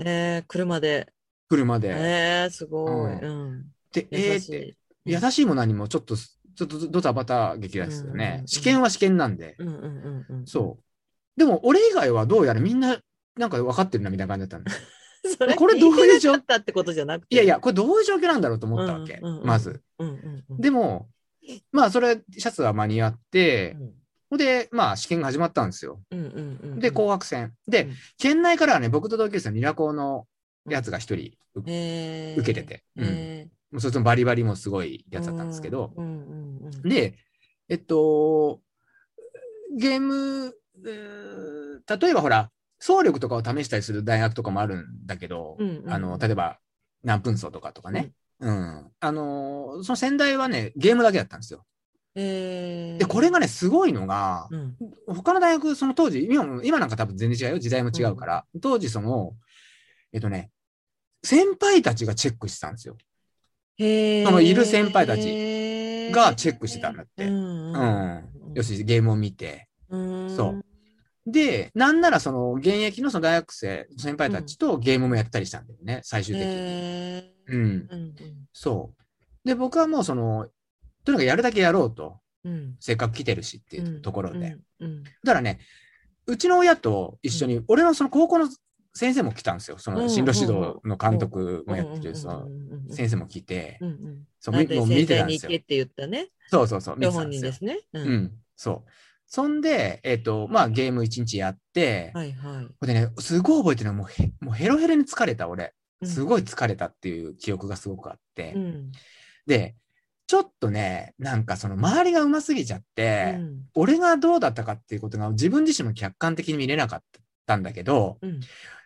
Speaker 2: えー、車で。
Speaker 1: 車で。
Speaker 2: えー、すごい。
Speaker 1: う
Speaker 2: うん。
Speaker 1: で、え
Speaker 2: 優
Speaker 1: ーっ、
Speaker 2: してい。
Speaker 1: 優しいも何もちょっと、ちょっとドタバタ劇ですよね。
Speaker 2: うんうんうん
Speaker 1: 試験は試験なんで。
Speaker 2: うんうんうんうん。
Speaker 1: そう。でも、俺以外はどうやらみんな、なんか分かってるなみたいな感じだったん です。
Speaker 2: う。それ
Speaker 1: こ
Speaker 2: こ
Speaker 1: れ
Speaker 2: れ
Speaker 1: ど
Speaker 2: ど
Speaker 1: う
Speaker 2: う
Speaker 1: い
Speaker 2: いうう
Speaker 1: 状
Speaker 2: 状ったってことじゃなくて。
Speaker 1: いやいや、これどういう状況なんだろうと思ったわけ、
Speaker 2: うんうんうん
Speaker 1: まず。
Speaker 2: うんうんうん。
Speaker 1: でも、まあ、それ、シャツは間に合っ
Speaker 2: う
Speaker 1: て、
Speaker 2: ん
Speaker 1: ほんで、まあ、試験が始まったんですよ。
Speaker 2: うんうんうんうん。
Speaker 1: で、紅白戦。で、
Speaker 2: うん
Speaker 1: 県内からはね、僕と同級生のニラコのやつが一人う
Speaker 2: えー、
Speaker 1: 受けてて、うん
Speaker 2: え
Speaker 1: もうそれともバリバリもすごい
Speaker 2: ー
Speaker 1: やつだったんですけど、
Speaker 2: うんうんうんうん
Speaker 1: で、えっと、ゲーム、えー例えばほら、走力とかを試したりする大学とかもあるんだけど、
Speaker 2: うんうんうん
Speaker 1: あの例えば何分走とかとかね、うんあのその先代はね、ゲームだけだったんですよ。
Speaker 2: えー、
Speaker 1: で、これがね、すごいのが、
Speaker 2: うん、
Speaker 1: 他の大学、その当時、今も今なんか多分全然違うよ、時代も違うから、当時、その、えっとね、先輩たちがチェックしてたんですよ。
Speaker 2: へー
Speaker 1: そのいる先輩たちがチェックしてたんだって
Speaker 2: うん
Speaker 1: う
Speaker 2: うん
Speaker 1: ん、要するにゲームを見て。
Speaker 2: うん
Speaker 1: そで、なんならその現役のその大学生、先輩たちとゲームもやったりしたんだよね、最終的に。
Speaker 2: へ
Speaker 1: う
Speaker 2: ー
Speaker 1: ん、
Speaker 2: うん
Speaker 1: そう。で、僕はもうその、とにかくやるだけやろうと、
Speaker 2: うん
Speaker 1: せっかく来てるしって
Speaker 2: う
Speaker 1: い
Speaker 2: ん
Speaker 1: うところで。
Speaker 2: うんうん
Speaker 1: だからね、うちの親と一緒に、俺のその高校の先生も来たんですよ、その進路指導の監督もやってる、その先生も来て、
Speaker 2: うんうん
Speaker 1: そう、
Speaker 2: あ
Speaker 1: み
Speaker 2: んた
Speaker 1: もう
Speaker 2: に
Speaker 1: 見
Speaker 2: 先
Speaker 1: てた
Speaker 2: 生
Speaker 1: んで
Speaker 2: に
Speaker 1: す
Speaker 2: 行けっ
Speaker 1: よ。
Speaker 2: て言ったね。
Speaker 1: そうそうそう、見
Speaker 2: ご
Speaker 1: てた
Speaker 2: 本
Speaker 1: んで
Speaker 2: 人
Speaker 1: す
Speaker 2: で
Speaker 1: よ。
Speaker 2: す
Speaker 1: う。
Speaker 2: ね。う
Speaker 1: ん、そう。そんで、えっ、と、まあゲーム一日やって、
Speaker 2: はいは
Speaker 1: これね、すごい覚えてるのはもうへ、もうヘロヘロに疲れた、俺。
Speaker 2: い。
Speaker 1: すごい疲れたっていう記憶がすごくあって。
Speaker 2: うん。
Speaker 1: で、ちょっとね、なんかその周りがうますぎちゃっ
Speaker 2: う
Speaker 1: て、
Speaker 2: ん。
Speaker 1: 俺がどうだったかっていうことが自分自身も客観的に見れなかったんだけど、
Speaker 2: うん。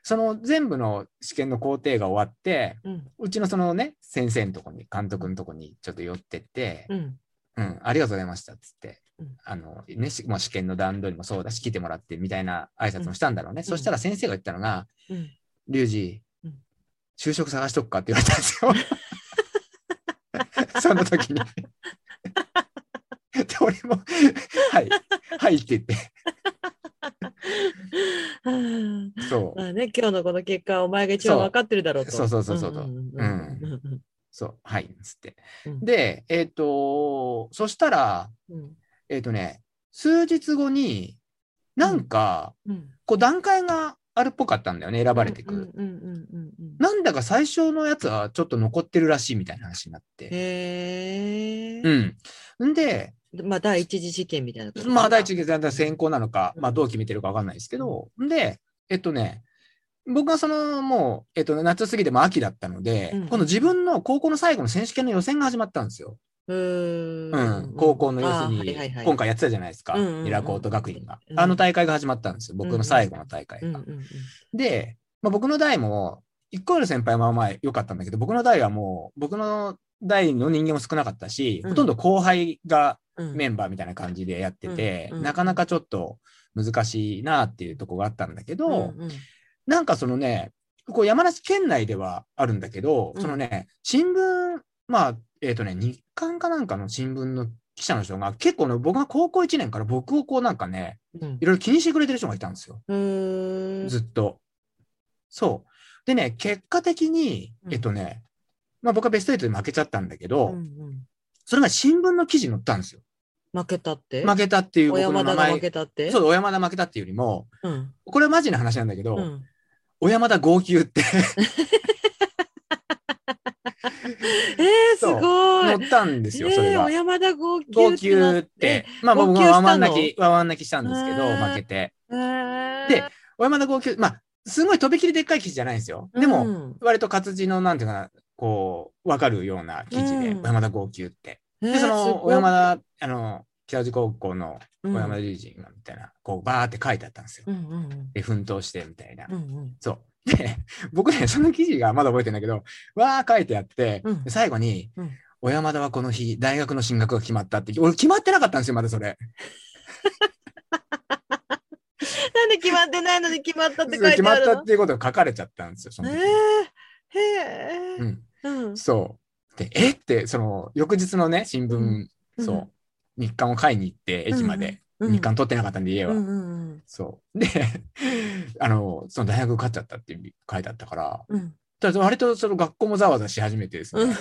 Speaker 1: その全部の試験の工程が終わって、
Speaker 2: うん。
Speaker 1: うちのそのね、先生のとこに、監督のとこにちょっと寄ってって、
Speaker 2: うん。
Speaker 1: うん、ありがとうございましたっつって、
Speaker 2: うん
Speaker 1: あのね、しもう試験の段取りもそうだし、来てもらってみたいな挨拶もしたんだろうね。そしたら先生が言ったのが、
Speaker 2: うん
Speaker 1: リュウジ
Speaker 2: うん、
Speaker 1: 就職探しとくかって言われたんですよ。 その時に。で、俺も、はい、はいって言って、
Speaker 2: うん
Speaker 1: そ
Speaker 2: ま
Speaker 1: う、
Speaker 2: あね、今日のこの結果、お前が一番分かってるだろうと。
Speaker 1: そうそうそうそうそう
Speaker 2: うんうんうん
Speaker 1: そう、はいっつって。
Speaker 2: うん
Speaker 1: で、えっ、と、そしたら、
Speaker 2: うん
Speaker 1: えっ、とね、数日後に、なんか、
Speaker 2: うん。
Speaker 1: こう段階があるっぽかったんだよね、選ばれてく。
Speaker 2: うんうんうんうんうん。
Speaker 1: なんだか最初のやつはちょっと残ってるらしいみたいな話になって。
Speaker 2: へえ。
Speaker 1: うん。んで、
Speaker 2: まあ、第一次事件みたいなことかな
Speaker 1: まあ、第一次団体先行なのか、
Speaker 2: うん
Speaker 1: まあ、どう決めてるかわかんないですけど、で、えっとね、僕はその、もう、えっと、夏過ぎても秋だったので、
Speaker 2: うん
Speaker 1: 今度自分の高校の最後の選手権の予選が始まったんですよ。
Speaker 2: う
Speaker 1: う
Speaker 2: ーん
Speaker 1: ん。高校の要する
Speaker 2: あーはいはいは
Speaker 1: に、
Speaker 2: い
Speaker 1: 今回やってたじゃないですか、
Speaker 2: うんうんうん
Speaker 1: ミラコート学院が
Speaker 2: う。ん
Speaker 1: あの大会が始まったんですよ。僕の最後の大会
Speaker 2: うんう
Speaker 1: が
Speaker 2: ん。うん
Speaker 1: で、まあ、僕の代も、一個より先輩はまあ良かったんだけど、僕の代はもう、僕の代の人間も少なかったし、
Speaker 2: うん
Speaker 1: ほとんど後輩が
Speaker 2: うん
Speaker 1: メンバーみたいな感じでやってて、
Speaker 2: うんうん
Speaker 1: なかなかちょっと難しいなっていうとこがあったんだけど、
Speaker 2: うんうん
Speaker 1: なんかそのね、こう山梨県内ではあるんだけど、
Speaker 2: うん
Speaker 1: そのね、新聞、まあ、えっ、とね、日刊かなんかの新聞の記者の人が、結構ね、僕が高校1年から僕をこうなんかね、
Speaker 2: うん
Speaker 1: いろいろ気にしてくれてる人がいたんですよ。
Speaker 2: うーん
Speaker 1: ずっと。そう。でね、結果的に、
Speaker 2: うん
Speaker 1: えっとね、まあ僕はベスト8で負けちゃったんだけど、
Speaker 2: うんうん
Speaker 1: それが新聞の記事に載ったんですよ。
Speaker 2: 負けたって
Speaker 1: 負けたっていう
Speaker 2: 小
Speaker 1: 僕の
Speaker 2: 山
Speaker 1: 名
Speaker 2: 田が
Speaker 1: 前
Speaker 2: 負。けたって
Speaker 1: そう、小山田負けたっていうよりも、
Speaker 2: うん
Speaker 1: これはマジな話なんだけど、
Speaker 2: うん
Speaker 1: 小山田号泣って
Speaker 2: えー、す
Speaker 1: そう
Speaker 2: ご い
Speaker 1: 載ったんですよ、それ
Speaker 2: えー
Speaker 1: が
Speaker 2: 小。山田号泣
Speaker 1: 号泣
Speaker 2: な
Speaker 1: って、まあ
Speaker 2: 号
Speaker 1: 僕
Speaker 2: 泣
Speaker 1: は
Speaker 2: した
Speaker 1: ワン
Speaker 2: の
Speaker 1: ワン泣き、ワンワン泣きしたんですけ
Speaker 2: へ
Speaker 1: ど、
Speaker 2: ー
Speaker 1: 負けて。
Speaker 2: へー
Speaker 1: で小山田号泣、まあ、すごいとびきりでっかい記事じゃないんですよ。でも、
Speaker 2: うん
Speaker 1: 割と活字の、なんていうかな、こう、わかるような記事で、
Speaker 2: うん
Speaker 1: 小山田号泣って。
Speaker 2: え
Speaker 1: で、
Speaker 2: ー
Speaker 1: そ
Speaker 2: すご
Speaker 1: の、
Speaker 2: い
Speaker 1: 小山田、あの、北宇治高校の
Speaker 2: う
Speaker 1: 小
Speaker 2: ん
Speaker 1: 山田龍神がみたいな、こう、バーって書いてあったんですよ
Speaker 2: う。んうん
Speaker 1: で、奮闘してみたいな
Speaker 2: うん。うん
Speaker 1: そう。で、 僕ね、その記事がまだ覚えてんだけど、わー書いてあって、
Speaker 2: うん
Speaker 1: で最後に、
Speaker 2: うん
Speaker 1: 小山田はこの日、大学の進学が決まったって、俺決まってなかったんですよ、まだそれ。
Speaker 2: なんで決まってないのに決まったって書い
Speaker 1: 決
Speaker 2: て
Speaker 1: ま
Speaker 2: あ
Speaker 1: っ
Speaker 2: る
Speaker 1: た
Speaker 2: の
Speaker 1: っていうことが書かれちゃったんですよ、その時。
Speaker 2: えー、へ
Speaker 1: う
Speaker 2: え、
Speaker 1: ん。
Speaker 2: うん
Speaker 1: そう。で、えって、その、翌日のね、新聞、
Speaker 2: うん
Speaker 1: そう、日刊を買いに行って、駅まで。
Speaker 2: うん
Speaker 1: 日刊取ってなかったんで、家は。
Speaker 2: うんうん
Speaker 1: そう。で、 あの、その大学受かっちゃったっていう書いてあったから、
Speaker 2: うんうん
Speaker 1: ただ割とその学校もざわざわし始めてですね、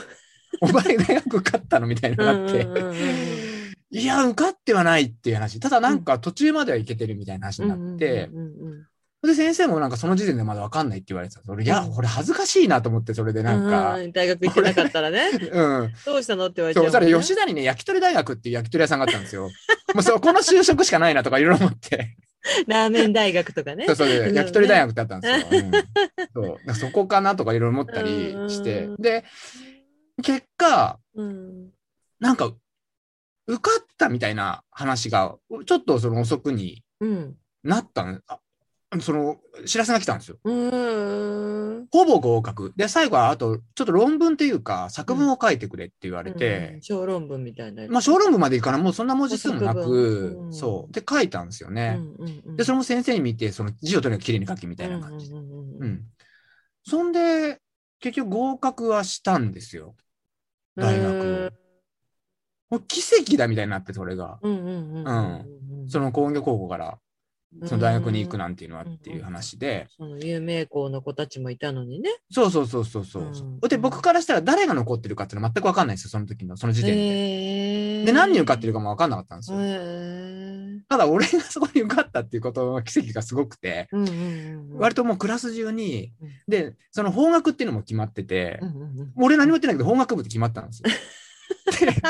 Speaker 1: お前大学受かったのみたいになって
Speaker 2: うんうんうんうんうん、
Speaker 1: いや、受かってはないっていう話、ただなんか途中までは行けてるみたいな話になって、
Speaker 2: うんうんうんうん
Speaker 1: で、先生もなんかその時点でまだわかんないって言われてたんです。俺、いや、
Speaker 2: うん
Speaker 1: これ恥ずかしいなと思って、それでなんか
Speaker 2: う、ん大学行ってなかったらね
Speaker 1: うん。
Speaker 2: どうしたのって言われちゃ
Speaker 1: そうう、それ吉
Speaker 2: 田
Speaker 1: 田にね、焼き鳥大学っていう焼き鳥屋さんがあったんですよ。 もうそこの就職しかないなとかいろいろ思って。
Speaker 2: ラーメン大学とかね
Speaker 1: そうそう
Speaker 2: う
Speaker 1: で、
Speaker 2: ん
Speaker 1: 焼き鳥大学ってあったんですよ。うんそうだからそこかなとかいろいろ思ったりして
Speaker 2: うん。
Speaker 1: で、結果、
Speaker 2: うん
Speaker 1: なんか、受かったみたいな話が、ちょっとその遅くに
Speaker 2: うん
Speaker 1: なったんあその、知らせが来たんですよ。
Speaker 2: うーん
Speaker 1: ほぼ合格。で、最後は、あと、ちょっと論文というか、作文を書いてくれって言われ
Speaker 2: う
Speaker 1: て
Speaker 2: ん、小論文みたいな
Speaker 1: まあ、小論文までいかない、もうそんな文字数もな
Speaker 2: 作文う
Speaker 1: く、
Speaker 2: ん
Speaker 1: そう。で、書いたんですよね。
Speaker 2: 文
Speaker 1: で、そ
Speaker 2: の
Speaker 1: れも先生に見て、その字をとにかくきれいに書きみ
Speaker 2: み
Speaker 1: たいな感じで。
Speaker 2: うん
Speaker 1: う
Speaker 2: うん
Speaker 1: ん。そんで、結局合格はしたんですよ。大学もう奇跡だみたいになって、それが。
Speaker 2: うんうんうんうん
Speaker 1: その工業高校から、その大学に行くなんていうのはっていう話で。
Speaker 2: その有名校の子たちもいたのにね
Speaker 1: そうそうそうそうそう。
Speaker 2: うん
Speaker 1: で、僕からしたら誰が残ってるかっていうのは全くわかんないんですよ、その時の、その時点で。
Speaker 2: へー
Speaker 1: で、何人受かってるかもわかんなかったんです
Speaker 2: へ
Speaker 1: よ。
Speaker 2: ー
Speaker 1: ただ、俺がそこに受かったっていうことの奇跡がすごくて、
Speaker 2: うんうんうん
Speaker 1: 割ともうクラス中に
Speaker 2: うん、
Speaker 1: で、その方角っていうのも決まってて
Speaker 2: う、んうんうん
Speaker 1: 俺何も言ってないけど、法学部って決まったんです よ。で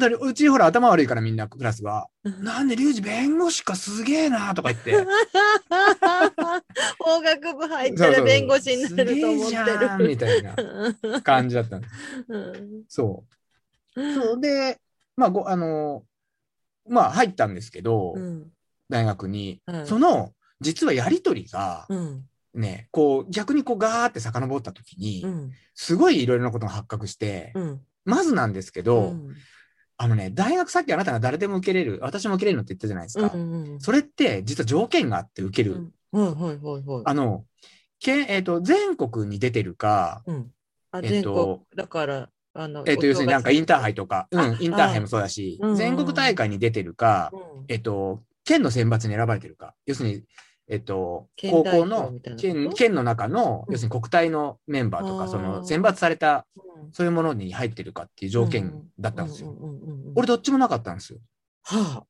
Speaker 1: だからうちほら頭悪いからみんなクラスが、なんでリュウジ弁護士かすげえなとか言って。
Speaker 2: 法学部入ったら弁護士になると思っ
Speaker 1: す
Speaker 2: て
Speaker 1: げ
Speaker 2: る
Speaker 1: えじゃんみたいな感じだったんです。そう。そうで、まあ、ごあの、まあ入ったんですけど、
Speaker 2: うん
Speaker 1: 大学に、
Speaker 2: うん
Speaker 1: その、実はやりとりが、
Speaker 2: うん
Speaker 1: ね、こう逆にこうガーって遡った時に、
Speaker 2: うん
Speaker 1: すごいいろいろなことが発覚して、
Speaker 2: うん
Speaker 1: まずなんですけど、あのね、大学さっきあなたが誰でも受けれる、私も受けれるのって言ったじゃないですか。
Speaker 2: うん
Speaker 1: それって実は条件があって受ける。
Speaker 2: うんはいはいはいはい
Speaker 1: あの、けえっと全国に出てるか、
Speaker 2: うんあ
Speaker 1: えっ
Speaker 2: 全国
Speaker 1: と
Speaker 2: だからあの
Speaker 1: えっと要するになんかインターハ
Speaker 2: イ
Speaker 1: イとか、うん、インターハイもそうだし
Speaker 2: うんうんう、ん
Speaker 1: 全国大会に出てるか、えっと、県の選抜に選ばれてるか、要するに、えっと、
Speaker 2: 県
Speaker 1: 高校
Speaker 2: 代表
Speaker 1: の
Speaker 2: みたいなこと
Speaker 1: 県県の中の、
Speaker 2: うん
Speaker 1: 要するに国体のメンバーと
Speaker 2: あ
Speaker 1: か、
Speaker 2: ー
Speaker 1: その選抜された、そういうものに入ってるかっていう条件だったんですよ。俺どっちもなかったんですよ。
Speaker 2: は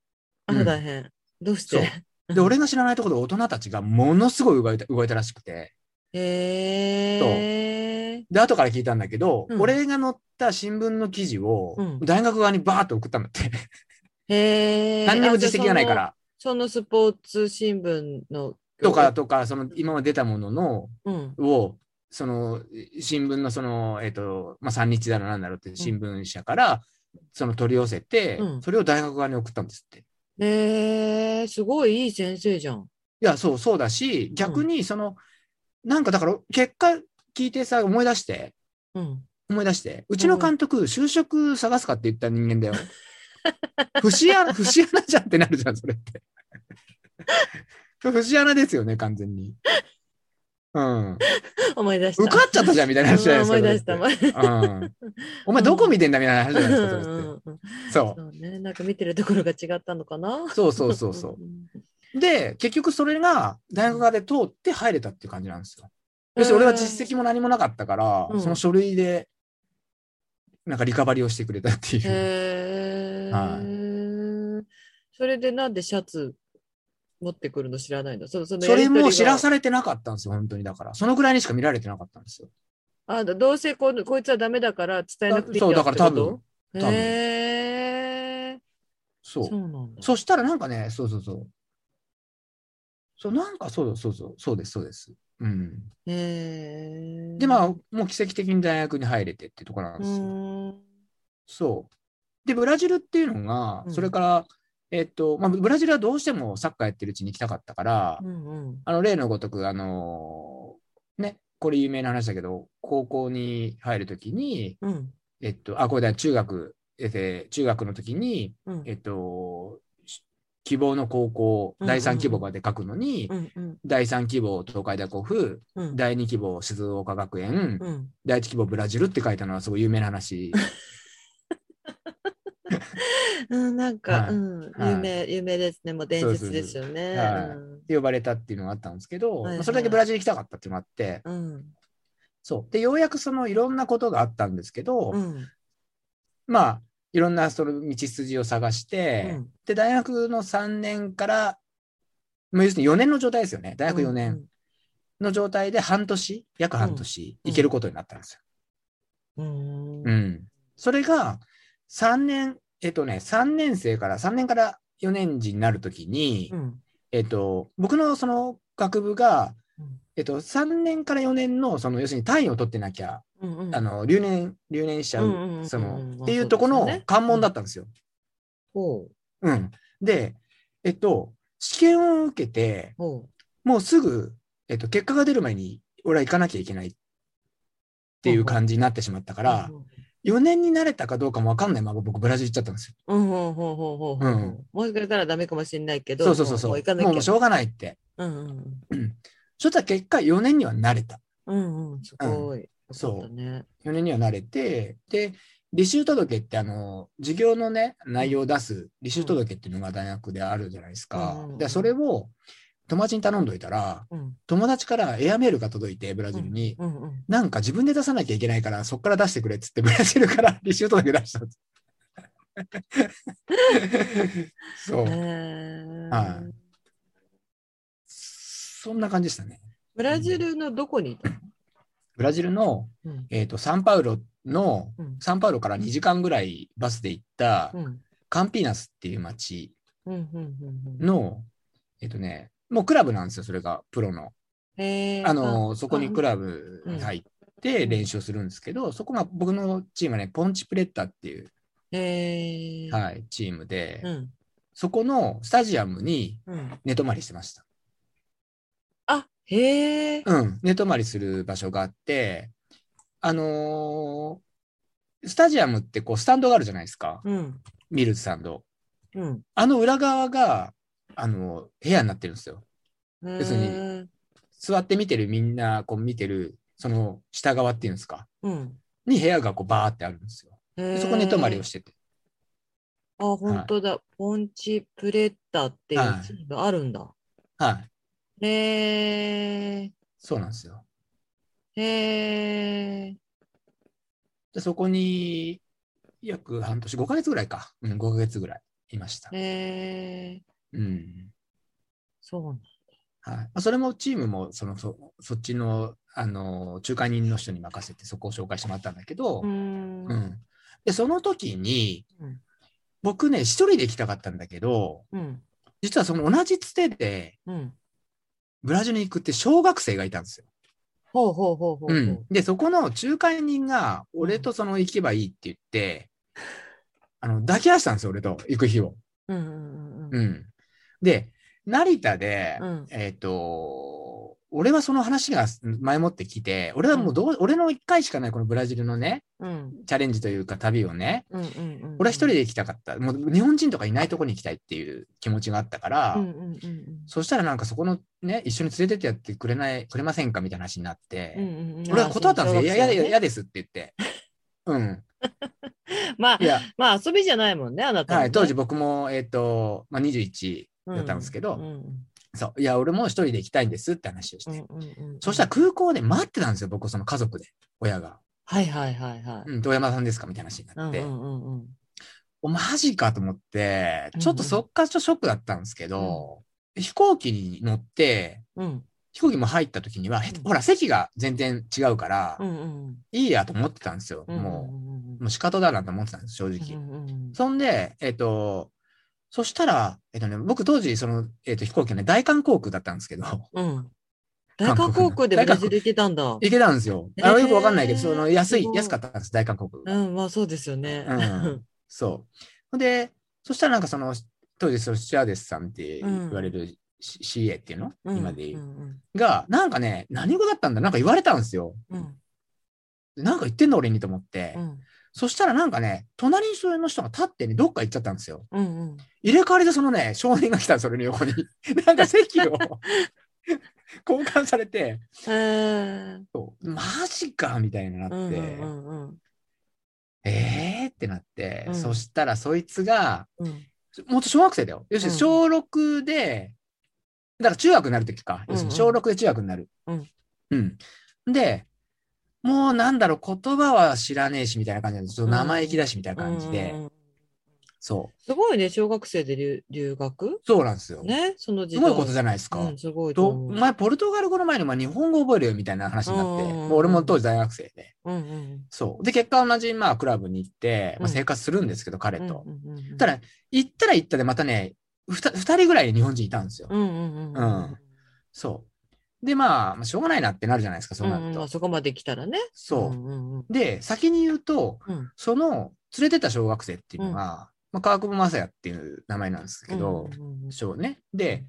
Speaker 2: あ、あ
Speaker 1: う
Speaker 2: ら
Speaker 1: ん
Speaker 2: 大変。どうし
Speaker 1: そう
Speaker 2: て
Speaker 1: で、俺の知らないところで大人たちがものすごい動いた動いたらしくて、
Speaker 2: へえ。
Speaker 1: で、後から聞いたんだけど、
Speaker 2: うん
Speaker 1: 俺が載った新聞の記事を
Speaker 2: うん
Speaker 1: 大学側にバーッと送ったんだって。
Speaker 2: へえ。
Speaker 1: 何にも
Speaker 2: あじゃあ
Speaker 1: 実績がないから。
Speaker 2: その。そのスポーツ新聞の。
Speaker 1: とか、とか、その今まで出たものの、
Speaker 2: うん。
Speaker 1: を、その新聞のその、えっ、と、まあ、三日だろうなんだろうって新聞社から、その取り寄せて、
Speaker 2: うん
Speaker 1: それを大学側に送ったんですって。
Speaker 2: へえ、すごいいい先生じゃん。
Speaker 1: いや、そう、そうだし、逆にその、なんかだから、結果聞いてさ、思い出して、
Speaker 2: うん。
Speaker 1: 思い出して、うちの監督、就職探すかって言った人間だよ。 節穴、節穴じゃんってなるじゃん、それって。それ節穴ですよね、完全に。うん。
Speaker 2: 思い出した。
Speaker 1: 受かっちゃったじゃん、みたいな話じゃないですか。
Speaker 2: うん思い出した。
Speaker 1: それ
Speaker 2: 思
Speaker 1: っ
Speaker 2: い出して
Speaker 1: うん。お前どこ見てんだみたいな話じ
Speaker 2: た
Speaker 1: ゃないです か、それ
Speaker 2: う
Speaker 1: って
Speaker 2: んう
Speaker 1: そ
Speaker 2: んそうね。なんか見てるところが違ったのかな
Speaker 1: う。。そうそうそうそ
Speaker 2: ん。
Speaker 1: う。で、結局それが大学側で通って入れたっていう感じなんですよ。要するに俺は実績も何もなかったから、
Speaker 2: うん
Speaker 1: その書類で、なんかリカバリーをしてくれたっていう。
Speaker 2: へえ、それでなんでシャツ持ってくるの知らないのそその
Speaker 1: そ
Speaker 2: やり
Speaker 1: れ
Speaker 2: とりが
Speaker 1: も知らされてなかったんですよ、本当にだから。そのぐらいにしか見られてなかったんですよ。
Speaker 2: あどどうせここいつはダメだから伝えなくていい
Speaker 1: そう、だから多
Speaker 2: ってこ
Speaker 1: 分、多
Speaker 2: と
Speaker 1: 分
Speaker 2: へえ
Speaker 1: そ
Speaker 2: そう
Speaker 1: う。
Speaker 2: なんだ
Speaker 1: そしたらなんかね、そうそうそう。そう、なんかそうそうそう、そうです、そうです。うん。
Speaker 2: へえ
Speaker 1: で、まあ、もう奇跡的に大学に入れてってところなんで
Speaker 2: う
Speaker 1: すよ。
Speaker 2: ーん
Speaker 1: そう。で、ブラジルっていうの
Speaker 2: う
Speaker 1: が、
Speaker 2: ん
Speaker 1: それから、えっと、まあ、ブラジルはどうしてもサッカーやってるうちに行きたかったから、
Speaker 2: うんうん
Speaker 1: あの、例のごとく、あのーね、これ有名な話だけど、高校に入るときに、
Speaker 2: うん
Speaker 1: えっと、あ、これだ、中学、えー中学の時に、
Speaker 2: うん
Speaker 1: えっと、し希望の高校、
Speaker 2: うん
Speaker 1: 第3希望まで書くのに、
Speaker 2: うんうん
Speaker 1: 第3希望東海大甲府、
Speaker 2: うん
Speaker 1: 第2希望静岡学園、
Speaker 2: うん
Speaker 1: 第一希望ブラジルって書いたのはすごい有名な話。
Speaker 2: うんなんか、
Speaker 1: はい
Speaker 2: うん
Speaker 1: はい
Speaker 2: 有名有名ですねもう伝説ですよね
Speaker 1: そうそうそう呼ばれたっていうのがあったんですけど、
Speaker 2: はいはい
Speaker 1: まあそれだけブラジル行きたかったっていうのがあって、
Speaker 2: うん
Speaker 1: そう。で、ようやくそのいろんなことがあったんですけど、
Speaker 2: うんうん
Speaker 1: まあ、いろんなその道筋を探して、
Speaker 2: うん
Speaker 1: で、大学の3年から、まあ、要するに4年の状態ですよね。大学4年の状態で半年、約半年、
Speaker 2: うん
Speaker 1: 行けることになったんですよ。
Speaker 2: うんうん
Speaker 1: うん。それが、3年、えっとね、3年生から、3年から4年時になるときに、
Speaker 2: うん
Speaker 1: えっと、僕のその学部が
Speaker 2: うん、
Speaker 1: えっと、3年から4年の、その、要するに単位を取ってなきゃ、
Speaker 2: うんうん
Speaker 1: あの、留年、留年しちゃ
Speaker 2: うんうんうんう
Speaker 1: う、
Speaker 2: ん
Speaker 1: そ
Speaker 2: まあそうです
Speaker 1: の、
Speaker 2: よ
Speaker 1: っていうところの
Speaker 2: ね
Speaker 1: 関門だったんですよ。
Speaker 2: ほう
Speaker 1: うん。で、えっと、試験を受けて、
Speaker 2: ほう
Speaker 1: もうすぐ、えっと、結果が出る前に、俺は行かなきゃいけないっていう感じになってしまったから、4年になれたかどうかもわかんないまま僕、ブラジル行っちゃったんですよ。
Speaker 2: うんうんうんうんうんうんもしかしたらダメかもしれないけど、
Speaker 1: そうそうそうそう。
Speaker 2: も
Speaker 1: も
Speaker 2: う
Speaker 1: う
Speaker 2: 行かなきゃ。
Speaker 1: しょうがないって。
Speaker 2: うんうん
Speaker 1: そしたら結果、4年には慣れた。
Speaker 2: うんうん、すごい。
Speaker 1: そう
Speaker 2: よかったね。
Speaker 1: 4年には慣れて、で、履修届って、あの、授業のね、内容を出す履修届っていうのが大学であるじゃないです
Speaker 2: う
Speaker 1: か
Speaker 2: んうんう。ん
Speaker 1: で、それを友達に頼んどいたら、
Speaker 2: うん
Speaker 1: 友達からエアメールが届いて、ブラジルに、
Speaker 2: うんうん。
Speaker 1: なんか自分で出さなきゃいけないから、そっから出してくれっつって、ブラジルから 履修届出したんです。そう。
Speaker 2: へー
Speaker 1: はいそんな感じでしたね。
Speaker 2: ブラジルのどこにいたの
Speaker 1: ブラジルの、
Speaker 2: うん
Speaker 1: えっ、と、サンパウロの、
Speaker 2: うん
Speaker 1: サンパウロから2時間ぐらいバスで行った
Speaker 2: う、ん
Speaker 1: カンピーナスっていう街
Speaker 2: うんうんうんうん
Speaker 1: の、えっ、とね、もうクラブなんですよ、それが、プロの。
Speaker 2: へー
Speaker 1: あの、そこにク
Speaker 2: る。
Speaker 1: ラブに入って練習するんですけど、そこが僕のチームはね、ポンチプレッタっていう、
Speaker 2: へー
Speaker 1: はい、チームで、
Speaker 2: うん
Speaker 1: そこのスタジアムに
Speaker 2: うん。
Speaker 1: 寝泊まりしてました。
Speaker 2: あ、へえ。
Speaker 1: うん、寝泊まりする場所があって、あのースタジアムってこう、スタンドがあるじゃないですか、
Speaker 2: うん
Speaker 1: 見るスタンド。
Speaker 2: うん。
Speaker 1: あの裏側が、あの部屋になってるんですよ。
Speaker 2: 別
Speaker 1: に座って見てるみんな、こう見てる、その下側っていうんですか、
Speaker 2: うん。
Speaker 1: に部屋がこうバーってあるんですよ。でそこ寝泊まりを
Speaker 2: し
Speaker 1: してて。
Speaker 2: あ、本当だ。ポンチプレッタっていう
Speaker 1: はい
Speaker 2: チームあるんだ。
Speaker 1: はい。
Speaker 2: へえ。
Speaker 1: そうなんですよ。
Speaker 2: へえ。
Speaker 1: でそこに、約半年、5ヶ月ぐらいか。うん、5ヶ月ぐらい。いました。
Speaker 2: えー、
Speaker 1: うん
Speaker 2: そうなん
Speaker 1: はいまあ、それもチームもそのそそっちのあの仲介人の人に任せてそこを紹介してもらったんだけど、
Speaker 2: う。
Speaker 1: うんん、でその時に、
Speaker 2: うん
Speaker 1: 僕ね一人で行きたかったんだけど
Speaker 2: うん。
Speaker 1: 実はその同じつてで
Speaker 2: うん。
Speaker 1: ブラジルに行くって小学生がいたんですよ。
Speaker 2: ほうほうほうほうほ
Speaker 1: う、。
Speaker 2: うん
Speaker 1: でそこの仲介人が俺とその行けばいいって言って、あの抱き合わせたんですよ俺と行く日を。
Speaker 2: うんうんうんう。
Speaker 1: うんん、で成田で、
Speaker 2: うん
Speaker 1: えっ、と俺はその話が前もってきて俺はもうどう、俺の1回しかないこのブラジルのね
Speaker 2: うん
Speaker 1: チャレンジというか旅をね
Speaker 2: うんうんうん。
Speaker 1: 俺は一人で行きたかったもう日本人とかいないとこに行きたいっていう気持ちがあったから、
Speaker 2: うんうんうんうん。
Speaker 1: そしたらなんかそこのね一緒に連れてってやってくれないくれませんかみたいな話になって、
Speaker 2: うんうん
Speaker 1: 俺は断ったんですよ「いやいやいや
Speaker 2: や。
Speaker 1: です」って言って。うん、
Speaker 2: まあ
Speaker 1: い、 や、
Speaker 2: まあ遊びじゃないもんね、あなたもね。
Speaker 1: はい、当時僕も、えっ、と、まあ、21だったんですけど、
Speaker 2: うんうん
Speaker 1: そう、いや、俺も一人で行きたいんですって話をして、
Speaker 2: うんうんうん。
Speaker 1: そしたら空港で待ってたんですよ、僕、その家族で、親が。
Speaker 2: はいはいはいは
Speaker 1: うん、遠山さんですかみたいな話になっ
Speaker 2: い。
Speaker 1: て、
Speaker 2: うんうんうんうん。
Speaker 1: おマジかと思って、ちょっと
Speaker 2: うんうん
Speaker 1: そっからちょっとショックだったんですけど、飛行機に乗って、
Speaker 2: うん
Speaker 1: 飛行機も入った時には、へ
Speaker 2: うん
Speaker 1: ほら、席が全然違うから、
Speaker 2: うんうん
Speaker 1: いいやと思ってたんですよ、
Speaker 2: うん。
Speaker 1: もう。も
Speaker 2: う
Speaker 1: う仕方だなと思ってたんです、正直。
Speaker 2: んうんうんうん。
Speaker 1: そんで、えっ、と、そしたら、えっ、とね、僕当時、その、えっ、と、飛行機はね、大韓航空だったんで すけど、
Speaker 2: うん。大韓航空でブラジル行けたんだ。
Speaker 1: 行けたんですよ。あの
Speaker 2: へー
Speaker 1: よくわかんないけど、その安
Speaker 2: す
Speaker 1: い
Speaker 2: ご、い
Speaker 1: 安かったんです、大韓航空
Speaker 2: う
Speaker 1: が。
Speaker 2: ん、まあそうですよね。
Speaker 1: うん そう。ほんで、そしたらなんかその、当時、そのスチュアーデスさんって言われる、C- CA っていうの、
Speaker 2: うん
Speaker 1: 今で言う、
Speaker 2: うん
Speaker 1: が、なんかね、何語だったんだなんか言われたんですよ。
Speaker 2: うん
Speaker 1: なんか言ってんの俺にと思って、
Speaker 2: うん
Speaker 1: そしたらなんかね、隣にその人が立ってね、どっか行っちゃったんですよ。
Speaker 2: うんうん
Speaker 1: 入れ替わりでそのね、少年が来たんですよ、それの横 に。なんか席を交換されて、
Speaker 2: へー
Speaker 1: そうマジかみたいになって、
Speaker 2: うんうんうん
Speaker 1: えーってなって、
Speaker 2: うん
Speaker 1: そしたらそいつが、
Speaker 2: うん
Speaker 1: もっと小学生だよ。要するに
Speaker 2: うん
Speaker 1: 小6で、だから中学になるときか。
Speaker 2: うんうん
Speaker 1: 要するに小6で中学になる。
Speaker 2: うん。
Speaker 1: うん。で、もうなんだろう、言葉は知らねえしみたいな感じなんですよ。
Speaker 2: うん
Speaker 1: 生意気だしみたいな感じ
Speaker 2: うん
Speaker 1: で
Speaker 2: う。んうん
Speaker 1: そう。
Speaker 2: すごいね、小学生で留留学
Speaker 1: そうなんですよ。
Speaker 2: ね、その時
Speaker 1: す
Speaker 2: 代。
Speaker 1: ごいことじゃないですか。
Speaker 2: うん、すごいと
Speaker 1: と
Speaker 2: 思う。
Speaker 1: 前、ポルトガル語の前にお前日本語覚えるよみたいな話になって、
Speaker 2: うんうんう
Speaker 1: も
Speaker 2: ん
Speaker 1: う俺も当時大学生で。
Speaker 2: うんうん
Speaker 1: そう。で、結果同じ、まあ、クラブに行って、まあ、
Speaker 2: うん
Speaker 1: 生活するんですけど、彼と。
Speaker 2: うんうんうんうん
Speaker 1: ただ、行ったら行ったで、またね、ふた二人ぐらい日本人いたんですよ。
Speaker 2: うんうんうんう
Speaker 1: う
Speaker 2: ん
Speaker 1: んそう。で、まあ、まあしょうがないなってなるじゃないですか、そうな
Speaker 2: うんう
Speaker 1: る
Speaker 2: んま
Speaker 1: と
Speaker 2: あ。そこまで来たらね。
Speaker 1: そ
Speaker 2: うんうんうん
Speaker 1: う。で、先に言うと、
Speaker 2: うん
Speaker 1: その、連れてた小学生っていうのが、まあ、川久保正也っていう名前なんですけど、
Speaker 2: うんうんうん
Speaker 1: そうね。で、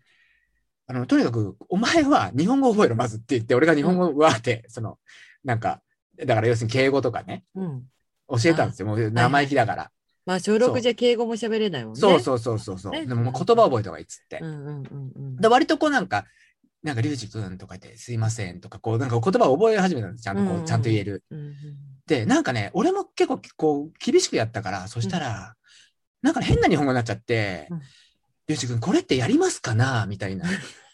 Speaker 1: あの、とにかく、お前は日本語覚えろ、まずって言って、俺が日本語をわーって、その、なんか、だから要するに敬語とかね、
Speaker 2: うん
Speaker 1: 教えたんですよ。もう生意気だから。
Speaker 2: まあ、小6じゃ敬語も喋れないもんね。
Speaker 1: そうそうそうそうそう。
Speaker 2: ね
Speaker 1: でももう言葉覚えた方がいいっつって。
Speaker 2: うんうんうんうん。
Speaker 1: で割とこうなんか、なんか、リュウジ君とか言って、すいませんとか、こう、なんか言葉を覚え始めたんです。ちゃんとこ
Speaker 2: うんうんう
Speaker 1: う、
Speaker 2: ん
Speaker 1: ちゃんと言える。
Speaker 2: うんうん
Speaker 1: で、なんかね、俺も結構、こう、厳しくやったから、そしたら、なんか変な日本語になっちゃって
Speaker 2: うん、
Speaker 1: リュウジ君、これってやりますかなみたいな。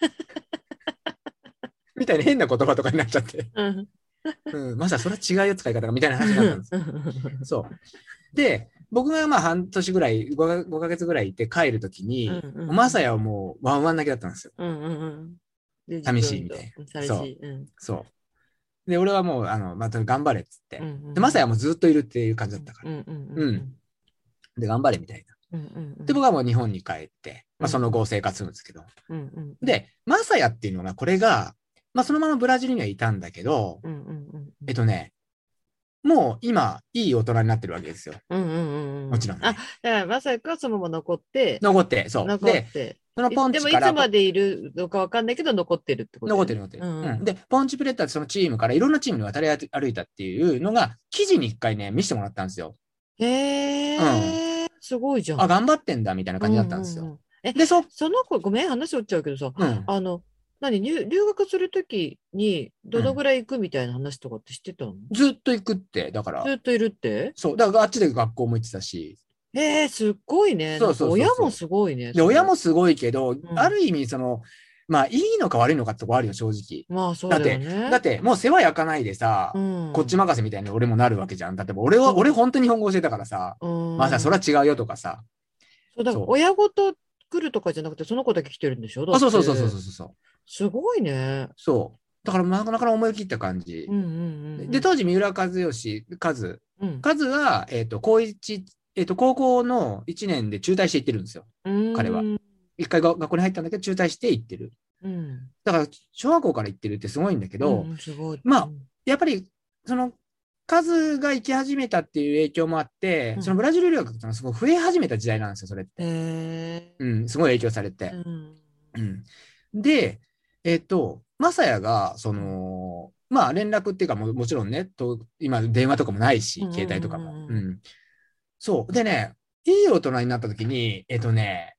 Speaker 1: みたいな変な言葉とかになっちゃって。
Speaker 2: うん
Speaker 1: うん、まさそれは違うよ、使い方が、みたいな話になったんです。そう。で、僕がまあ半年ぐらい、5か5ヶ月ぐらいいて帰るときに、
Speaker 2: うんうん
Speaker 1: マサヤはもうワンワン泣きだったんですよ。
Speaker 2: うんうんうんで
Speaker 1: 寂しいみたい
Speaker 2: 自分と寂しい。うん
Speaker 1: そう。で、俺はもう、あの、また頑張れっつって。
Speaker 2: うんうん
Speaker 1: で、マサヤはもうずっといるっていう感じだったから。
Speaker 2: うんうん
Speaker 1: う
Speaker 2: うんん
Speaker 1: で、頑張れみたいな。
Speaker 2: うんうんうん
Speaker 1: で、僕はもう日本に帰って、まあ、
Speaker 2: うん
Speaker 1: その後生活するんですけど。
Speaker 2: うんうん
Speaker 1: で、マサヤっていうのが、これが、まあ、そのままブラジルにはいたんだけど、
Speaker 2: うんうんうん
Speaker 1: えっとね、もう今、いい大人になってるわけですよ。
Speaker 2: うんうんうんうん
Speaker 1: もちろんね、
Speaker 2: あだからまさかそのまま残って
Speaker 1: 残って、そう。
Speaker 2: 残っ
Speaker 1: で、
Speaker 2: て
Speaker 1: そのポン
Speaker 2: で
Speaker 1: チ
Speaker 2: もい
Speaker 1: か
Speaker 2: つ
Speaker 1: ら、
Speaker 2: までいるのかわかんないけど残ってるってことだよ
Speaker 1: 残
Speaker 2: ね
Speaker 1: ってる残ってる、
Speaker 2: うん
Speaker 1: うんで、ポンチプレッターってそのチームからいろんなチームに渡り歩いたっていうのが、記事に一回ね、見せてもらったんですよ。
Speaker 2: へえすごいじゃん
Speaker 1: あ、頑張ってんだみたいな感じだったんですよ。
Speaker 2: うううえ
Speaker 1: で、そっ
Speaker 2: その子ごめん話折っちゃうけどさ
Speaker 1: うん、
Speaker 2: あの何入留学するときにどのぐらい行くみたいな話とかって知ってたの
Speaker 1: ずっと行くって、だから
Speaker 2: ず、っといるって
Speaker 1: そう、だからあっちで学校も行ってたし、
Speaker 2: えー、すっごいね。
Speaker 1: そうそうそうそう
Speaker 2: なんか親もすごいね。
Speaker 1: で、
Speaker 2: それ
Speaker 1: 親もすごいけど、
Speaker 2: ん
Speaker 1: ある意味、その、まあ、いいのか悪いのかってとこあるよ、正直。
Speaker 2: まあそうだよね。
Speaker 1: だって、もう世話焼かないでさ、
Speaker 2: うん、
Speaker 1: こっち任せみたいに俺もなるわけじゃん。例えば、俺は、
Speaker 2: うん
Speaker 1: 俺本当に日本語教えたからさ、
Speaker 2: うん、
Speaker 1: まあさ、それは違うよとかさ、
Speaker 2: そうだか
Speaker 1: そ
Speaker 2: ら
Speaker 1: う
Speaker 2: 親ごと来るとかじゃなくて、その子だけ来てるんでしょだっ
Speaker 1: あ、
Speaker 2: て
Speaker 1: そうそうそうそうそうそう。
Speaker 2: すごいね。
Speaker 1: そう。だから、なかなか思い切った感じ
Speaker 2: うん。うんうん。
Speaker 1: で、当時、三浦和義、和、
Speaker 2: うん、
Speaker 1: 和は、えっ、と、高一、えっ、と、高校の1年で中退していってるんですよ。彼は
Speaker 2: うん。
Speaker 1: 一回が学校に入ったんだけど、中退していってる。
Speaker 2: うん。
Speaker 1: だから、小学校から行ってるってすごいんだけど、
Speaker 2: うんすごい。
Speaker 1: まあやっぱり、その、数が行き始めたっていう影響もあって、
Speaker 2: うん
Speaker 1: そのブラジル留学っていうのがすごい増え始めた時代なんですよ、それって。
Speaker 2: え
Speaker 1: うん、すごい影響されて。
Speaker 2: ーうん。
Speaker 1: うんで、えっ、と、マサヤが、その、まあ連絡っていうかも、もちろんね、と今電話とかもないし
Speaker 2: うん、
Speaker 1: 携帯とかも。
Speaker 2: うん
Speaker 1: うんそう。でね、いい大人になった時に、えっ、とね、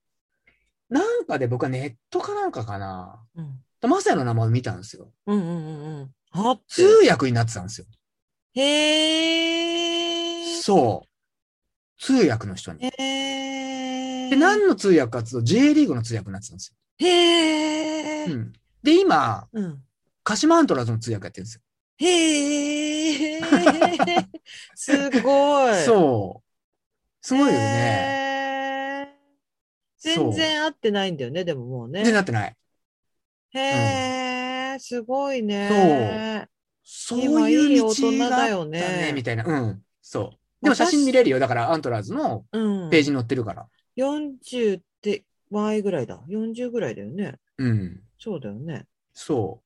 Speaker 1: なんかで僕はネットかなんかかな。
Speaker 2: うん
Speaker 1: マサヤの名前を見たんですよ。
Speaker 2: うんうんうんうん。あ
Speaker 1: 通訳になってたんですよ。
Speaker 2: へえ。
Speaker 1: そう。通訳の人に。
Speaker 2: へえ。
Speaker 1: で、何の通訳かっていうと、J リーグの通訳になってたんですよ。
Speaker 2: へ
Speaker 1: う
Speaker 2: え。
Speaker 1: ん、で、今、
Speaker 2: うん。
Speaker 1: 鹿島アントラーズの通訳やってるんですよ。
Speaker 2: へえ。 すごい。う。
Speaker 1: そう。すごいよね。
Speaker 2: ね。
Speaker 1: そ
Speaker 2: 全
Speaker 1: う
Speaker 2: 然合ってないんだよね、でももう
Speaker 1: 全然
Speaker 2: ね。
Speaker 1: なってない。
Speaker 2: へえ、すごいね。
Speaker 1: そういう道
Speaker 2: 今いい大人
Speaker 1: があ
Speaker 2: だ
Speaker 1: った
Speaker 2: よね
Speaker 1: ね、みたいな。うん。そう。でも写真見れるよ。だから、アントラーズの
Speaker 2: そう。うん。
Speaker 1: ページに載ってるから。
Speaker 2: 40って前ぐらいだ。40ぐらいだよね。
Speaker 1: うん。
Speaker 2: そうだよね。
Speaker 1: そ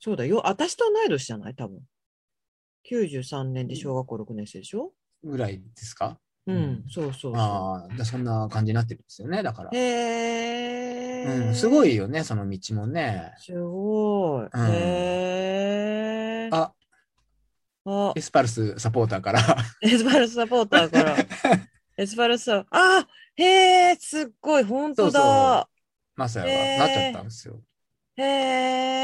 Speaker 2: そうだよ。私と同い年じゃない多分。93年で小学校6年生でしょ
Speaker 1: う。ぐらいですかう
Speaker 2: う、
Speaker 1: んん
Speaker 2: そうそうそ
Speaker 1: ああ、だそんな感じになってるんですよね。だから
Speaker 2: う。。へえ、
Speaker 1: うん。すご。いよね、その道もね。
Speaker 2: すごい。
Speaker 1: うん
Speaker 2: へえ。あ、
Speaker 1: あ、エスパルスサポーターから。
Speaker 2: エスパルスサポータ ーから。エスパルスサ、あへえ、すっごい、本当だ。
Speaker 1: マサ
Speaker 2: へー
Speaker 1: ヤがなっちゃったんですよ。
Speaker 2: へ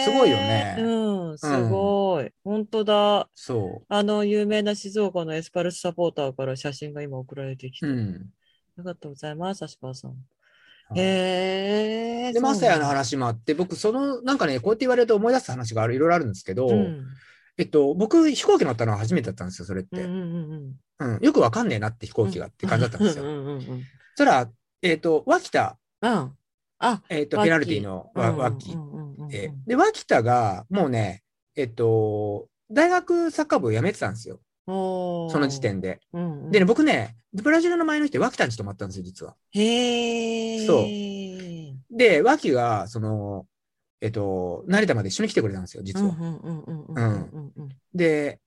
Speaker 2: え。
Speaker 1: すごいよね
Speaker 2: うん、すごい。本当だ。
Speaker 1: そ
Speaker 2: あの、有名な静岡のエスパルスサポーターから写真が今送られてきて。
Speaker 1: う。うん。
Speaker 2: ありがとうございます、足場さん。
Speaker 1: はい
Speaker 2: へえ。
Speaker 1: で、
Speaker 2: そうな
Speaker 1: マ
Speaker 2: ん
Speaker 1: サ
Speaker 2: だ
Speaker 1: ヤの。話もあって、僕、その、なんかね、こうやって言われると思い出す話があるいろいろあるんですけど、
Speaker 2: うん。
Speaker 1: えっと、僕、飛行機乗ったのは初めてだったんですよ、それっ
Speaker 2: うんう
Speaker 1: て。
Speaker 2: んうんうん。
Speaker 1: うん、よくわかんねえなって飛行機がって感じだったんです
Speaker 2: う
Speaker 1: よ。
Speaker 2: んうんうんうん。
Speaker 1: そしたら、えっ、と、脇田、
Speaker 2: あ、あ、
Speaker 1: えっ、と、
Speaker 2: 脇
Speaker 1: ペナルティのわ
Speaker 2: う
Speaker 1: 脇
Speaker 2: んうんうんうんうん
Speaker 1: で、で、脇田が、もうね、えっ、と、大学サッカー部を辞めてたんですよ、
Speaker 2: おー
Speaker 1: その時点で。
Speaker 2: うんうん
Speaker 1: でね、僕ね、ブラジルの前の日って脇田に泊まったんですよ、実は。
Speaker 2: へえ。
Speaker 1: そうで、脇が、その、えっ、と、成田まで一緒に来てくれたんですよ、実
Speaker 2: うん
Speaker 1: は。
Speaker 2: うんうんうんうんうんうん
Speaker 1: で、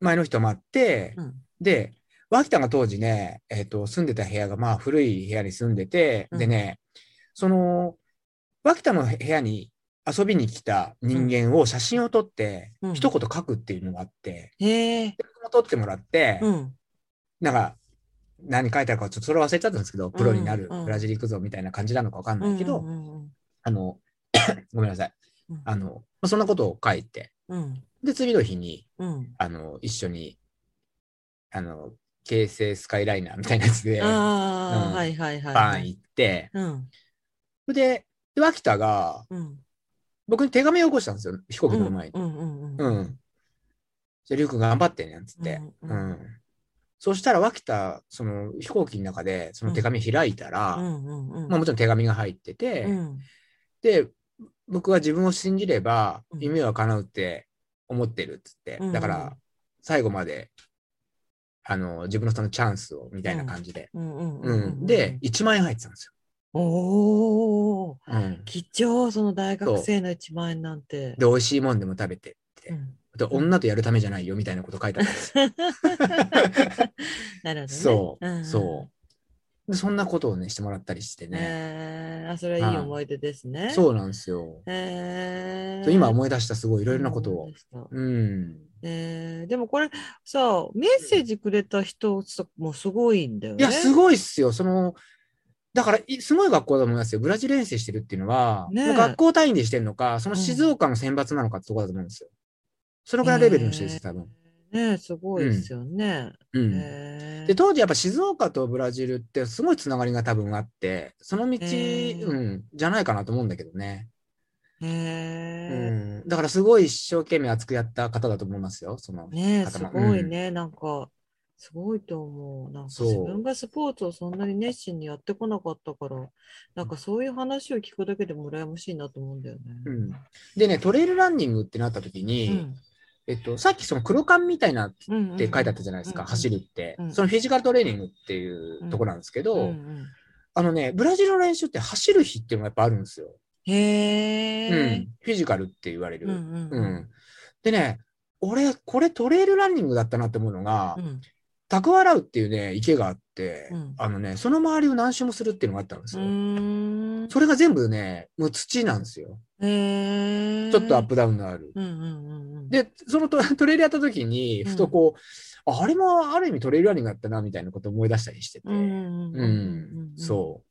Speaker 1: 前の日泊まって、
Speaker 2: うん
Speaker 1: で、脇田が当時ね、えっ、と、住んでた部屋が、まあ、古い部屋に住んでて、
Speaker 2: うん
Speaker 1: でね、その、脇田の部屋に遊びに来た人間を写真を撮って、
Speaker 2: うん
Speaker 1: 一言書くっていうのがあって、
Speaker 2: へえ。
Speaker 1: で僕も撮ってもらって、
Speaker 2: うん。
Speaker 1: なんか、何書いてあるか、ちょっとそれ忘れちゃったんですけど、プロになる、
Speaker 2: うんうん
Speaker 1: ブラジル行くぞみたいな感じなのかわかんないけど、
Speaker 2: うんうん
Speaker 1: あの、 ごめんなさい。
Speaker 2: うん
Speaker 1: あの、まあそんなことを書いて、
Speaker 2: うん
Speaker 1: で、次の日に、
Speaker 2: うん。
Speaker 1: あの、一緒に、あの、京成スカイライナーみたいなやつで、バ
Speaker 2: ああ、
Speaker 1: うん
Speaker 2: はいはいはいは
Speaker 1: ーン
Speaker 2: い。
Speaker 1: 行って、
Speaker 2: うん
Speaker 1: で、で脇田が、
Speaker 2: うん
Speaker 1: 僕に手紙を起こしたんですよ、飛行機の前に。
Speaker 2: うんうん
Speaker 1: うん。じゃあ、りゅうくん頑張ってね、なんつって。う
Speaker 2: う
Speaker 1: んん。
Speaker 2: うん
Speaker 1: そしたら、脇田、その、飛行機の中で、その手紙開いたら、
Speaker 2: うんうんうん
Speaker 1: まあ、もちろん手紙が入ってて、
Speaker 2: うん
Speaker 1: で、僕は自分を信じれば
Speaker 2: うん
Speaker 1: 夢は叶うって思ってるっつって、
Speaker 2: うん
Speaker 1: だから最後まであの自分のそのチャンスをみたいな感じで、
Speaker 2: うんう
Speaker 1: う
Speaker 2: んうんんうん。
Speaker 1: で、1万円入ってたんです
Speaker 2: おお、
Speaker 1: よ、うん
Speaker 2: 貴重、その大学生の1万円なんて。
Speaker 1: で美味しいもんでも食べてって、
Speaker 2: うん
Speaker 1: で女とやるためじゃないよみたいなこと書いてあったん ですよ
Speaker 2: なるほどね。
Speaker 1: そう、
Speaker 2: んん
Speaker 1: そうでそんなことをねしてもらったりしてね、
Speaker 2: えーあ、それはいい思い出ですね。う。
Speaker 1: そうなんですよ、
Speaker 2: え
Speaker 1: 今
Speaker 2: い
Speaker 1: 思い出したすごいい
Speaker 2: い
Speaker 1: ろいろなことを。うん
Speaker 2: えーでもこれさ、メッセージくれた人さもうすごいんだよ
Speaker 1: い
Speaker 2: ね。
Speaker 1: や、すごいっすよ。その、だから、いすごい学校だと思いますよ。ブラジル遠征してるっていうのは、
Speaker 2: ねえ
Speaker 1: もう学校単位でしてるのか、その静岡の選抜なのかってとこだと思うんですよ。そのぐらいレベルの人ですよ、多分。
Speaker 2: ね、すごいですよね。
Speaker 1: うん。
Speaker 2: えー
Speaker 1: で、当時やっぱ静岡とブラジルってすごいつながりが多分あって、その道、
Speaker 2: へえ
Speaker 1: うん、じゃないかなと思うんだけどね。う
Speaker 2: え
Speaker 1: ん。だからすごい一生懸命熱くやった方だと思いますよ、その
Speaker 2: ー。ね、
Speaker 1: 方
Speaker 2: す
Speaker 1: も
Speaker 2: ごいね、なんか、すごいと思う。なんか
Speaker 1: そう
Speaker 2: 自分がスポーツをそんなに熱心にやってこなかったから、なんかそういう話を聞くだけでも羨ましいなと思うんだよね。
Speaker 1: うん、でね、トレイルランニングってなった時に、えっと、さっきその黒缶みたいなっ
Speaker 2: うんうん
Speaker 1: て書いてあったじゃないですか、
Speaker 2: うん
Speaker 1: 走るって、
Speaker 2: うん
Speaker 1: そのフィジカルトレーニングっていうところなんですけど、
Speaker 2: うんうん
Speaker 1: あのね、ブラジルの練習って走る日っていうのがやっぱあるんですよ。う
Speaker 2: へえ
Speaker 1: ん。フィジカルって言われる。
Speaker 2: うんう
Speaker 1: う
Speaker 2: んうんん
Speaker 1: でね、俺、これトレイルランニングだったなって思うのが、
Speaker 2: うん
Speaker 1: タクワラウっていうね、池があって、
Speaker 2: うん
Speaker 1: あのね、その周りを何周もするっていうのがあったんです
Speaker 2: う
Speaker 1: よ。
Speaker 2: ーん
Speaker 1: それが全部ね、もう土なんですよ。
Speaker 2: へえ
Speaker 1: ちょっとアップダウンのある。
Speaker 2: うんうんうんうん
Speaker 1: で、そのト トレイルやった時に、ふとこう、ああれもある意味トレイルランニングだったな、みたいなこと思い出したりしてて。
Speaker 2: うんうんうん
Speaker 1: う
Speaker 2: うんん、
Speaker 1: そ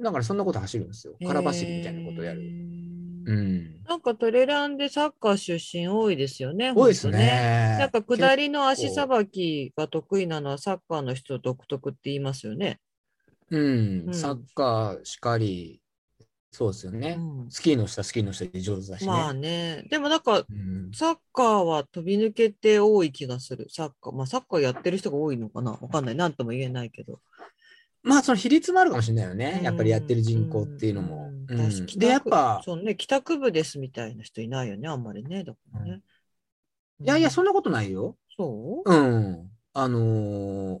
Speaker 1: う。だからそんなこと走るんですよ。
Speaker 2: うん
Speaker 1: 空走りみたいなことをや
Speaker 2: へ
Speaker 1: る。
Speaker 2: ー
Speaker 1: うん。
Speaker 2: なんかトレランでサッカー出身多いですよね。
Speaker 1: 多いです
Speaker 2: ほんと
Speaker 1: ね。
Speaker 2: なんか下りの足さばきが得意なのはサッカーの人独特って言いますよね。
Speaker 1: うん
Speaker 2: う、ん
Speaker 1: サッカーしかり、そうですよ
Speaker 2: う
Speaker 1: ね。
Speaker 2: ん、
Speaker 1: スキーの下、スキーの下で上手だしね。
Speaker 2: まあね。でもなんか
Speaker 1: うん、
Speaker 2: サッカーは飛び抜けて多い気がする。サッカー。まあサッカーやってる人が多いのかなわかんない。なんとも言えないけど。
Speaker 1: まあ、その比率もあるかもしれないよね。やっぱりやってる人口っていうの
Speaker 2: う
Speaker 1: もう
Speaker 2: ん。
Speaker 1: ん
Speaker 2: だし帰宅
Speaker 1: で、やっぱ、
Speaker 2: そうね、帰宅部ですみたいな人いないよね、あんまりね。だからね。
Speaker 1: いやいや、そ
Speaker 2: そ
Speaker 1: んなことないよ。
Speaker 2: そ
Speaker 1: う
Speaker 2: う
Speaker 1: ん。あのー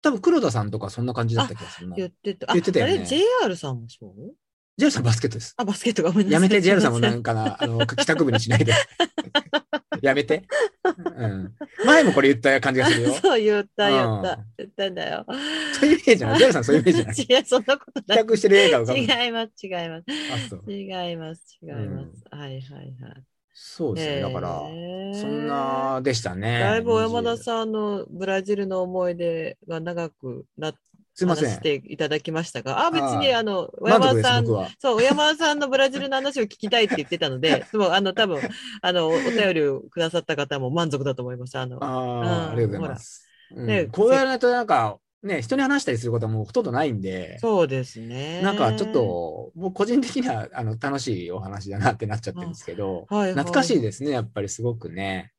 Speaker 1: 多分黒田さんとかそんな感じだった気がするな。
Speaker 2: 言ってた。あ、
Speaker 1: 言ってたよね
Speaker 2: あれ JR さんもそう
Speaker 1: ジェルさんバスケットです。
Speaker 2: あ、バスケットごめんなさ
Speaker 1: や
Speaker 2: い。
Speaker 1: めて、ジェルさんも
Speaker 2: すいま
Speaker 1: な
Speaker 2: せん。
Speaker 1: んかな、あの、帰宅部にしないで。 やめて。うん。前もこれ言った感じがするよ
Speaker 2: そう、言った、
Speaker 1: うん
Speaker 2: 言った。言ったんだよ。
Speaker 1: そういうイメージじゃない。ジェルさんそういうイメージじゃない。帰
Speaker 2: 違う、そんなことない。
Speaker 1: 宅してる映画を浮かぶ
Speaker 2: 違います、違います。
Speaker 1: あそう
Speaker 2: 違います、違います。はいはいはい。
Speaker 1: そうですね。だから、
Speaker 2: へー
Speaker 1: そん。なでしたね。
Speaker 2: だいぶ小山田
Speaker 1: ん。
Speaker 2: さんのブラジルの思い出が長くなっ
Speaker 1: すいませ
Speaker 2: 話
Speaker 1: ん
Speaker 2: し。ていただきましたが、あ、別
Speaker 1: は
Speaker 2: に
Speaker 1: い
Speaker 2: あの、小
Speaker 1: 満足
Speaker 2: 山田
Speaker 1: です
Speaker 2: さ、ん
Speaker 1: 僕は。
Speaker 2: そう、小山さんのブラジルの話を聞きたいって言ってたので、 もうあの、多分あの、お便りをくださった方も満足だと思います。あの、
Speaker 1: あ
Speaker 2: う
Speaker 1: あ、
Speaker 2: ん
Speaker 1: ありがとうございます。うん
Speaker 2: ね
Speaker 1: こうやらないと、なんか、ね、人に話したりすることはもうほとんどないんで、
Speaker 2: そうですね。
Speaker 1: なんかちょっ、と、僕個人的にはあの楽しいお話だなってなっちゃってるんですけど、
Speaker 2: はいはい、
Speaker 1: 懐かしいですね、やっぱりすごくね。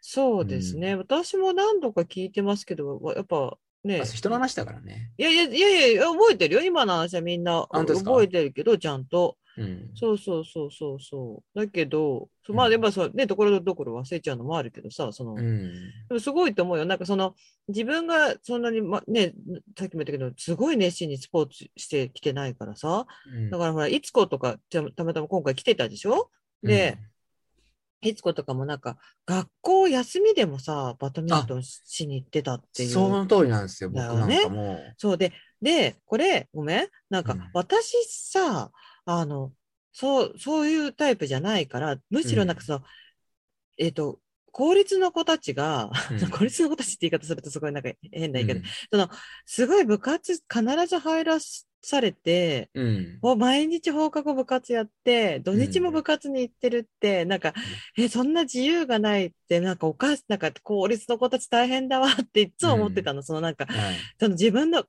Speaker 2: そうですね。私も何度か聞いてますけど、わやっぱね
Speaker 1: あ、人の話だからね。
Speaker 2: いやいやいやいや、覚えてるよ。今の話はみんな
Speaker 1: 本当ですか
Speaker 2: 覚えてるけど、ちゃんと。
Speaker 1: うん。
Speaker 2: そうそうそうそうそう。だけど、
Speaker 1: う
Speaker 2: そう
Speaker 1: ん
Speaker 2: まあ、やっぱそう、ね、ところどころ忘れちゃうのもあるけどさ、そ
Speaker 1: う
Speaker 2: の、
Speaker 1: ん。
Speaker 2: でもすごいと思うよ。なんかその、自分がそんなに、ま、ね、さっきも言ったけど、すごい熱心にスポーツしてきてないからさ。
Speaker 1: うん
Speaker 2: だからほら、いつことか、たたまたま今回来てたでしょで、いつことかもなんか、学校休みでもさ、バドミントンしに行ってたっ
Speaker 1: う
Speaker 2: て
Speaker 1: ん
Speaker 2: いう。
Speaker 1: その通りなんですよ、僕
Speaker 2: だ
Speaker 1: な
Speaker 2: よ
Speaker 1: ん
Speaker 2: ね
Speaker 1: かも
Speaker 2: そうで、で、これ、ごめん。なん
Speaker 1: う
Speaker 2: か
Speaker 1: ん、
Speaker 2: 私さ、あの、そう、そういうタイプじゃないから、むしろなんかその、えっ、と、公立の子たちが、
Speaker 1: う。
Speaker 2: 公立の子たちって言い方するとすごいなんか変な言い方、
Speaker 1: うん
Speaker 2: すごい部活必ず入らされて、
Speaker 1: うん。
Speaker 2: もう毎日放課後部活やって、土日
Speaker 1: う
Speaker 2: も
Speaker 1: ん
Speaker 2: 部活に行ってるって、なんか、え、そんな自由がないって、なんかおかし、なんか公立の子たち大変だわっていつも思ってたの、そのなんか、
Speaker 1: はい
Speaker 2: その自分の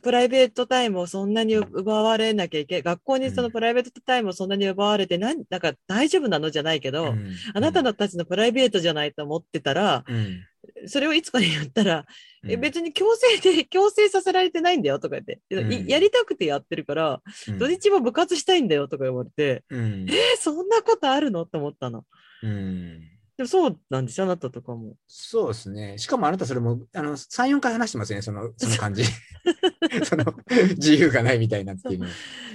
Speaker 2: プライベートタイムをそんなに奪われなきゃいけ、学校にそのプライベートタイムをそんなに奪われて、なん、なんか大丈夫なのじゃないけ
Speaker 1: う
Speaker 2: ど、
Speaker 1: ん
Speaker 2: あなたのたちのプライベートじゃないと思ってたら、
Speaker 1: うん。
Speaker 2: それをいつかに言ったら、え、
Speaker 1: うん
Speaker 2: 別に強制で、強制させられてないんだよとか言って、
Speaker 1: うん
Speaker 2: いやりたくてやってるから、
Speaker 1: うん
Speaker 2: 土日も部活したいんだよとか言われて、
Speaker 1: うん。
Speaker 2: え、そんなことあるのと思ったの。
Speaker 1: うん。
Speaker 2: でもそうなんでしょあなたとかも。
Speaker 1: そうですね。しかもあなたそれも、あの、3、4回話してますよね、そ の、その感じ。 その、自由がないみたいなっていうの。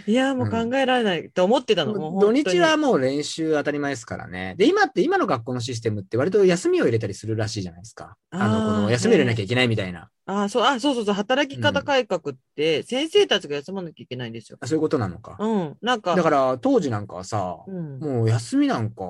Speaker 2: いや、もう考えられないと思ってたの。もう
Speaker 1: もう
Speaker 2: 本当
Speaker 1: 土
Speaker 2: に
Speaker 1: 日はもう練習当たり前ですからね。で、今って、今の学校のシステムって割と休みを入れたりするらしいじゃないですか。あの、
Speaker 2: あー
Speaker 1: この、休みを入れなきゃいけないみたいな。
Speaker 2: ああ、そう、あ、そうそうそう、働き方改革って、先生たちが休まなきゃいけないんですよ。
Speaker 1: あそういうことなのか。
Speaker 2: うん、なんか、
Speaker 1: だから、当時なんかはさ、
Speaker 2: うん、
Speaker 1: もう休みなんか、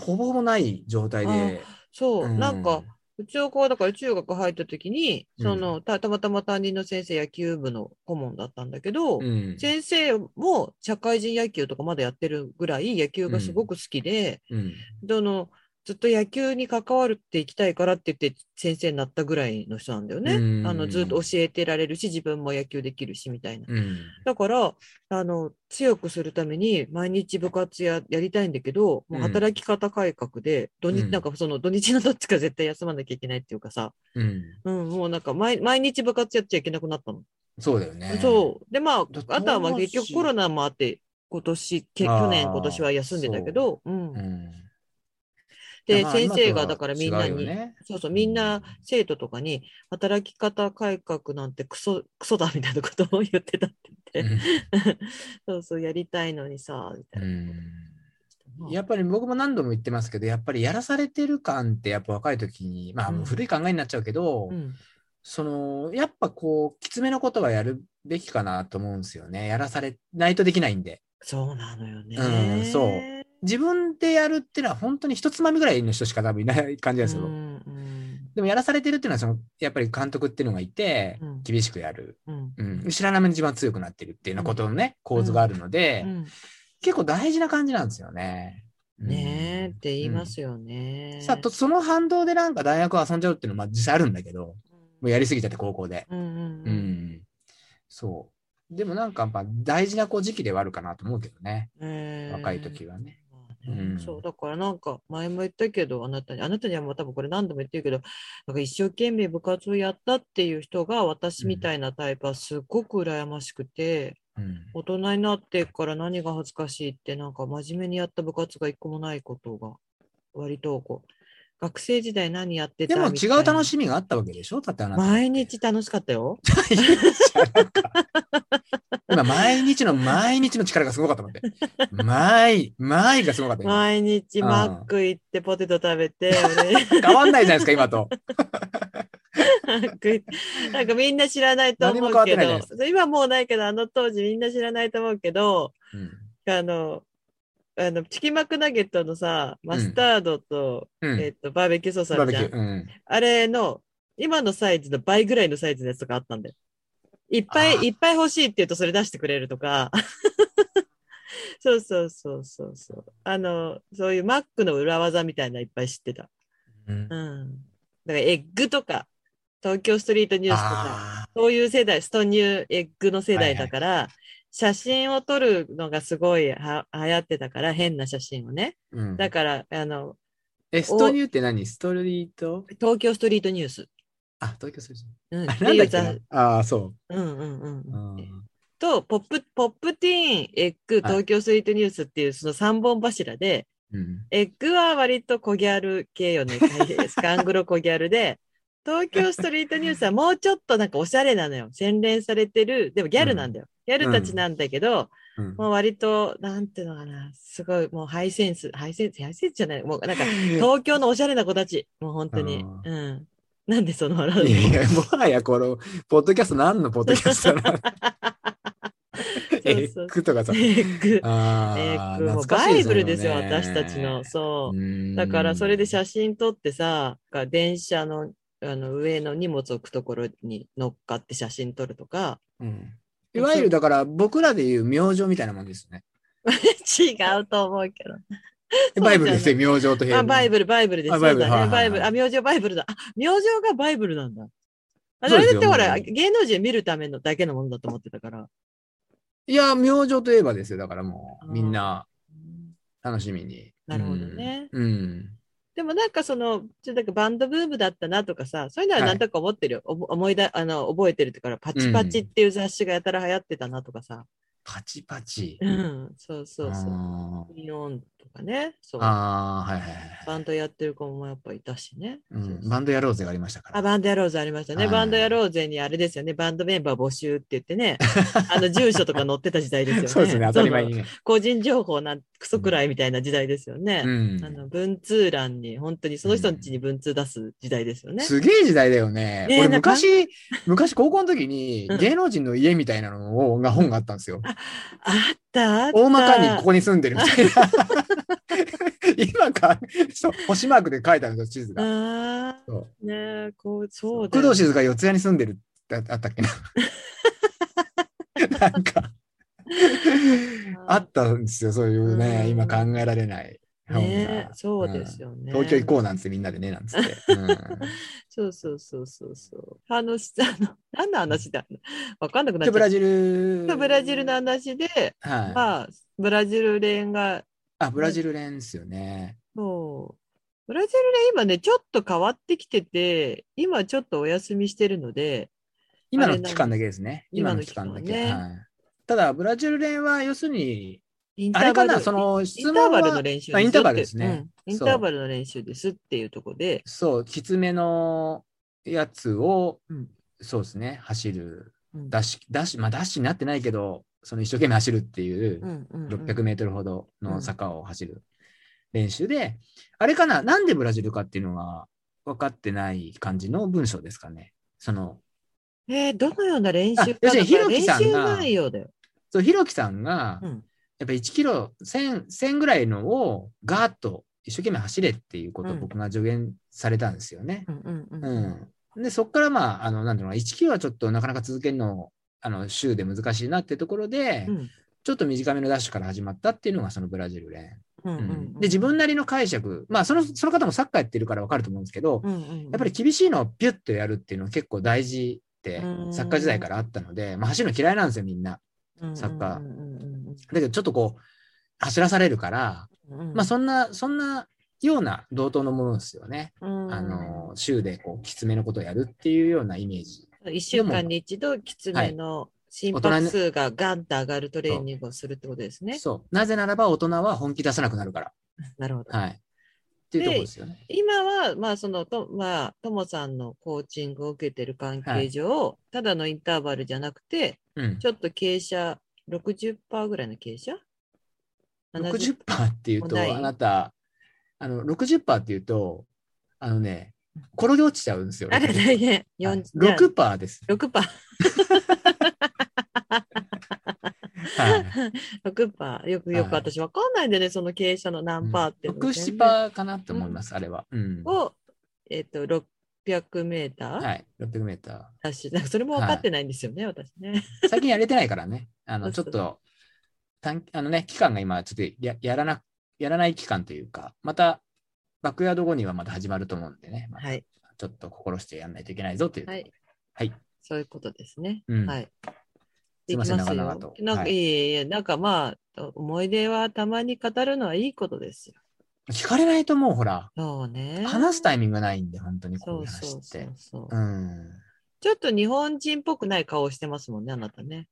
Speaker 1: ほぼほぼない状態で。
Speaker 2: そう、
Speaker 1: うん
Speaker 2: なんか、、うちの子はだから中学入った時に、
Speaker 1: うん
Speaker 2: その、た、たまたま担任の先生野球部の顧問だったんだけど、
Speaker 1: うん。
Speaker 2: 先生も社会人野球とかまだやってるぐらい野球がすごく好きで、
Speaker 1: うん。
Speaker 2: どの、ずっと野球に関わるっていきたいからって言って先生になったぐらいの人なんだよね。
Speaker 1: うん
Speaker 2: あのずっと教えてられるし自分も野球できるしみたいな。
Speaker 1: うん。
Speaker 2: だからあの強くするために毎日部活ややりたいんだけど、もう
Speaker 1: うん
Speaker 2: 働き方改革で土日、
Speaker 1: うん
Speaker 2: なんかその土日のどっちか絶対休まなきゃいけないっていうかさ、
Speaker 1: うん。
Speaker 2: うん、もうなんか毎毎日部活やっちゃいけなくなったの。
Speaker 1: そうだよね。
Speaker 2: そう。で、まあ
Speaker 1: だ、
Speaker 2: あとはまあ
Speaker 1: 当時
Speaker 2: 結局コロナもあって、今年、け
Speaker 1: あー
Speaker 2: 去年、今年は休んでたけど、うん
Speaker 1: う。ん。
Speaker 2: で、
Speaker 1: まあ
Speaker 2: 先
Speaker 1: 今
Speaker 2: 生
Speaker 1: と
Speaker 2: が
Speaker 1: は
Speaker 2: だからみんな
Speaker 1: 違う
Speaker 2: に、
Speaker 1: よ ね
Speaker 2: そうそう、みんな生徒とかに、働き方改革なんてクソ、クソだみたいなことを言ってた って
Speaker 1: う
Speaker 2: 言って、
Speaker 1: ん
Speaker 2: そうそう、やりたいのにさ、みたいな。
Speaker 1: うんやっぱり僕も何度も言ってますけど、やっぱりやらされてる感って、やっぱ若い時に、まあ、
Speaker 2: うん
Speaker 1: もう古い考えになっちゃうけど、
Speaker 2: うん、
Speaker 1: その、やっぱこう、きつめのことはやるべきかなと思うんですよね。やらされないとできないんで。
Speaker 2: そうなのよね。
Speaker 1: うんそう自分でやるっていうのは、本当に一つまみぐらいの人しか多分いない感じなんですよ。
Speaker 2: うんうん
Speaker 1: でも、やらされてるっていうのは、その、やっぱり監督っていうのがいて
Speaker 2: うん、
Speaker 1: 厳しくやる。
Speaker 2: うん
Speaker 1: うん。知らない間に自分は強くなってるっていうようなことのね、構図があるので、
Speaker 2: うん
Speaker 1: 結構大事な感じなんですよね。うん
Speaker 2: ねえって言いますよね。
Speaker 1: さあと、その反動でなんか大学遊んじゃうっていうのはまあ実際あるんだけど、もうやりすぎちゃって高校で。
Speaker 2: うんうん
Speaker 1: う
Speaker 2: うん
Speaker 1: ん。そう。でもなんかまあ大事なこう時期ではあるかなと思うけどね。若い時はね。
Speaker 2: まあね
Speaker 1: うん
Speaker 2: そうだからなんか前も言ったけどあなたにあなたにはもう多分これ何度も言ってるけどなんか一生懸命部活をやったっていう人が私みたいなタイプはすっごく羨ましくて、
Speaker 1: うん。
Speaker 2: 大人になってから何が恥ずかしいってなんか真面目にやった部活が一個もないことが割とこう学生時代何やってた
Speaker 1: でも
Speaker 2: みた
Speaker 1: 違
Speaker 2: いな
Speaker 1: う楽しみがあったわけでしょだってあなた
Speaker 2: 毎日楽しかったよ。
Speaker 1: 毎日はなんか 今、毎日の毎日の力がすごかったもんね。毎、毎がすごかった。今
Speaker 2: 毎日
Speaker 1: うん
Speaker 2: マック行ってポテト食 べて、
Speaker 1: 変わんないじゃないですか、今と。
Speaker 2: 俺マック行って なんかみんな知らないと思
Speaker 1: 何も変わっ
Speaker 2: うけ
Speaker 1: てないじゃ
Speaker 2: ど
Speaker 1: ないです、
Speaker 2: 今もうないけど、あの当時みんな知らないと思うけど、
Speaker 1: うん。
Speaker 2: あの、あのチキンマックナゲットのさ、マスタードと、
Speaker 1: うん
Speaker 2: えっと、バーベキューソースあ
Speaker 1: バー
Speaker 2: る
Speaker 1: ベ
Speaker 2: じ
Speaker 1: キ
Speaker 2: ゃ
Speaker 1: ュ
Speaker 2: ん
Speaker 1: ー。。うん。
Speaker 2: あれの、今のサイズの倍ぐらいのサイズのやつとかあったんだよ。いっぱ
Speaker 1: あ
Speaker 2: い
Speaker 1: ー
Speaker 2: いっぱい欲しいって言うとそれ出してくれるとか。 そうそうそうそうそう。あの、そういうマックの裏技みたいなのいっぱい知ってた。
Speaker 1: うん
Speaker 2: うん。だからエッグとか、東京ストリートニュースとか、
Speaker 1: あ
Speaker 2: そういう世代、ストニューエッグの世代だから、写真を撮るのがすごいは流行ってたから、変な写真をね。
Speaker 1: ーうん
Speaker 2: だから、あの、
Speaker 1: え、ストニューって何ストリート
Speaker 2: 東京ストリートニュース。
Speaker 1: あ、東京ストリート
Speaker 2: うん、
Speaker 1: あ
Speaker 2: って
Speaker 1: なん
Speaker 2: い
Speaker 1: だ
Speaker 2: う
Speaker 1: っけ
Speaker 2: 雑
Speaker 1: なああ、そ
Speaker 2: うんうんうん
Speaker 1: う。うん
Speaker 2: と、ポップ、ポップティーン、エッグ、
Speaker 1: はい
Speaker 2: 東京スイートニュースっていうその3本柱で、
Speaker 1: うん。
Speaker 2: エッグは割と小ギャル系 よね。スカングロ小ギャルで、東京ストリートニュースはもうちょっとなんかおしゃれなのよ。洗練されてる、でもギャルなんだよ。ギャルたちなんだけど、
Speaker 1: うん
Speaker 2: もう割と、なんていうのかな、すごいもうハイセンス、ハイセンス、ハイセンスじゃない、もうなんか東京のおしゃれな子たち、もう本当に。
Speaker 1: あ
Speaker 2: うん。なんでその笑うの
Speaker 1: いや、もはやこの、ポッドキャスト何のポッドキャストなのエッグとかさ
Speaker 2: エ。ッグ。
Speaker 1: あ
Speaker 2: え
Speaker 1: あ、
Speaker 2: ーも
Speaker 1: 懐
Speaker 2: う
Speaker 1: か
Speaker 2: バ
Speaker 1: しい
Speaker 2: イブルですよ、
Speaker 1: それもね
Speaker 2: 私たちの。そう。
Speaker 1: う
Speaker 2: だから、それで写真撮ってさ、が電車のあの上の荷物置くところに乗っかって写真撮るとか、
Speaker 1: 真。うんいわゆるだから僕らでいう明星みたいなもんですよね。
Speaker 2: 違うと思うけど。そう
Speaker 1: バイブルですよ、明星と
Speaker 2: あ、バイ
Speaker 1: ル。
Speaker 2: ブル、バイブルです。
Speaker 1: あバイブル
Speaker 2: そうだね
Speaker 1: はいはいはい
Speaker 2: バイブル。あ、明星バイブルだ。あ、明星がバイブルなんだ。あ
Speaker 1: そ
Speaker 2: そう
Speaker 1: です
Speaker 2: れっ
Speaker 1: よ
Speaker 2: てほら、
Speaker 1: もう
Speaker 2: 芸能人見るためのだけのものだと思ってたから。
Speaker 1: いや、明星といえばですよ。だからもう、みんな
Speaker 2: うん
Speaker 1: 楽しみに。
Speaker 2: なるほどね
Speaker 1: うん。うん。
Speaker 2: でもなんかその、ちょっとなんかバンドブームだったなとかさ、そういうのは
Speaker 1: はい
Speaker 2: なんとか思ってるよ。おぼ思いだ、あの、覚えてるってから、パチパチっていう雑誌がやたら流行ってたなとかさ。
Speaker 1: パチパチ。
Speaker 2: うん、そうそうそう。
Speaker 1: あ
Speaker 2: ミヨンとかね、そう
Speaker 1: ー。あー、はいはいはい。
Speaker 2: バンドやってる子もやっぱいたしね。
Speaker 1: う
Speaker 2: そうそ
Speaker 1: ん、
Speaker 2: う
Speaker 1: バンドやろうぜがありましたか
Speaker 2: あ
Speaker 1: ら。
Speaker 2: バンドやろうぜありましたね。
Speaker 1: はい
Speaker 2: バンドやろうぜにあれですよね。バンドメンバー募集って言っ てね、あの住所とか載ってた時代ですよね。
Speaker 1: そうですね、当たり前に
Speaker 2: そ
Speaker 1: ね。
Speaker 2: の個人情報なんクソくらいみたいな時代ですよね
Speaker 1: う。
Speaker 2: あの
Speaker 1: ん、
Speaker 2: 文通欄に、本当にその人の家に文通出す時代ですよね。
Speaker 1: すげえ時代だよね。
Speaker 2: ねえ
Speaker 1: 俺
Speaker 2: なんか
Speaker 1: 昔、昔高校の時に
Speaker 2: うん
Speaker 1: 芸能人の家みたいなのをが本があったんですよ。
Speaker 2: あったあった。
Speaker 1: 大まかにここに住んでるみ たいな。今か、そう星マークで書いてあるんですよ、地図が。
Speaker 2: ああ
Speaker 1: そ
Speaker 2: ねえこう、そう
Speaker 1: 工
Speaker 2: だよね
Speaker 1: 藤静香四谷に住んでるってあったっけ な。なんか、あったんですよ、そういう
Speaker 2: う
Speaker 1: ね、
Speaker 2: ん
Speaker 1: 今考えられない。
Speaker 2: ね
Speaker 1: うん
Speaker 2: そうですよね。
Speaker 1: 東京行こうなんつってみんなでね、なんつ って。うん
Speaker 2: そうそうそうそうそう。あの、しあの、何の話だわかんなくなっ
Speaker 1: で、
Speaker 2: ち
Speaker 1: ブ
Speaker 2: ゃ
Speaker 1: ラ
Speaker 2: っ
Speaker 1: ジル。
Speaker 2: た。ブラジルの。話で、
Speaker 1: はい。
Speaker 2: まあ、ブラジル連が、
Speaker 1: あ、ブラジル連ですよね。
Speaker 2: そう。ブラジル連今ね、ちょっと変わってきてて、今ちょっとお休みしてるので、
Speaker 1: 今の期間だけですね。今
Speaker 2: 今の
Speaker 1: の
Speaker 2: 期
Speaker 1: 期
Speaker 2: 間
Speaker 1: 間
Speaker 2: ね
Speaker 1: だけ。はいただ、ブラジル連は、要するに、
Speaker 2: インタ
Speaker 1: あれ
Speaker 2: ーバ
Speaker 1: か
Speaker 2: ル
Speaker 1: な、その質
Speaker 2: インター
Speaker 1: 問
Speaker 2: バルの
Speaker 1: は、
Speaker 2: 練習
Speaker 1: あインターバル
Speaker 2: って
Speaker 1: ですね
Speaker 2: うんインターバルの練習ですっていうところで、
Speaker 1: そう、きつめのやつを
Speaker 2: うん、
Speaker 1: そうですね、走る。
Speaker 2: うん
Speaker 1: ダッシュ、ダッシュ、まあダッシュになってないけど、その一生懸命走るっていう
Speaker 2: う、んうんうん
Speaker 1: 600メートルほど
Speaker 2: うん
Speaker 1: の坂を走る練習で、あれかな、なんでブラジルかっていうのは分かってない感じの文章ですかね。その、
Speaker 2: えーどのような練習
Speaker 1: あ要するに
Speaker 2: だか
Speaker 1: ひろ
Speaker 2: ら
Speaker 1: きさん
Speaker 2: 練習
Speaker 1: が
Speaker 2: 内容だよ。
Speaker 1: そう、ひろきさんが
Speaker 2: う、ん
Speaker 1: やっぱ1キロ1000、1000ぐらいのをガーッと一生懸命走れっていうこと
Speaker 2: う
Speaker 1: を
Speaker 2: ん
Speaker 1: 僕が助言されたんですよね。
Speaker 2: うんうんうん
Speaker 1: うん。で、そこからまあ、あの、なんだろうな、1キロはちょっとなかなか続けるの、あの、週で難しいなってところで、
Speaker 2: うん
Speaker 1: ちょっと短めのダッシュから始まったっていうのがそのブラジル連。
Speaker 2: うんう
Speaker 1: うん
Speaker 2: ん
Speaker 1: で、自分なりの解釈、まあ、その、その方もサッカーやってるからわかると思うんですけど、
Speaker 2: うんうん
Speaker 1: やっぱり厳しいのをピュッとやるっていうのは結構大事って
Speaker 2: う、ん
Speaker 1: サッカー時代からあったので、まあ、走るの嫌いなんですよ、みんな。サッカー
Speaker 2: うんうんうんうん
Speaker 1: だけど、ちょっとこう、走らされるから、
Speaker 2: うんうん
Speaker 1: まあ、そんな、そんなような同等のものですよね。
Speaker 2: うん
Speaker 1: あの、週でこう、きつめのことをやるっていうようなイメージ。
Speaker 2: 一週間に一度きつめの心拍数がガンと上がるトレーニングをするってことですね。
Speaker 1: そう。なぜならば、大人は本気出さなくなるから。
Speaker 2: なるほど。
Speaker 1: はい。っていうところですよね。
Speaker 2: 今は、まあ、その、と、まあ、ともさんのコーチングを受けてる関係上、ただのインターバルじゃなくて、
Speaker 1: うん。
Speaker 2: ちょっと傾斜、60%ぐらいの傾斜 ?70%?
Speaker 1: 60%っていうと、
Speaker 2: ない
Speaker 1: あなた、あの、60%っていうと、あのね、転げ落ちちゃうんですよ。
Speaker 2: あれ大変。
Speaker 1: はい
Speaker 2: 40
Speaker 1: 6%です。
Speaker 2: 6%。
Speaker 1: はい。
Speaker 2: 6%パーよくよく
Speaker 1: はい
Speaker 2: 私わかんないんでね、その経営者の何パーっていうの
Speaker 1: 6、7%
Speaker 2: が全然
Speaker 1: かなって思います、あれは。うん。
Speaker 2: を、えっ、と、600メーター
Speaker 1: はい、600メータ
Speaker 2: ダッシュなんかそれも分かってないんですよね、私ね。
Speaker 1: ー。最近やれてないからね、あの、ち
Speaker 2: そ
Speaker 1: ょ
Speaker 2: う
Speaker 1: っ
Speaker 2: そう
Speaker 1: と、短あのね、期間が今、ちょっとややらな、やらない期間というか、また、バックヤード後にはまた始まると思うんでね、まあ
Speaker 2: はい。
Speaker 1: ちょっと心してやらないといけないぞというところで。はい。
Speaker 2: そういうことですね。
Speaker 1: うん
Speaker 2: はい。
Speaker 1: すいません長々と
Speaker 2: なんか、、
Speaker 1: はいい
Speaker 2: えいえ、なんかまあ、思い出はたまに語るのはいいことですよ。
Speaker 1: 聞かれないともうほら、
Speaker 2: そうね。
Speaker 1: 話す
Speaker 2: い。
Speaker 1: タイミングがないんで、本当にこ
Speaker 2: そう
Speaker 1: いうう
Speaker 2: そ
Speaker 1: 話
Speaker 2: う
Speaker 1: っ
Speaker 2: そ
Speaker 1: て
Speaker 2: う。そう
Speaker 1: う。ん。
Speaker 2: ちょっと日本人っぽくない顔をしてますもんね、あなたね。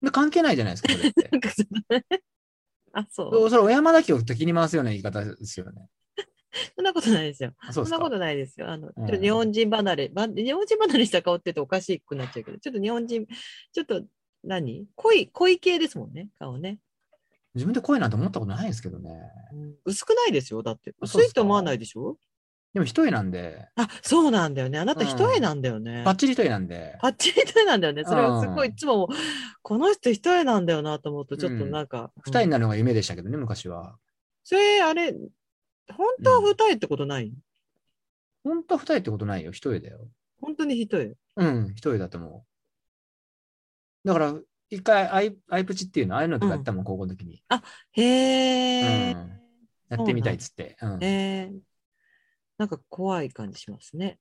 Speaker 1: で、関係ないじゃないですか、これって
Speaker 2: な。んかそのあ、 そ
Speaker 1: そうそれ、小山田家を敵に回すような言い方ですよね。
Speaker 2: う。そんなことないですよ。
Speaker 1: あそうで
Speaker 2: そん
Speaker 1: す
Speaker 2: な
Speaker 1: か。
Speaker 2: ことないですよ。あの、ちょっと
Speaker 1: うん
Speaker 2: 日本人離れ、ば日本人離れした顔って言うとおかしくなっちゃうけど、ちょっと日本人、ちょっと何濃い、濃い系ですもんね、顔ね。
Speaker 1: 自分で声なんて思ったことないですけどね。
Speaker 2: うん薄くないですよ、だって。
Speaker 1: あ
Speaker 2: 薄
Speaker 1: そうっ
Speaker 2: い
Speaker 1: すか
Speaker 2: と思わないでしょ
Speaker 1: でも一人なんで、
Speaker 2: あ、そうなんだよね。あなた
Speaker 1: うん
Speaker 2: 一重なんだよね
Speaker 1: バ。ッチリ一人なんで。
Speaker 2: あっちみたいなんだよね。それはすごい、
Speaker 1: うん
Speaker 2: いつも、この人一重なんだよなと思うと、ちょっとなんか。
Speaker 1: 二人
Speaker 2: うん
Speaker 1: になるのが夢でしたけどね、昔は。
Speaker 2: それ、あれ、本当は二重ってことない、
Speaker 1: 本当は二人ってことないよ、一人だよ。
Speaker 2: 本当に一重。
Speaker 1: うん、一人だと思う。だから、一回アイ、アイプチっていうの、ああいうのとかやったもん、高校の時に。
Speaker 2: へえ、
Speaker 1: うんやってみたいっつって。うん。
Speaker 2: えーなんか怖い感じしますね。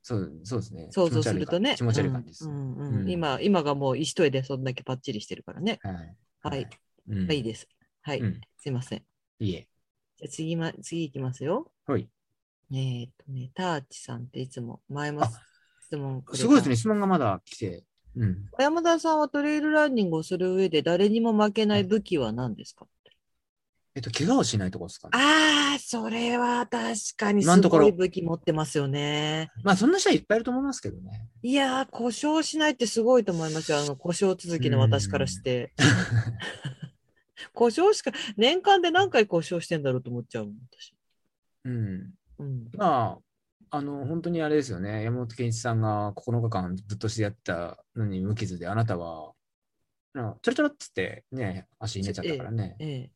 Speaker 1: そう、そうですね。
Speaker 2: 想像するとね。
Speaker 1: 気持ち悪い感じです。
Speaker 2: う
Speaker 1: は
Speaker 2: んうんうん
Speaker 1: うん
Speaker 2: 今、今がもう一重でそんだけパッチリしてるからね。
Speaker 1: い。
Speaker 2: はい。
Speaker 1: うん
Speaker 2: はい、いいです。はい、
Speaker 1: うん
Speaker 2: すいません。
Speaker 1: いいえ。
Speaker 2: じゃあ次、ま、次いきますよ。
Speaker 1: はい。
Speaker 2: えーっとね、ターチさんっていつも前も
Speaker 1: あ
Speaker 2: 質問くれた
Speaker 1: すごいですね、。質問がまだ来て。うん。
Speaker 2: 小山田さんはトレイルランニングをする上で誰にも負けない武器は何ですか、
Speaker 1: えっと、怪我をしないとこですかね。
Speaker 2: ああ、それは確かに
Speaker 1: 今
Speaker 2: す
Speaker 1: のとこ
Speaker 2: ご
Speaker 1: ろ
Speaker 2: い武器持ってますよね。
Speaker 1: まあ、そんな人はいっぱいいると思いますけどね。
Speaker 2: いやー、故障しないってすごいと思いますよ。あの、故障続きの私からして。 故障しか、年間で何回故障してんだろうと思っちゃうもん、私。
Speaker 1: うん。
Speaker 2: うん。
Speaker 1: まあ、あの、本当にあれですよね。山本健一さんが9日間ぶっ通しでやったのに無傷で、あなたは、なちょろちょろっつってね、足ひねっちゃったからね。
Speaker 2: え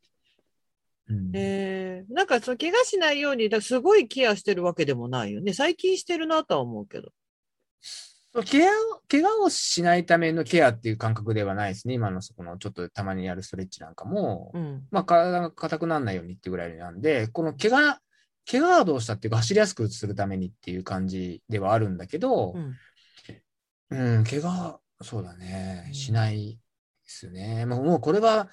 Speaker 1: うん
Speaker 2: ええーなんかその怪我しないように、だからすごいケアしてるわけでもないよね。最近してるなとは思うけど。
Speaker 1: そう怪我を怪我をしないためのケアっていう感覚ではないですね。今のそこのちょっとたまにやるストレッチなんかも、
Speaker 2: うん。
Speaker 1: まあ体が硬くならないようにっていうぐらいなんで、この怪我、怪我はどうしたっていうか走りやすくするためにっていう感じではあるんだけど、
Speaker 2: うん
Speaker 1: うん、怪我、そうだね
Speaker 2: う、ん
Speaker 1: しないですね。もうもうこれは、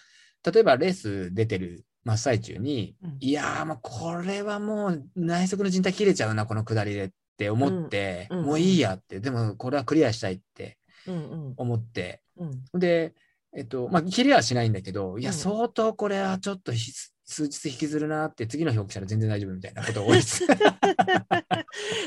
Speaker 1: 例えばレース出てる真っ最中に、
Speaker 2: うん
Speaker 1: いやー、もうこれはもう内側の靭帯切れちゃうな、この下りでって思って、
Speaker 2: うんうん
Speaker 1: もういいやって、でもこれはクリアしたいって
Speaker 2: うんうん
Speaker 1: 思って、
Speaker 2: うん
Speaker 1: で、えっと、まあ、切れはしないんだけど、いや、
Speaker 2: うん
Speaker 1: 相当これはちょっとひ数日引きずるなって、次の日起きたら全然大丈夫みたいなことが多い です。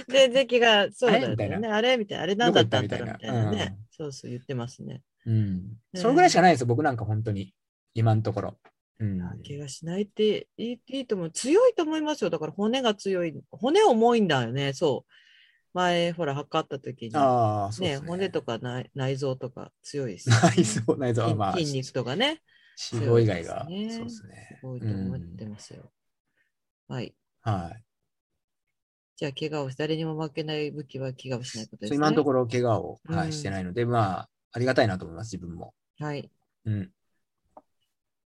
Speaker 2: で、ゼキが、そう
Speaker 1: あ
Speaker 2: だ
Speaker 1: れ
Speaker 2: よ
Speaker 1: みたい
Speaker 2: ね。
Speaker 1: な
Speaker 2: あれみたいな。あれなんだったんだろう
Speaker 1: どこ行
Speaker 2: み
Speaker 1: ったた
Speaker 2: い
Speaker 1: みたいな
Speaker 2: なね
Speaker 1: う。
Speaker 2: そうそう、言ってますね。
Speaker 1: うん。
Speaker 2: ね
Speaker 1: それぐらいしかないですよ、僕なんか本当に。今のところ。うん。
Speaker 2: 怪我しないっていいいいと思う。強いと思いますよ。だから骨が強い。骨重いんだよね。そう。前、ほら、測った時に。
Speaker 1: ああ、そう
Speaker 2: ね
Speaker 1: ですね。
Speaker 2: 骨とか内内臓とか強いですよね、
Speaker 1: 内臓、内臓はまあ、
Speaker 2: 筋筋肉とかね、
Speaker 1: 脂肪以外が。
Speaker 2: 強いです
Speaker 1: そう
Speaker 2: ね
Speaker 1: ですね。
Speaker 2: 多いと思ってますよ。はい。
Speaker 1: うんはい。
Speaker 2: じゃあ、怪我をし、誰にも負けない武器は怪我をしないことです
Speaker 1: そう
Speaker 2: ね。
Speaker 1: 今のところ怪我を、は
Speaker 2: うん
Speaker 1: い、してないので、まあ、ありがたいなと思います、自分も。
Speaker 2: はい。じ
Speaker 1: うん。
Speaker 2: ゃ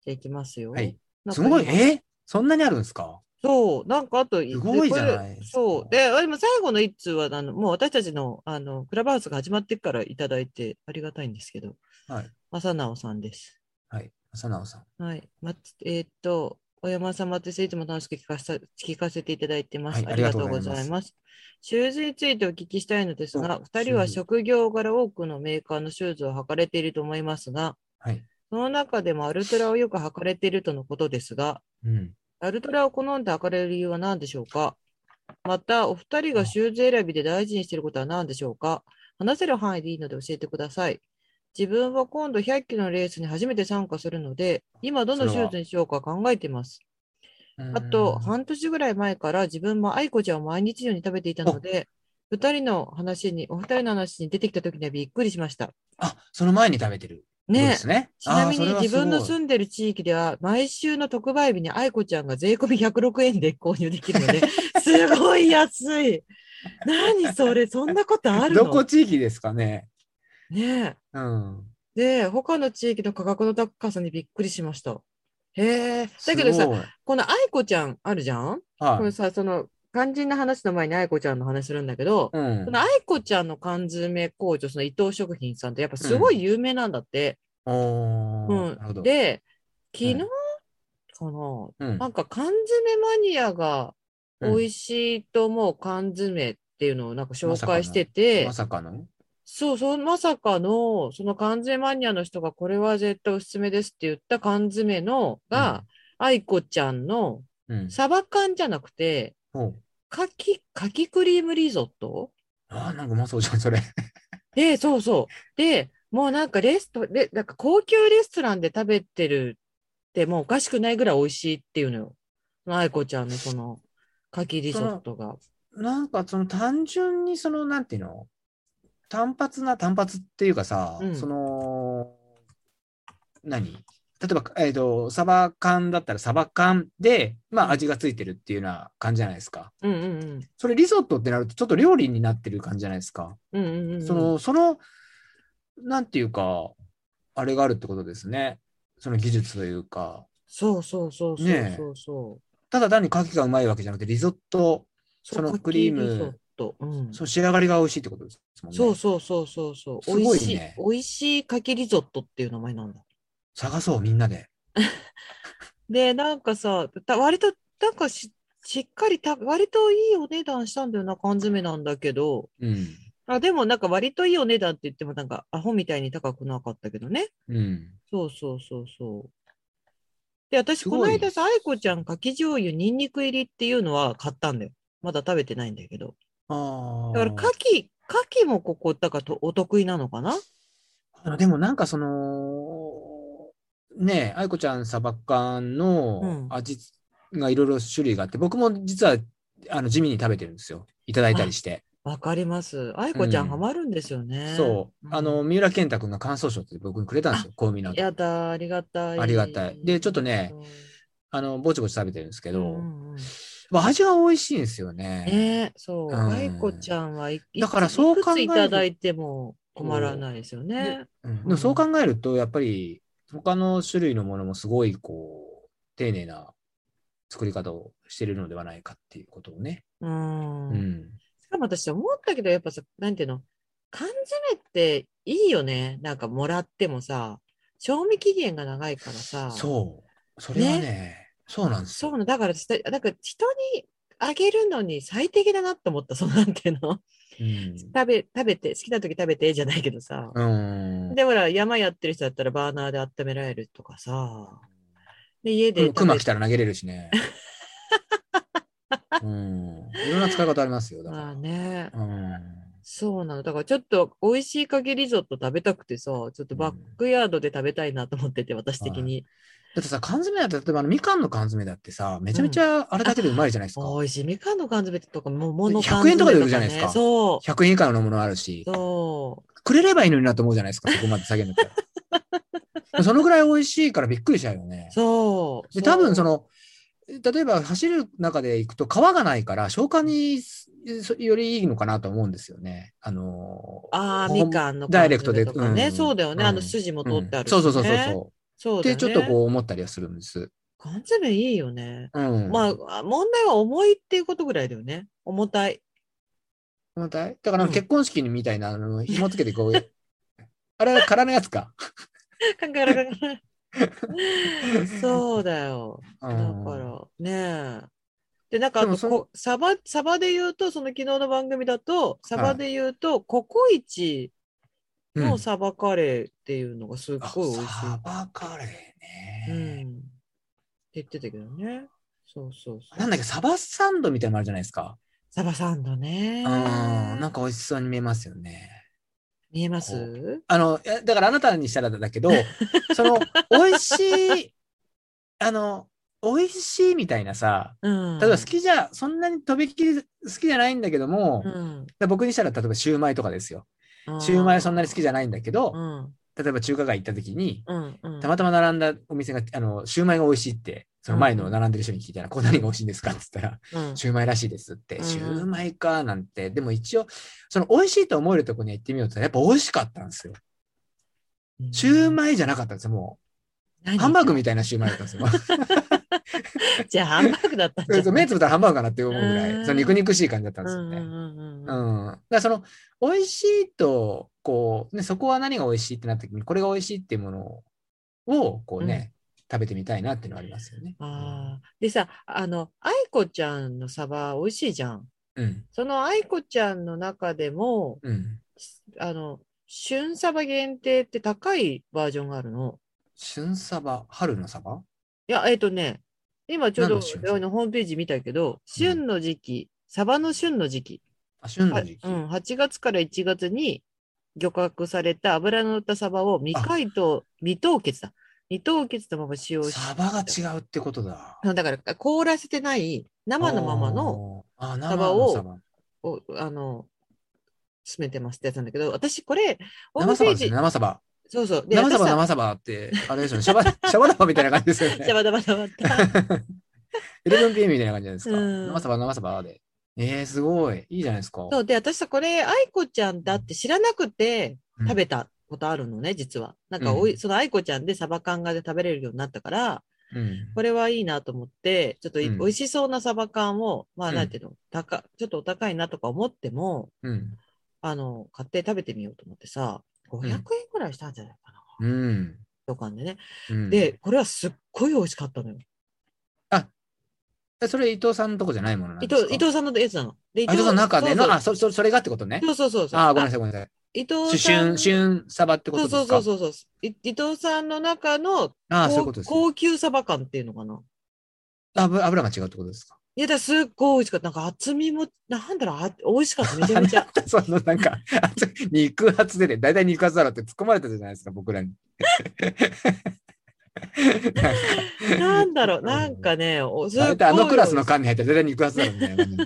Speaker 2: あ、いきますよ。
Speaker 1: はい。
Speaker 2: なん
Speaker 1: す
Speaker 2: か
Speaker 1: ごい、
Speaker 2: 今
Speaker 1: えそんなにあるんですか
Speaker 2: そう、なんかあと、
Speaker 1: すごいじゃないで
Speaker 2: でこれ
Speaker 1: すか
Speaker 2: そう。で、あ今最後の一通は、あの、もう私たちの、あの、クラブハウスが始まってからいただいてありがたいんですけど、
Speaker 1: はい。
Speaker 2: 正直さんです。
Speaker 1: はい。浅直さん。
Speaker 2: はい。ま、えーっと、お山様です。いつも楽しく聞かせ聞かせていただいてます。
Speaker 1: はい
Speaker 2: ありがとうご
Speaker 1: ありが
Speaker 2: ざ
Speaker 1: とうござ
Speaker 2: い
Speaker 1: い
Speaker 2: ます。シューズについてお聞きしたいのですが、
Speaker 1: お
Speaker 2: 2人は
Speaker 1: シューズ
Speaker 2: 職業柄多くのメーカーのシューズを履かれていると思いますが、
Speaker 1: はい。
Speaker 2: その中でもアルトラをよく履かれているとのことですが、
Speaker 1: うん。
Speaker 2: アルトラを好んで履かれる理由は何でしょうかまた、お二人がシューズ選びで大事にしていることは何でしょうか話せる範囲でいいので教えてください。自分は今度100キロのレースに初めて参加するので、今どのシューズにしようか考えています。あと、
Speaker 1: うん
Speaker 2: 半年ぐらい前から自分も愛子ちゃんを毎日のように食べていたので、二人の話に、お二人の話に出てきた時にはびっくりしました。
Speaker 1: あ、その前に食べてる。そう
Speaker 2: ね
Speaker 1: ですね。
Speaker 2: ちなみ
Speaker 1: あー
Speaker 2: に自分の住
Speaker 1: そ
Speaker 2: んでる地域では、毎週の特売日に愛子ちゃんが税込み106円で購入できるので、 すごい安い。何それ、そんなことあ
Speaker 1: れはすごい
Speaker 2: る
Speaker 1: どこ
Speaker 2: の
Speaker 1: 地域ですかね。
Speaker 2: ね
Speaker 1: うん。
Speaker 2: えで、他の地域の価格の高さにびっくりしました。へえ。だけど
Speaker 1: す
Speaker 2: さ、
Speaker 1: ごい
Speaker 2: この愛子ちゃんあるじゃんこ
Speaker 1: は
Speaker 2: れ
Speaker 1: い。
Speaker 2: さ、その肝心な話の前に愛子ちゃんの話するんだけど、
Speaker 1: うん
Speaker 2: この愛子ちゃんの缶詰工場、その伊藤食品さんってやっぱすごい有名なんだって。
Speaker 1: お
Speaker 2: う
Speaker 1: ー
Speaker 2: ん
Speaker 1: なるほど。
Speaker 2: で、昨日
Speaker 1: は
Speaker 2: か
Speaker 1: い
Speaker 2: な、
Speaker 1: うん
Speaker 2: なんか缶詰マニアが美味しいと思う缶詰っていうのをなんか紹介してて
Speaker 1: ま、さかの
Speaker 2: そう、そう、まさかの、その缶詰マニアの人がこれは絶対おすすめですって言った缶詰のが、愛子ちゃんの
Speaker 1: うん。
Speaker 2: サバ缶じゃなくて、
Speaker 1: おう
Speaker 2: かき、かきクリームリゾット
Speaker 1: あー、なんかうまそうじゃん、それ。
Speaker 2: で、そうそう。で、もうなんかレスト、で、なんか高級レストランで食べてるってもうおかしくないぐらい美味しいっていうのよ。その愛子ちゃんのその、かきリゾットが。
Speaker 1: なんかその単純にその、なんていうの単発な単発っていうかさ、
Speaker 2: うん
Speaker 1: その、何例えば、えっ、と、サバ缶だったらサバ缶で、まあ味がついてるっていうような感じじゃないですか。
Speaker 2: うんうんうん。
Speaker 1: それリゾットってなるとちょっと料理になってる感じじゃないですか。
Speaker 2: うんうんうんうん。
Speaker 1: その、その、なんていうか、あれがあるってことですね。その技術というか。
Speaker 2: そうそうそうそう
Speaker 1: ねえ
Speaker 2: そうそう。
Speaker 1: ただ単に牡蠣がうまいわけじゃなくて、リゾット、
Speaker 2: そう
Speaker 1: その
Speaker 2: かき
Speaker 1: クリーム
Speaker 2: リゾットうん、
Speaker 1: そう仕上がりが美味しいってことですもんね。
Speaker 2: そうそうそうそうそう。
Speaker 1: す
Speaker 2: 美
Speaker 1: ご
Speaker 2: 味
Speaker 1: い
Speaker 2: しい
Speaker 1: ね、
Speaker 2: 美味しいかきリゾットっていう名前なんだ。
Speaker 1: 探そう、みんなで。
Speaker 2: で、なんかさ、た割と、なんかし、しっかりた、割といいお値段したんだよな、缶詰なんだけど。
Speaker 1: うん。
Speaker 2: あ、でもなんか割といいお値段って言ってもなんかアホみたいに高くなかったけどね。
Speaker 1: うん。
Speaker 2: そうそうそうそう。で、私
Speaker 1: す
Speaker 2: こ
Speaker 1: ごい
Speaker 2: の間さ、愛子ちゃんかき醤油にんにく入りっていうのは買ったんだよ。まだ食べてないんだけど。
Speaker 1: ああ。
Speaker 2: だから牡蠣、牡蠣もここ、だからとお得意なのかな
Speaker 1: あのでもなんかその、ねえ、愛子ちゃんサバ缶
Speaker 2: うん
Speaker 1: の味がいろいろ種類があって、僕も実はあの地味に食べてるんですよ。いただいたりして。
Speaker 2: わかります。愛子ちゃん
Speaker 1: うん
Speaker 2: ハマるんですよね。
Speaker 1: そう。
Speaker 2: うん
Speaker 1: あの、三浦健太君が感想賞って僕にくれたんですよ。香味の。
Speaker 2: やだ、ありがたい。
Speaker 1: ありがたいでちょっとね
Speaker 2: うん、
Speaker 1: あの、ぼちぼち食べてるんですけど、
Speaker 2: うんうん
Speaker 1: まあ味が美味しいんですよね。
Speaker 2: ねえ、そう。
Speaker 1: うん
Speaker 2: 愛子ちゃんはいい
Speaker 1: だからそう考えると
Speaker 2: いくついただいても困らないですよね。
Speaker 1: うんでもそう考えると、やっぱり他の種類のものもすごいこう、丁寧な作り方をしているのではないかっていうことをね。
Speaker 2: う。
Speaker 1: うんん。
Speaker 2: しかも私思ったけど、やっぱさ、なんていうの、缶詰っていいよね。なんかもらってもさ、賞味期限が長いからさ。
Speaker 1: そう。それはね、そうなんです
Speaker 2: そ
Speaker 1: よ
Speaker 2: うなのだから、しただから人にあげるのに最適だなって思った、そうなんていうの。食べ、食べて、好きな時食べてじゃないけどさ。
Speaker 1: うん。うん。
Speaker 2: で、ほら、山やってる人だったらバーナーで温められるとかさ。で、家で食べて。
Speaker 1: 熊来たら投げれるし ね。うん。いろんな使い方ありますよ。だから。
Speaker 2: まあね。
Speaker 1: うん。
Speaker 2: そうなの。だからちょっと美味しいかけリゾット食べたくてさ、ちょっとバックヤードで食べたいなと思ってて、私的に。
Speaker 1: だってさ、缶詰だって、例えばあのみかんの缶詰だってさ、めちゃめちゃあれだけでうまいじゃないですか。
Speaker 2: 美味しい。みかんの缶詰とか、桃の
Speaker 1: の缶
Speaker 2: 缶詰
Speaker 1: 詰とかね100円とかで売るじゃないですか
Speaker 2: そ
Speaker 1: 100円以下のものあるし
Speaker 2: う。、そ
Speaker 1: くれればいいのになと思うじゃないですか、そこまで下げるんだ ったら。そのぐらい美味しいからびっくりしちゃうよね
Speaker 2: う。。そう。
Speaker 1: で、多分そ
Speaker 2: の、
Speaker 1: の、例えば走る中で行くと皮がないから消化にそよりいいのかなと思うんですよね。あのー
Speaker 2: ああ、
Speaker 1: ほん
Speaker 2: みかんの
Speaker 1: ダ
Speaker 2: 缶
Speaker 1: イレクト
Speaker 2: 詰
Speaker 1: で
Speaker 2: とかね。
Speaker 1: うん
Speaker 2: そうだよね。
Speaker 1: うん
Speaker 2: あの筋も通ってあるし、
Speaker 1: う
Speaker 2: ね
Speaker 1: んそうそうそうそう。
Speaker 2: そううだ
Speaker 1: で、
Speaker 2: よね。
Speaker 1: ちょっとこう思ったりはするんです。
Speaker 2: 缶詰いいよね。
Speaker 1: うん。
Speaker 2: まあ、あ問題は重いっていうことぐらいだよね。重たい。
Speaker 1: 重たいだから
Speaker 2: うん
Speaker 1: 結婚式みたいな、あの、紐つけてこう、 あれは空のやつか。
Speaker 2: カンカラカンカラ そうだよ。
Speaker 1: だ
Speaker 2: だから、ねえ。で、なんか、あ
Speaker 1: でも
Speaker 2: と
Speaker 1: そ
Speaker 2: こ、サバ、サバで言うと、その昨日の番組だと、サバで言うと、ココイチ
Speaker 1: うん
Speaker 2: のサバカレーっていうのがすっ
Speaker 1: あ
Speaker 2: ごい美味し
Speaker 1: サバカレーね
Speaker 2: い。うん。って言ってたけどね。そうそうそう。
Speaker 1: なんだっけ、サバサンドみたいなのあるじゃないですか。
Speaker 2: サバサンドね。
Speaker 1: うん、なんか美味しそうに見えますよね。
Speaker 2: 見えます
Speaker 1: こうあの、いやだからあなたにしたらだけ ど、その、美味しい、あの、美味しいみたいなさ、
Speaker 2: うん。
Speaker 1: 例えば好きじゃ、そんなにとびっきり好きじゃないんだけども、
Speaker 2: うん。
Speaker 1: 僕にしたら例えばシューマイとかですよ。シューマイそんなに好きじゃないんだけど、
Speaker 2: うん。
Speaker 1: 例えば中華街行った時に、
Speaker 2: うん。うん。
Speaker 1: たまたま並んだお店が、あの、シューマイが美味しいって、その前の並んでる人に聞いたら、これ何が美味しいんですかって言ったら、
Speaker 2: うん
Speaker 1: シューマイらしいですって、
Speaker 2: うん
Speaker 1: シューマイかなんて、でも一応、その美味しいと思えるとこには行ってみようと、やっぱ美味しかったんですよ。シューマイじゃなかったんですよ、もう。
Speaker 2: 何
Speaker 1: ハンバーグみたいなシューマイだったんです よ。
Speaker 2: じゃあ、ハンバーグだったんじゃ
Speaker 1: そう
Speaker 2: ない
Speaker 1: 目つぶったらハンバーグかなって思うぐら
Speaker 2: う
Speaker 1: い、
Speaker 2: ん
Speaker 1: その肉肉しい感じだったん
Speaker 2: う
Speaker 1: ですよ
Speaker 2: んう
Speaker 1: ね。
Speaker 2: んうん
Speaker 1: う
Speaker 2: うん
Speaker 1: ん。だからその、美味しいと、こう、ね、そこは何が美味しいってなった時に、これが美味しいっていうものを、こうね、食べてみたいなっていうのはありますよね。
Speaker 2: ああ。でさ、あの、愛子ちゃんのサバ美味しいじゃん。
Speaker 1: うん。
Speaker 2: その愛子ちゃんの中でも、
Speaker 1: うん。
Speaker 2: あの、旬サバ限定って高いバージョンがあるの。
Speaker 1: 旬サバ、春のサバ
Speaker 2: いや、えっとね、今ちょ
Speaker 1: 何
Speaker 2: うど
Speaker 1: の旬
Speaker 2: あのホームページ見たけど、
Speaker 1: うん
Speaker 2: 旬の時期、サバの旬の時期、
Speaker 1: あ、旬
Speaker 2: は
Speaker 1: の
Speaker 2: う
Speaker 1: 時期。
Speaker 2: ん、8月から1月に漁獲された脂の乗ったサバを未解凍、未凍結だ。未凍結のまま使用し
Speaker 1: サバが違うってことだ。
Speaker 2: だから凍らせてない生のままの
Speaker 1: あーあー
Speaker 2: サバを
Speaker 1: 生のサ
Speaker 2: を、あの、詰めてますってやつなんだけど、私これ、ホ
Speaker 1: バ
Speaker 2: ー
Speaker 1: 生
Speaker 2: ム
Speaker 1: サバです
Speaker 2: ページ
Speaker 1: ね、、生サバ。
Speaker 2: そうそう、
Speaker 1: 生サバ、
Speaker 2: 私さ
Speaker 1: 生サバって、あれでしょうね、シャ バ、シャバダバみたいな感じですよ
Speaker 2: じゃ
Speaker 1: ね。
Speaker 2: ばだばだばった。
Speaker 1: 11PM みたいな感じじゃないですか。
Speaker 2: うん
Speaker 1: 生サバ、生サバで。えー、すごい。いいじゃないですか。
Speaker 2: そう、で、私さ、これ、愛子ちゃんだって知らなくて
Speaker 1: うん
Speaker 2: 食べたことあるのね、実は。なんかおい、その愛子ちゃんでサバ缶がで食べれるようになったから、
Speaker 1: うん。
Speaker 2: これはいいなと思って、ちょっとい、
Speaker 1: うん
Speaker 2: 美味しそうなサバ缶を、まあ、
Speaker 1: うん
Speaker 2: なんていうの、高、ちょっとお高いなとか思っても、
Speaker 1: うん。
Speaker 2: あの、買って食べてみようと思ってさ、500円くらいしたんじゃないかな、
Speaker 1: うん。
Speaker 2: 旅館でね。
Speaker 1: うん、
Speaker 2: で、これはすっごい美味しかったのよ。
Speaker 1: えそれ伊藤さんのとこじゃないものなん
Speaker 2: 伊
Speaker 1: です
Speaker 2: 藤
Speaker 1: か、
Speaker 2: 伊藤さんのやつなの。で伊
Speaker 1: あ伊藤さんの中で
Speaker 2: そう
Speaker 1: の、あ、そそそれがってことね。
Speaker 2: そうそうそうそう。
Speaker 1: あー、ごめんな
Speaker 2: あ
Speaker 1: さい、ごめんなさい。
Speaker 2: 伊藤
Speaker 1: し
Speaker 2: さ
Speaker 1: 旬、
Speaker 2: ん。
Speaker 1: 旬サバってことです
Speaker 2: そ
Speaker 1: か
Speaker 2: うそうそうそうそう。い伊藤さんの中の
Speaker 1: ああ、そういうこ
Speaker 2: 高
Speaker 1: とですね。
Speaker 2: 高級サバ缶っていうのかな。
Speaker 1: 油油が違うってことですか
Speaker 2: いや、だすっごい美味しかった。なんか厚みも、なんだろう、あ美味しかった。めちゃめち ゃ。
Speaker 1: そのなんか、熱い肉厚でね、大体肉厚だろって突っ込まれたじゃないですか、僕らに。
Speaker 2: なんだろう、なんかね、おすっ
Speaker 1: 大
Speaker 2: ごい。
Speaker 1: 体あのクラスの缶に入ったら大体肉厚だろみたいな 感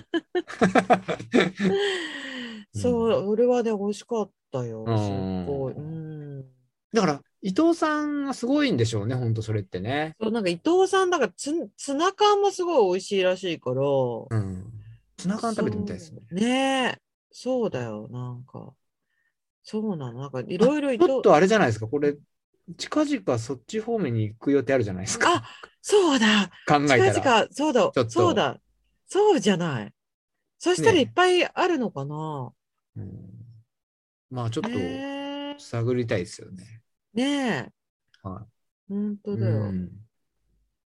Speaker 1: じ。
Speaker 2: そう、俺はね、美味しかったよ。すっごい。
Speaker 1: う
Speaker 2: うん。
Speaker 1: だから、伊藤さんはすごいんでしょうね、本当それってね。
Speaker 2: そうなんか伊藤さん、なんかツツナ缶もすごい美味しいらしいから。
Speaker 1: うん。ツナ缶食べてみたいですね。
Speaker 2: そうねえ。そうだよ、なんか。そうなの、なんかいろいろ伊
Speaker 1: ちょ
Speaker 2: 藤
Speaker 1: っとあれじゃないですか、これ、近々そっち方面に行く予定あるじゃないですか。
Speaker 2: そうだ、
Speaker 1: 考えたら。
Speaker 2: 近々、そうだ
Speaker 1: ちょっと、
Speaker 2: そうだ、そうじゃない。そしたら
Speaker 1: ねえ
Speaker 2: いっぱいあるのかな。
Speaker 1: うんまあちょっ
Speaker 2: ねえ
Speaker 1: と探りたいですよね。
Speaker 2: ねえ。
Speaker 1: は
Speaker 2: 本当だ
Speaker 1: う
Speaker 2: よ。
Speaker 1: ん、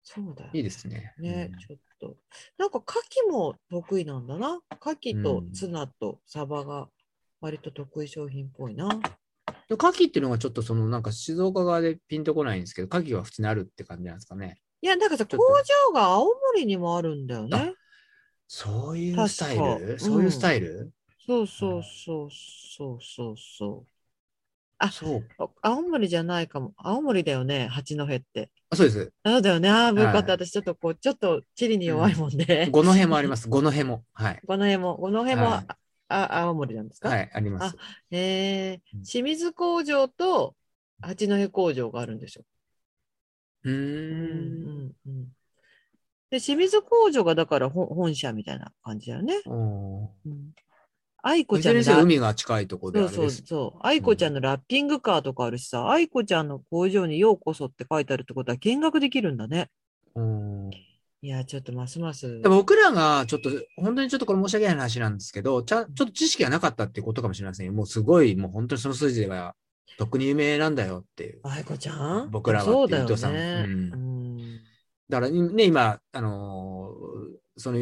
Speaker 2: そうだよ。
Speaker 1: いいですね。
Speaker 2: ね
Speaker 1: うん、
Speaker 2: ちょっと。なんか、牡蠣も得意なんだな。牡蠣とツナとサバが割と得意商品っぽいな。
Speaker 1: で牡蠣っていうのがちょっとそのなんか静岡側でピンとこないんですけど、牡蠣は普通にあるって感じなんですかね。
Speaker 2: いや、なんかさ、
Speaker 1: ちょ
Speaker 2: 工
Speaker 1: っと
Speaker 2: 場が青森にもあるんだよね。
Speaker 1: そういうスタイ
Speaker 2: 確か
Speaker 1: ルそういうスタイル、
Speaker 2: そうそうそうそうそうそう。あ
Speaker 1: そう
Speaker 2: あ青森じゃないかも。青森だよね、八戸って。
Speaker 1: あ。そうです。
Speaker 2: そうだよね。ああ、
Speaker 1: はい
Speaker 2: よかった。私、ちょっとこう、ちょっと地理に弱いもんで。
Speaker 1: 五の辺もあります。五の辺も。はい。
Speaker 2: この辺も、この辺も、
Speaker 1: はい
Speaker 2: ああ青森なんですか、
Speaker 1: はい、あります。
Speaker 2: えー
Speaker 1: うん
Speaker 2: 清水工場と八戸工場があるんでしょ。
Speaker 1: うー
Speaker 2: う
Speaker 1: ん。
Speaker 2: んうんうんで、清水工場がだから本本社みたいな感じだよね。
Speaker 1: お
Speaker 2: うん。愛
Speaker 1: ー
Speaker 2: 子
Speaker 1: い
Speaker 2: ち
Speaker 1: ず
Speaker 2: ゃん
Speaker 1: れ
Speaker 2: の
Speaker 1: にせよ
Speaker 2: ラ
Speaker 1: 海が近いところであ
Speaker 2: そう
Speaker 1: れ
Speaker 2: そう
Speaker 1: です。
Speaker 2: そう。愛子ちゃんのラッピングカーとかあるしさ、愛子ちゃんの工場にようこそって書いてあるってことは見学できるんだね。
Speaker 1: うん
Speaker 2: いや、ちょっとますます。
Speaker 1: 僕らがちょっと、本当にちょっとこれ申し訳ない話なんですけど、ちゃちょっと知識がなかったっていうことかもしれませんよ。もうすごい、もう本当にその数字では、とっくに有名なんだよっていう。
Speaker 2: 愛子ちゃん
Speaker 1: 僕らは
Speaker 2: そうだよ
Speaker 1: 伊藤さんう
Speaker 2: ね。
Speaker 1: ん
Speaker 2: うん
Speaker 1: だからね、今、あのーその、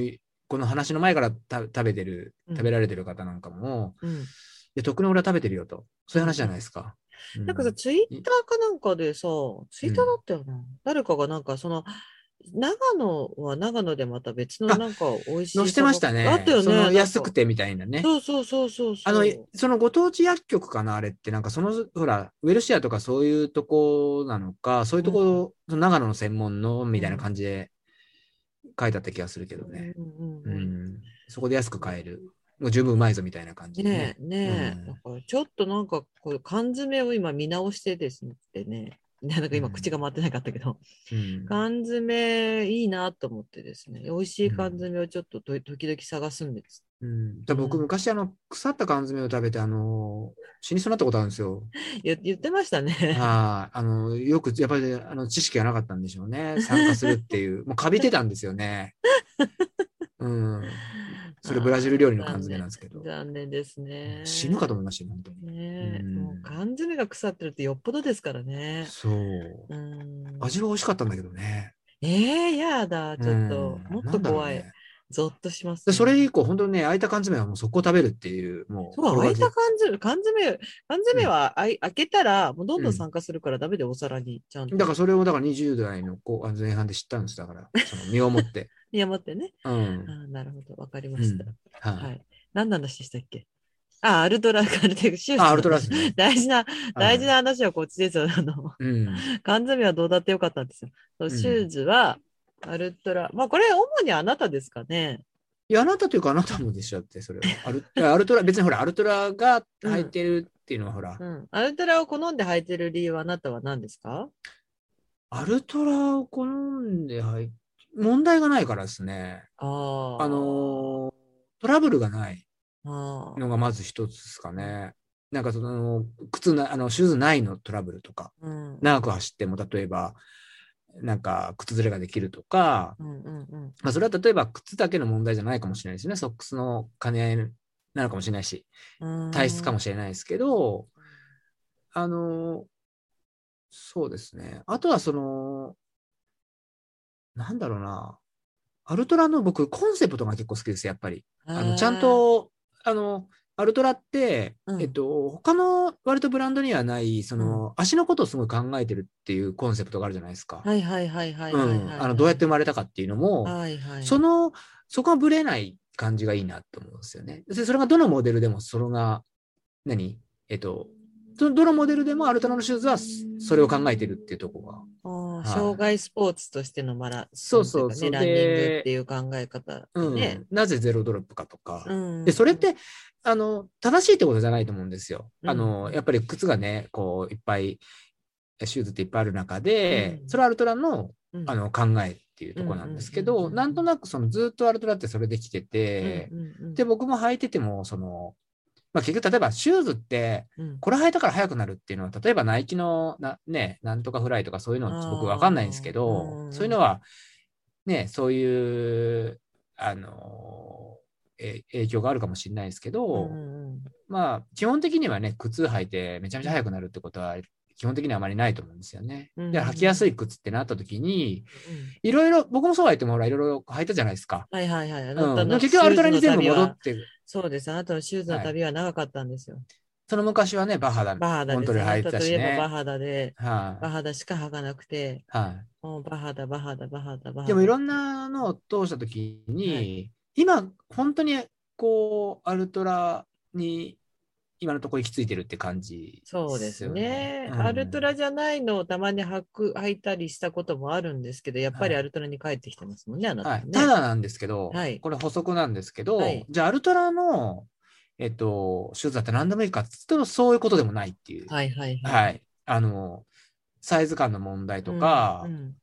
Speaker 1: この話の前からた食べてる、
Speaker 2: うん
Speaker 1: 食べられてる方なんかも、
Speaker 2: うん
Speaker 1: いや、とっくに俺は食べてるよと。そういう話じゃないですか。う
Speaker 2: なんかさ、ツイッターかなんかでさ、ツイッターだったよな。誰かがなんかその、長野は長野でまた別の
Speaker 1: あ
Speaker 2: なんか美味しい。
Speaker 1: 載せてましたね。
Speaker 2: あったよね。
Speaker 1: そ
Speaker 2: なん
Speaker 1: の
Speaker 2: か
Speaker 1: 安く。てみたいなね。
Speaker 2: そうそうそうそうそう。
Speaker 1: あの、そのご当地薬局かな、あれって、なんかその、ほら、ウェルシアとかそういうとこなのか、そういうとこ、その長野の専門のみたいな感じで書いてあった気がするけどね。
Speaker 2: うんうん
Speaker 1: う。
Speaker 2: うんん
Speaker 1: そこで安く買える。もう十分うまいぞみたいな感じでね。
Speaker 2: ねえ、ね
Speaker 1: うん
Speaker 2: え。だからちょっとなんか、こう、缶詰を今見直してですね。ねなんか今
Speaker 1: うん
Speaker 2: 口が回ってなかったけど、
Speaker 1: うん
Speaker 2: 缶詰いいなと思ってですね。美味しい缶詰をちょっとと時々探すんです。
Speaker 1: うん、だから僕、昔、あの、腐った缶詰を食べて、あの、死にそうになったことあるんですよ。
Speaker 2: 言言ってましたね。
Speaker 1: はい。あの、よく、やっぱり、あの、知識がなかったんでしょうね。参加するって いう。もう、かびてたんですよね。うん。 それブラジル料理の缶詰なんですけど
Speaker 2: 残念ですね。
Speaker 1: 死ぬかと思いましたよ、本当に。
Speaker 2: ねえ、
Speaker 1: うん
Speaker 2: もう缶詰が腐ってるってよっぽどですからね。
Speaker 1: そう。
Speaker 2: うん。
Speaker 1: 味は美味しかったんだけどね。
Speaker 2: ええやだ、ちょっと、
Speaker 1: うん
Speaker 2: もっ
Speaker 1: なん
Speaker 2: と怖い、
Speaker 1: だろうね
Speaker 2: ゾッとします、
Speaker 1: でそれ以降、本当にね、空いた缶詰はもう速攻食べるっていう、もう。
Speaker 2: そう、開いた
Speaker 1: こ
Speaker 2: 缶詰、缶詰、缶詰はあい、開けたら、もうどんど
Speaker 1: うんん
Speaker 2: 酸化するからダメで、お皿にちゃん
Speaker 1: れが
Speaker 2: と。
Speaker 1: だからそれを、だから20代の後あの前半で知ったんです、だから。その身をもって。
Speaker 2: いや、待ってね。
Speaker 1: うん
Speaker 2: あ。ーなるほど、わかりました。
Speaker 1: は。
Speaker 2: はいい。何の話でしたっけあ、アルトラ、アルテク、シュー
Speaker 1: あ、アルトラス ね。
Speaker 2: 大事な、大事
Speaker 1: は
Speaker 2: な話はこっちですよ。あの、
Speaker 1: い。うん。
Speaker 2: 缶詰はどうだってよかったんですよ。そう
Speaker 1: うん
Speaker 2: シューズは、アルトラ、まあこれ主にあなたですかね。
Speaker 1: いや、あなたというか、あなたもでしょだって、それは。アル いやアルトラ、別にほら、アルトラが入ってるっていうのは、ほら、
Speaker 2: うん。アルトラを好んで履いてる理由はあなたは何ですか
Speaker 1: アルトラを好んで入っ問題がないからですね。
Speaker 2: ああ。
Speaker 1: あのートラブルがない
Speaker 2: あー
Speaker 1: のがまず一つですかね。なんかその、靴な、あの、シューズないのトラブルとか、
Speaker 2: うん。
Speaker 1: 長く走っても、例えば、なんか、靴ずれができるとか、
Speaker 2: うんうんうん。
Speaker 1: まあ、それは例えば靴だけの問題じゃないかもしれないですね。ソックスの兼ね合いなのかもしれないし、
Speaker 2: うん
Speaker 1: 体質かもしれないですけど、あの、そうですね。あとはその、なんだろうな。アルトラの僕、コンセプトが結構好きです、やっぱり。あのちゃん、と、あの、アルトラって、
Speaker 2: うん
Speaker 1: えっと、他の割とブランドにはない、その、足のことをすごい考えてるっていうコンセプトがあるじゃないですか。
Speaker 2: はいはいはいはいはいはい、
Speaker 1: うん。あの、どうやって生まれたかっていうのも、
Speaker 2: はいはい。
Speaker 1: その、そこがぶれない感じがいいなと思うんですよね。でそれがどのモデルでも、それが、何えっと、どどのモデルでもアルトラのシューズはそそれを考えてるっていうところが。
Speaker 2: あー
Speaker 1: はい
Speaker 2: 障害スポーツとしてのマラソ
Speaker 1: そ
Speaker 2: ン
Speaker 1: うそう
Speaker 2: とい
Speaker 1: そ
Speaker 2: かね、ラ
Speaker 1: う
Speaker 2: ンニング
Speaker 1: で
Speaker 2: っていう考え方
Speaker 1: うん。
Speaker 2: ね。
Speaker 1: なぜゼロドロップかとか。
Speaker 2: うん
Speaker 1: で、それっ、て、あの、正しいってことじゃないと思うんですよ。
Speaker 2: うん
Speaker 1: あの、やっぱり靴がね、こう、いっぱい、シューズっていっぱいある中で、
Speaker 2: うん
Speaker 1: それはアルトラの
Speaker 2: うん
Speaker 1: あの考えっていうところなんですけど、
Speaker 2: うんうんうんうん
Speaker 1: なんとなくそのずっとアルトラってそれできて
Speaker 2: うん
Speaker 1: て、
Speaker 2: うんうん
Speaker 1: で、僕も履いてても、その、まあ、結局、例えばシューズって、
Speaker 2: うん
Speaker 1: これ履いたから速くなるっていうのは、例えばナイキのな、ね、なんとかフライとかそういうの僕
Speaker 2: あー
Speaker 1: わかんないんですけ
Speaker 2: うんうんう
Speaker 1: ど、
Speaker 2: ん
Speaker 1: そういうのは、ね、そういう、あのーえ影響があるかもしれないですけど、
Speaker 2: うんうん
Speaker 1: まあ、基本的にはね、靴履いてめちゃめちゃ速くなるってことは、基本的にはあまりないと思うんですよね。
Speaker 2: うん
Speaker 1: で、履きやすい靴ってなった時に、いろいろ、僕もそうは言っても、ほら、いろいろ履いたじゃないですか。
Speaker 2: はいはいはい。あ
Speaker 1: うん、で
Speaker 2: なた
Speaker 1: も
Speaker 2: の
Speaker 1: 結局アルトラに全部
Speaker 2: シューズ
Speaker 1: 戻
Speaker 2: の旅は
Speaker 1: って、
Speaker 2: そうです。あなたのシューズの旅は長かったんですよ。
Speaker 1: その昔はね、バハダ、
Speaker 2: バハダ
Speaker 1: モン
Speaker 2: で
Speaker 1: ト
Speaker 2: す。
Speaker 1: リオル履い
Speaker 2: あ
Speaker 1: て
Speaker 2: なた
Speaker 1: た
Speaker 2: と
Speaker 1: し
Speaker 2: いえばバ
Speaker 1: ね。
Speaker 2: ハダで、
Speaker 1: は
Speaker 2: バハダしか履かなくて、
Speaker 1: い。はい。
Speaker 2: もうバハダ、バハダ、バハダ、バハダ。
Speaker 1: でもいろ
Speaker 2: ん
Speaker 1: んなのを通したときに、
Speaker 2: は
Speaker 1: 今、本当にこう、アルトラに今のところ行き着いてるって感じ、
Speaker 2: そうですね。
Speaker 1: うん
Speaker 2: アルトラじゃないのをたまに履く、履いたりしたこともあるんですけど、やっぱり
Speaker 1: はい
Speaker 2: アルトラに帰ってきてますもんね、あな
Speaker 1: は
Speaker 2: た
Speaker 1: い
Speaker 2: も、ね。
Speaker 1: ただなんですけど、
Speaker 2: はい
Speaker 1: これ補足なんですけど、
Speaker 2: はい
Speaker 1: じゃあアルトラの、えっと、シューズだったら何でもいいかって言ってもそういうことでもないっていう、
Speaker 2: はいはい。
Speaker 1: はいいあのサイズ感の問題とか、
Speaker 2: うんうん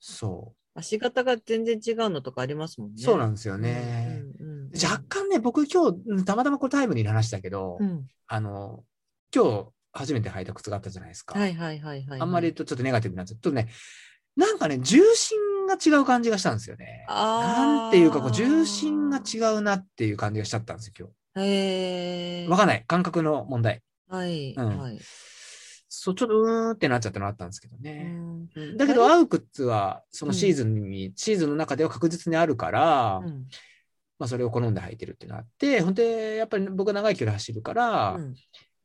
Speaker 1: そ
Speaker 2: 足型が全然違うのとかありますもん
Speaker 1: う、
Speaker 2: ね。
Speaker 1: そうなんんですよね。。
Speaker 2: うん
Speaker 1: 若干ね、僕今日、うんたまたまこれタイムリーの話だけど、
Speaker 2: うん
Speaker 1: あの、今日初めて履いた靴があったじゃないですか。
Speaker 2: はいはいはいはいはい。
Speaker 1: あんまり言うとちょっとネガティブになっちゃう。ちょっとね、なんかね、重心が違う感じがしたんですよね。な
Speaker 2: あー、
Speaker 1: んていうか、こう、重心が違うなっていう感じがしちゃったんですよ、
Speaker 2: へえ
Speaker 1: 今日。わかんない。感覚の問題。
Speaker 2: はい、
Speaker 1: うん
Speaker 2: はい。
Speaker 1: そう、ちょっとうーんってなっちゃったのあったんですけど
Speaker 2: う
Speaker 1: ね。
Speaker 2: ん
Speaker 1: だけど、合う靴は、そのシーズンに、シーズンの中では確実にあるから、
Speaker 2: うん
Speaker 1: まあ、それを好んで履いてるっていうのがあって、ほんで、やっぱり僕は長い距離走るから、
Speaker 2: うん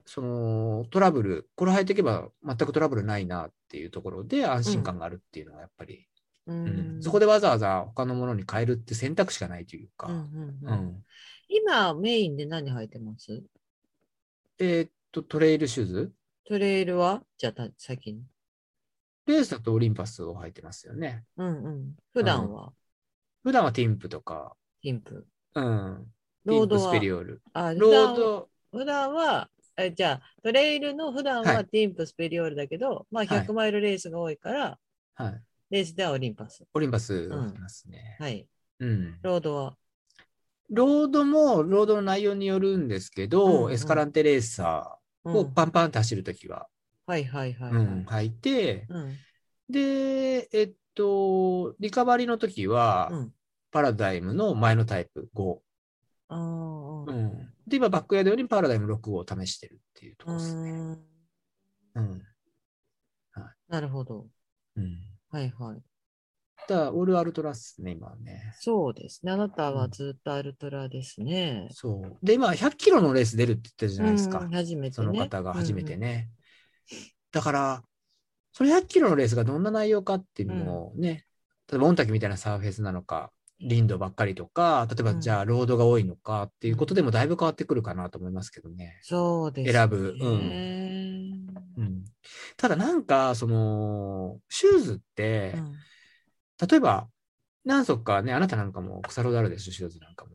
Speaker 1: そのトラブル、これ履いていけば全くトラブルないなっていうところで安心感があるっていうのはやっぱり、
Speaker 2: うん
Speaker 1: うんそこでわざわざ他のものに変えるって選択肢がないというか、
Speaker 2: うんうん
Speaker 1: う
Speaker 2: うん
Speaker 1: ん
Speaker 2: 今、メインで何履いてます
Speaker 1: えーっと、トレイルシューズ、
Speaker 2: トレイルはじゃあ、た先に。
Speaker 1: レースだとオリンパスを履いてますよね。
Speaker 2: うんうん。普段は、
Speaker 1: 普段はティンプとか、
Speaker 2: ティンプ。
Speaker 1: うん、テ
Speaker 2: ロ
Speaker 1: ィ
Speaker 2: ー
Speaker 1: ンプ
Speaker 2: ド
Speaker 1: ス
Speaker 2: は
Speaker 1: ペ、リオール。
Speaker 2: あ
Speaker 1: ロ
Speaker 2: 普
Speaker 1: ー
Speaker 2: 段
Speaker 1: ド、
Speaker 2: 普段は、えじゃあ、トレイルの普段
Speaker 1: は
Speaker 2: はいティンプ、スペリオールだけど、まあ、
Speaker 1: はい
Speaker 2: 100マイルレースが多いから、
Speaker 1: はい、
Speaker 2: レースではオリンパス。
Speaker 1: オリンパスを履きますね。
Speaker 2: はい。
Speaker 1: うん、
Speaker 2: ロードは。
Speaker 1: ロードも、ロードの内容によるんですけど、
Speaker 2: うんうん
Speaker 1: エスカランテレーサ
Speaker 2: う
Speaker 1: ー
Speaker 2: ん
Speaker 1: をパンパンって走るときは、
Speaker 2: はいはいはい、
Speaker 1: う
Speaker 2: はい
Speaker 1: ん、履いて、
Speaker 2: うん
Speaker 1: で、えっと、リカバリーの時は、
Speaker 2: うん
Speaker 1: パラダイムの前のタイプ5。
Speaker 2: あー
Speaker 1: うんで、今、バックヤードよりパラダイム6を試してるっていうとこ
Speaker 2: う
Speaker 1: ろ
Speaker 2: ん
Speaker 1: ですね。
Speaker 2: うーん
Speaker 1: うん。
Speaker 2: なるほど。
Speaker 1: うん。
Speaker 2: はいはい。
Speaker 1: だからオールアルトラっすね、今はね。
Speaker 2: そうですね。あなた
Speaker 1: う
Speaker 2: は
Speaker 1: ん
Speaker 2: ずっとアルトラですね。
Speaker 1: そう。で、今、100キロのレース出るって言ったじゃないですか。
Speaker 2: うん初めてね。
Speaker 1: その方が初めて
Speaker 2: ね。
Speaker 1: ね。だから、それ100キロのレースがどんな内容かっていうのをね、例えば御嶽みたいなサーフェスなのか、林道ばっかりとか、例えば
Speaker 2: うん
Speaker 1: じゃあロードが多いのかっていうことでもだいぶ変わってくるかなと思いますけどね。
Speaker 2: そうです、ね。
Speaker 1: 選ぶううん、ただなんか、その、シューズって、
Speaker 2: うん
Speaker 1: 例えば、何足かね、あなたなんかも腐るほどあるでしょ、シューズなんかも。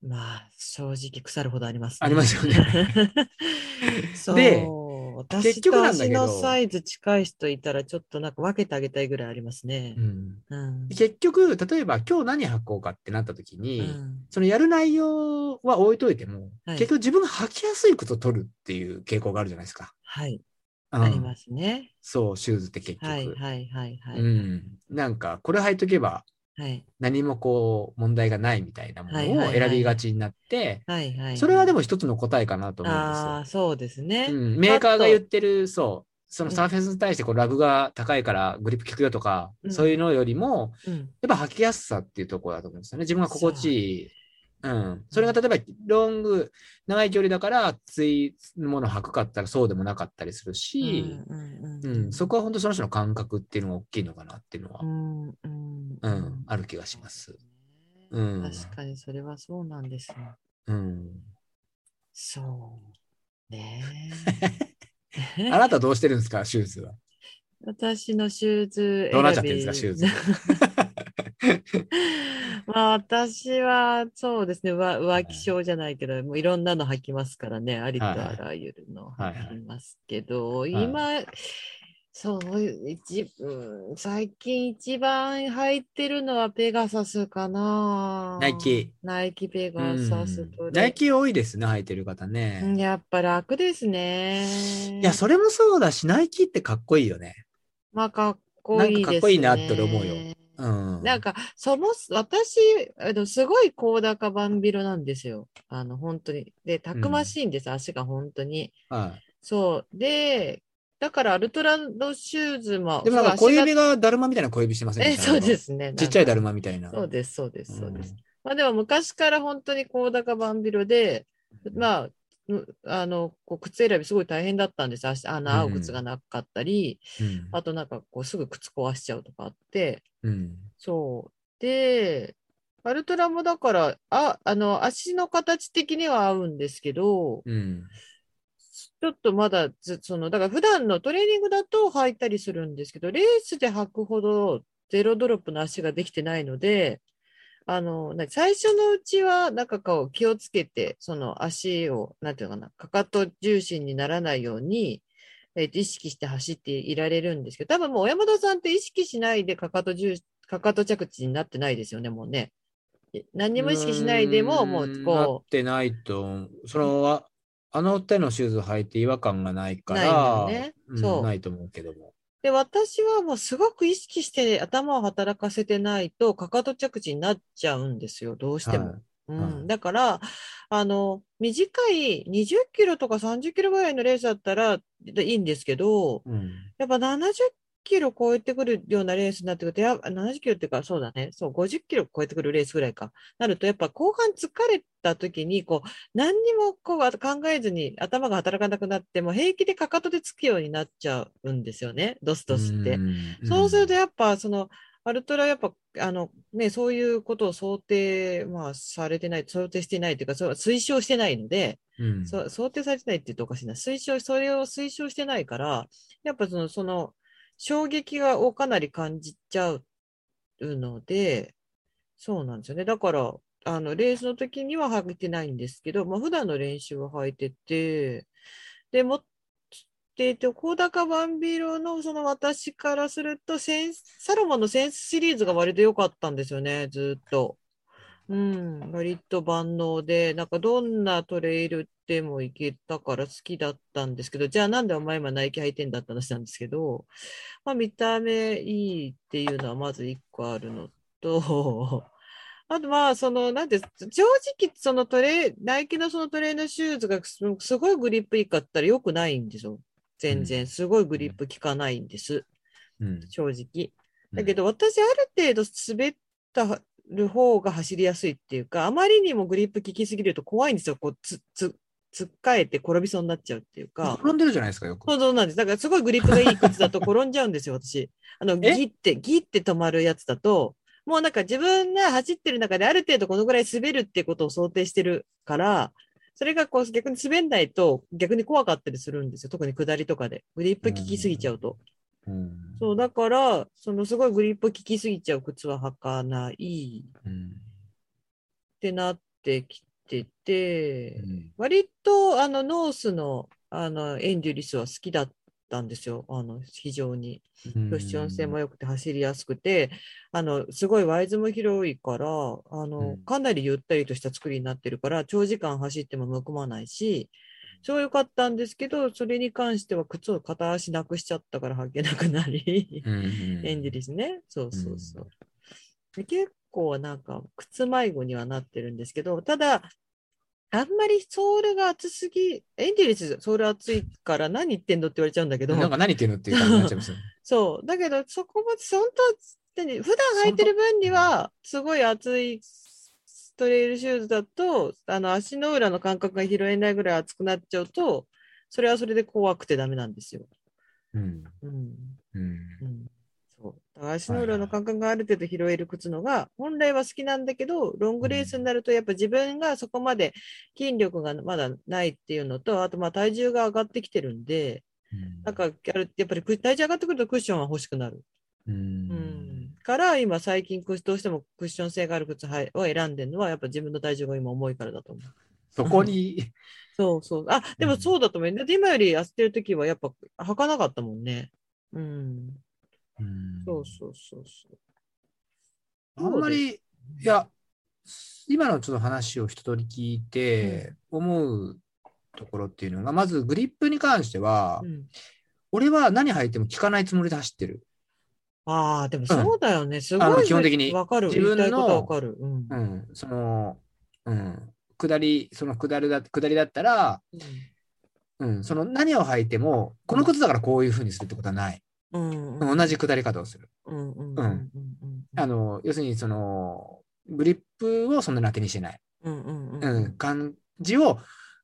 Speaker 2: まあ、正直腐るほどあります、
Speaker 1: ありますよね。
Speaker 2: そう。
Speaker 1: で
Speaker 2: 私
Speaker 1: 結
Speaker 2: と
Speaker 1: 局なんだ
Speaker 2: 足
Speaker 1: けど
Speaker 2: のサイズ近い人いたら、ちょっとなんか分けてあげたいぐらいありますね
Speaker 1: う。ん、
Speaker 2: うん。
Speaker 1: 結局、例えば今日何履こうかってなった時に、
Speaker 2: うん
Speaker 1: そのやる内容は置いといても、
Speaker 2: はい
Speaker 1: 結局自分が履きやすい靴を取るっていう傾向があるじゃないですか。
Speaker 2: はい、
Speaker 1: うん
Speaker 2: ありますね。
Speaker 1: そう、シューズって結局。
Speaker 2: はいはいはいはい。
Speaker 1: うん。なんか、これ履いとけば
Speaker 2: はい
Speaker 1: 何もこう問題がないみたいなも
Speaker 2: はいはい
Speaker 1: の
Speaker 2: は
Speaker 1: を
Speaker 2: い
Speaker 1: 選びがちになって、
Speaker 2: はいはい。
Speaker 1: それはで
Speaker 2: も、
Speaker 1: も一つの答えかなと思うん
Speaker 2: ああ、そうですね。
Speaker 1: ですよ。うん、メーカーが言ってる、そう、そのサーフェスに対してこうラグが高いからグリップ効くよとか、
Speaker 2: うん
Speaker 1: そういうのよりも、
Speaker 2: うん
Speaker 1: やっぱ履きやすさっていうところだと思うんですよね。自分が心地いい。うん。それが例えば、ロング、長い距離だから、熱いもの履くかったらそうでもなかったりするし、
Speaker 2: う
Speaker 1: う、
Speaker 2: んうんうんん
Speaker 1: そこは本当その人の感覚っていうのが大きいのかなっていうのは、
Speaker 2: う
Speaker 1: うん、
Speaker 2: んうん
Speaker 1: ある気がします。
Speaker 2: う
Speaker 1: うんん。
Speaker 2: 確かにそれはそうなんですよ。
Speaker 1: うん。
Speaker 2: そう。ね
Speaker 1: あなたどうしてるんですか、シューズは。
Speaker 2: 私のシューズ選び
Speaker 1: どうなっちゃってるんですか、シューズ。
Speaker 2: まあ私はそうですね、わ浮気症じゃないけど、もういろんなの履きますからね、ありとあらゆるの
Speaker 1: はいはい
Speaker 2: 履きますけど、
Speaker 1: いはい
Speaker 2: 今、そういう、一、うん、最近一番入ってるのはペガサスかな。
Speaker 1: ナイ。キ。
Speaker 2: ナイキペ
Speaker 1: う
Speaker 2: ガサス
Speaker 1: ん
Speaker 2: と、
Speaker 1: ナイキ多いですね、履いてる方
Speaker 2: う
Speaker 1: ね
Speaker 2: ん。やっぱ楽ですね。
Speaker 1: いや、それもそうだし、ナイキってかっこいいよね。
Speaker 2: まあ、かっこいいです
Speaker 1: な
Speaker 2: ね。
Speaker 1: んかかっこいいなって思うようん。
Speaker 2: なんか、そもそ、私、あのすごい高高バンビロなんですよ。あの、本当に。で、たくましいんです、足が本当に。
Speaker 1: は
Speaker 2: そう。で、だからアルトラのシューズも、
Speaker 1: い。でもなんか小
Speaker 2: そう足が
Speaker 1: 指がだるまみたいな小指してません
Speaker 2: え、
Speaker 1: でした。
Speaker 2: そうですすね。
Speaker 1: ちっちゃいだ
Speaker 2: ろ
Speaker 1: るまみたいな。
Speaker 2: そうです、そうです、そうです
Speaker 1: うん。
Speaker 2: まあでも昔から本当に高高バンビロで、
Speaker 1: あ、
Speaker 2: まあ、むあの、こう靴選びすごい大変だったんです。足あの、合う靴がなかったり、
Speaker 1: うん
Speaker 2: あとなんかこうすぐ靴壊しちゃうとかあって、
Speaker 1: うん。
Speaker 2: そう。で、アルトラもだから、あ、あの、足の形的には合うんですけど、
Speaker 1: うん。
Speaker 2: ちょっとまだず、その、だから普段のトレーニングだと履いたりするんですけど、レースで履くほどゼロドロップの足ができてないので、あの、な最初のうちは、なんかこう気をつけて、その足を、なんていうのかな、かかと重心にならないように、えっと、意識して走っていられるんですけど、多分もう小山田さんって意識しないでかかと重、かかと着地になってないですよね、もうね。何にも意識しないでも、
Speaker 1: ー
Speaker 2: もうん
Speaker 1: な
Speaker 2: こ
Speaker 1: ってないと、そのああの手のシューズ履いて違和感がないか
Speaker 2: ない
Speaker 1: ら、
Speaker 2: んだよね
Speaker 1: うん
Speaker 2: そう
Speaker 1: ないと思うけども。
Speaker 2: う。で、私はもうすごく意識して頭を働かせてないと、かかと着地になっちゃうんですよ、どうしても。
Speaker 1: はい
Speaker 2: うん
Speaker 1: はい
Speaker 2: だから、あの、短い20キロとか30キロぐらいのレースだったらでいいんですけど、
Speaker 1: うん
Speaker 2: やっぱ70キロ超えてくるようなレースになってくると、や70キロっていうか、そうだね、そう、50キロ超えてくるレースぐらいか、なると、やっぱ後半疲れた時に、こう、何にもこうあと考えずに頭が働かなくなって、もう平気でかかとでつくようになっちゃうんですよね、ドスドスって。
Speaker 1: ん
Speaker 2: そうするとやっぱそのアルトラやっぱあのねそういうことを想定まあされてない想定してないというかそれは推奨してないので、
Speaker 1: うん
Speaker 2: そ想定されてないって言うとおかしいな推奨それを推奨してないからやっぱそのその衝撃がをかなり感じちゃうのでそうなんですよねだからあのレースの時には履いてないんですけど、まあ普段の練習は履いててでもで、えっと、高高バンビロのその私からするとセンス、サロモンのセンスシリーズが割と良かったんですよね、ずっと。うん、割と万能で、なんかどんなトレイルでも行けたから好きだったんですけど、じゃあなんでお前今ナイキ履いてんだって話なんですけど、まあ見た目いいっていうのはまず一個あるのと、 あとまあその、なんて、正直そのトレイ、ナイキのそのトレーナーシューズがすすごいグリップいいかって言ったら良くないんですよ。全然、すごいグリップ効かないんです、
Speaker 1: うん
Speaker 2: 正直。だけど、私、ある程度滑ったる方が走りやすいっていうか、あまりにもグリップ効きすぎると怖いんですよ。こう、つ、つ、つっかえて転びそうになっちゃうっていうか。
Speaker 1: 転んでるじゃないですか、よく。
Speaker 2: そうそうなんです。だから、すごいグリップがいい靴だと転んじゃうんですよ、私。あの、ギ
Speaker 1: え
Speaker 2: ッて、ギッて止まるやつだと、もうなんか自分が走ってる中である程度このぐらい滑るっていうことを想定してるから、それがこう逆に滑んないと逆に怖かったりするんですよ。特に下りとかで。グリップ効きすぎちゃうと。
Speaker 1: うん
Speaker 2: そう、だから、そのすごいグリップ効きすぎちゃう靴は履かないっ
Speaker 1: うん
Speaker 2: てなってきてて、
Speaker 1: うん
Speaker 2: 割とあのノースのあのエンデュリスは好きだったんですよ。あの非常に。クッション性も良くて走りやすくて、あのすごいワイズも広いからあ
Speaker 1: う
Speaker 2: の
Speaker 1: ん
Speaker 2: かなりゆったりとした作りになってるから長時間走ってもむくまないしそう良かったんですけどそれに関しては靴を片足なくしちゃったから履けなくなり、
Speaker 1: うんうん
Speaker 2: エンジリスねそうそうそう、で結構なんか靴迷子にはなってるんですけどただあんまりソールが厚すぎ、エンジェリスソール厚いから何言ってんのって言われちゃうんだけど、
Speaker 1: なんか何言ってるのっていう感じになっちゃいます よね。
Speaker 2: そう。だけど、そこも、本当に、普段履いてる分には、すごい厚いストレイルシューズだと、あの、足の裏の感覚が拾えないぐらい厚くなっちゃうと、それはそれで怖くてダメなんですよ。
Speaker 1: うん
Speaker 2: う
Speaker 1: う
Speaker 2: ん。
Speaker 1: ん
Speaker 2: うん。そう。だから足の裏の感覚がある程度拾える靴のが、本来は好きなんだけど、ロングレースになると、やっぱ自分がそこまで筋力がまだないっていうのと、あと、まあ、体重が上がってきてるんで、
Speaker 1: うん
Speaker 2: なんか、やるやっぱり体重上がってくるとクッションは欲しくなる。
Speaker 1: う
Speaker 2: うんんから今最近クッどうしてもクッション性がある靴はを選んでるのはやっぱ自分の体重が今重いからだと思う。
Speaker 1: そこ に、
Speaker 2: そうそう。あ、でもそうだと思う。だって今より痩せてる時はやっぱ履かなかったもんね。うん。
Speaker 1: うん
Speaker 2: そうそうそうそう。
Speaker 1: あんまり、いや、今のちょっと話を一通り聞いて、思うところっていうのが、まずグリップに関しては
Speaker 2: う、ん、
Speaker 1: 俺は何履いても効かないつもりで走ってる。
Speaker 2: ああ、でもそうだよね。す
Speaker 1: あ
Speaker 2: ご
Speaker 1: の
Speaker 2: い。
Speaker 1: 基本的に
Speaker 2: わかる。
Speaker 1: 自分の
Speaker 2: 言いたいことわかる。うん。
Speaker 1: うん、その、うん、下り、その下りだ下りだったら、うん、その何を履いても、この靴だからこういうふうにするってことはない。
Speaker 2: うん。うん。
Speaker 1: 同じ下り方をする。
Speaker 2: うん。うん。
Speaker 1: う
Speaker 2: うんん。
Speaker 1: あの、要するに、その、グリップをそんなに当てにしてない。
Speaker 2: うん。うん。うん。
Speaker 1: うん、感じを、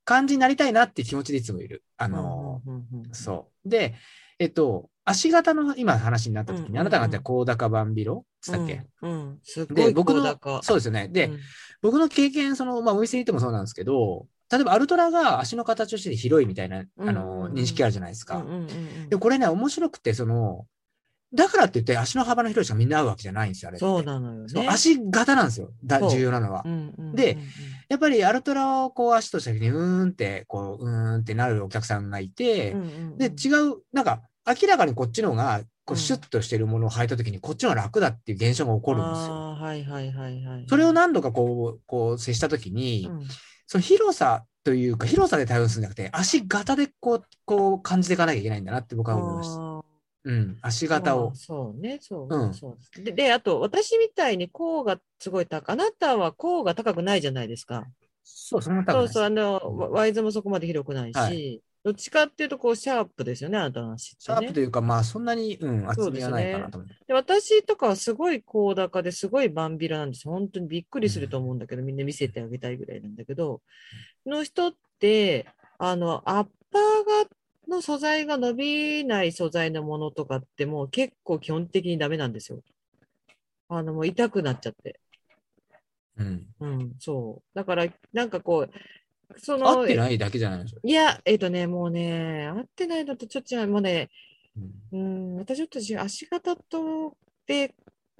Speaker 1: 感じになりたいなって気持ちでいつもいる。あの、
Speaker 2: うんうんうん
Speaker 1: そう。で、えっと、足型の今話になった時
Speaker 2: うんうんう
Speaker 1: に、
Speaker 2: ん
Speaker 1: あなたが言った高高バンビロって言ったっけ
Speaker 2: うん、うんすごい
Speaker 1: で、僕
Speaker 2: 高
Speaker 1: の
Speaker 2: 高、
Speaker 1: そうですよね。
Speaker 2: う
Speaker 1: で
Speaker 2: ん、
Speaker 1: 僕の経験、その、まあ、お店に行ってもそうなんですけど、例えばアルトラが足の形として広いみたいな、あ
Speaker 2: うんうん
Speaker 1: の、
Speaker 2: うん
Speaker 1: 認識あるじゃないです
Speaker 2: う
Speaker 1: か
Speaker 2: ん。うんうんうん
Speaker 1: で、これね、面白くて、その、だからって言って足の幅の広い人がみんな合うわけじゃないんですよ、あれって。
Speaker 2: そうなのよ
Speaker 1: そう
Speaker 2: ね。
Speaker 1: 足型なんですよ、だ
Speaker 2: そう
Speaker 1: 重要なのは
Speaker 2: う。んうんうんうん
Speaker 1: で、やっぱりアルトラをこう足とした時に、うーんって、こう、うーんってなるお客さんがいて、
Speaker 2: うんうんうん
Speaker 1: で、違う、なんか、明らかにこっちの方が、こ
Speaker 2: う
Speaker 1: う、
Speaker 2: ん
Speaker 1: シュッとしてるものを履いた時に、こっちの方が楽だっていう現象が起こるんですよ。
Speaker 2: あーはいはいはいはい。
Speaker 1: それを何度かこう、こう、接した時に
Speaker 2: う、ん
Speaker 1: その広さというか、広さで対応するんじゃなくて、足型でこう、こう感じていかなきゃいけないんだなって僕は思いました。
Speaker 2: あー
Speaker 1: うん、足型
Speaker 2: ま
Speaker 1: を
Speaker 2: あ。そうね、そう、
Speaker 1: うん
Speaker 2: そうですで。で、あと、私みたいに甲がすごい高い。あなたは甲が高くないじゃないですか。
Speaker 1: そう、そんな多
Speaker 2: そ
Speaker 1: 分
Speaker 2: うそう、あの、ワワイズもそこまで広くないし、
Speaker 1: は
Speaker 2: どっちかっていうと、こう、シャープですよね、あなたの足って
Speaker 1: シャー
Speaker 2: ね
Speaker 1: プというか、まあ、そんなに、うん、厚みはないかなと思う。
Speaker 2: で私とかはすごい高高ですごいバンビラなんですよ。本当にびっくりすると思うんだけど、みんな見せてあげたいぐらいなんだけど、の人って、あの、アッパーが、の素材が伸びない素材のものとかってもう結構基本的にダメなんですよ。あの、もう痛くなっちゃって。
Speaker 1: うん。
Speaker 2: うん、そう。だから、なんかこう、そ
Speaker 1: 合
Speaker 2: の、
Speaker 1: って
Speaker 2: い
Speaker 1: ないだけじゃないでしょ。
Speaker 2: や、えっとね、もうね、合ってないのとちょっと違う。もうね、
Speaker 1: うん
Speaker 2: うーん、私ちょっとじ足型とで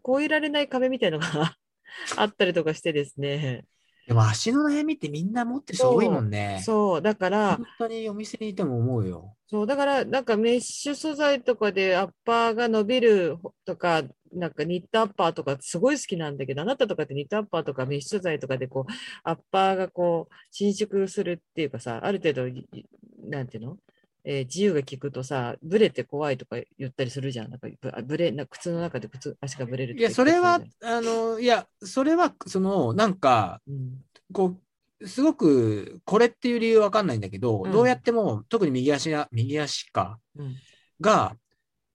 Speaker 2: 越えられない壁みたいのが あったりとかしてですね。
Speaker 1: でも足の悩みってみんな持ってる人多いもんね。
Speaker 2: そう、だから
Speaker 1: 本、当にお店にいても思うよ。
Speaker 2: そう、だから、なんかメッシュ素材とかでアッパーが伸びるとか、なんかニットアッパーとかすごい好きなんだけど、あなたとかってニットアッパーとかメッシュ素材とかでこう、アッパーがこう、伸縮するっていうかさ、ある程度い、いなんていうのえー自由が利くとさ、ブレて怖いとか言ったりするじゃん。なんかぶあブレ、な靴の中で靴、足がブレる
Speaker 1: い
Speaker 2: とか言
Speaker 1: や、それ
Speaker 2: ったり
Speaker 1: は
Speaker 2: するじ、
Speaker 1: あの、いや、それは、その、なんか、
Speaker 2: ゃん、うん
Speaker 1: こう、すごく、これっていう理由わかんないんだけど、
Speaker 2: うん
Speaker 1: どうやっても、特に右足が、右足か、
Speaker 2: うん
Speaker 1: が、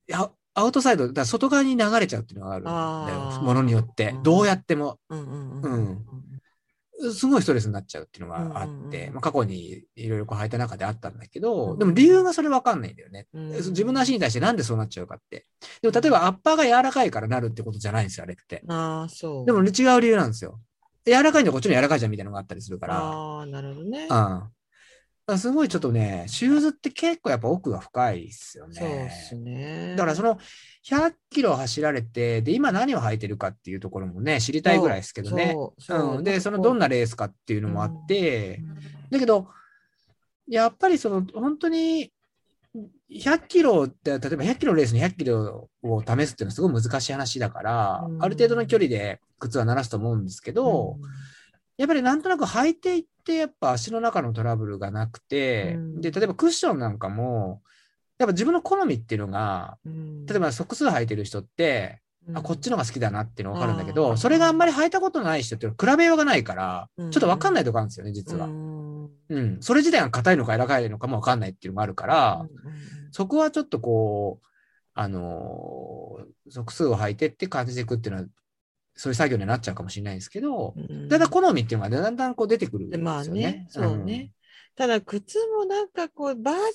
Speaker 1: いやアウトサイド、だから外側に流れちゃうっていうのがあるんだ
Speaker 2: あ
Speaker 1: よ。
Speaker 2: ー
Speaker 1: ものによって、
Speaker 2: うん
Speaker 1: どうやっても。
Speaker 2: うんうん
Speaker 1: う
Speaker 2: うんん
Speaker 1: すごいストレスになっちゃうっていうのがあ
Speaker 2: うん
Speaker 1: っ
Speaker 2: うん
Speaker 1: て、
Speaker 2: うん
Speaker 1: まあ、過去にいろいろこう履いた中であったんだけど、
Speaker 2: うん
Speaker 1: でも理由がそれわかんないんだよね。
Speaker 2: うん
Speaker 1: 自分の足に対してなんでそうなっちゃうかって。でも例えばアッパーが柔らかいからなるってことじゃないんですよ、あれって。
Speaker 2: ああ、そう。
Speaker 1: でも違う理由なんですよ。柔らかいんだこっちの柔らかいじゃんみたいなのがあったりするから。
Speaker 2: ああ、なるほどね。
Speaker 1: うん。だからすごいちょっとね、シューズって結構やっぱ奥が深いですよ
Speaker 2: そうで
Speaker 1: ね。
Speaker 2: すね。
Speaker 1: だからその100キロ走られて、で、今何を履いてるかっていうところもね、知りたいぐらいですけどね。
Speaker 2: そう。そう
Speaker 1: うん。で、そのどんなレースかっていうのもあって、だけど、やっぱりその本当に100キロって、例えば100キロのレースに100キロを試すっていうのはすごい難しい話だから、
Speaker 2: うん
Speaker 1: ある程度の距離で靴は鳴らすと思うんですけど、やっぱりなんとなく履いていって、やっぱ足の中のトラブルがなくて、
Speaker 2: うん
Speaker 1: で、例えばクッションなんかも、やっぱ自分の好みっていうのが、
Speaker 2: うん、
Speaker 1: 例えばソックス履いてる人って、
Speaker 2: うん、
Speaker 1: あこっちのが好きだなっていうの分かるんだけ
Speaker 2: あ
Speaker 1: ど、
Speaker 2: ー
Speaker 1: それがあんまり履いたことない人っていうのは比べようがないから、ちょ
Speaker 2: う
Speaker 1: っ
Speaker 2: ん
Speaker 1: と分かんないとこあるんですよね、実は
Speaker 2: う。ん。
Speaker 1: うん、それ自体が硬いのか柔らかいのかもわかんないっていうのがあるから、そこはちょっとこう、あのー、足数を履いてって感じていくっていうのは、そういう作業にはなっちゃうかもしれないですけど、
Speaker 2: うん
Speaker 1: ただ好みっていうのがだんだんこう出てくるんです
Speaker 2: で
Speaker 1: よね。
Speaker 2: まあね、そうね。ただ、靴もなんかこう、バージョンが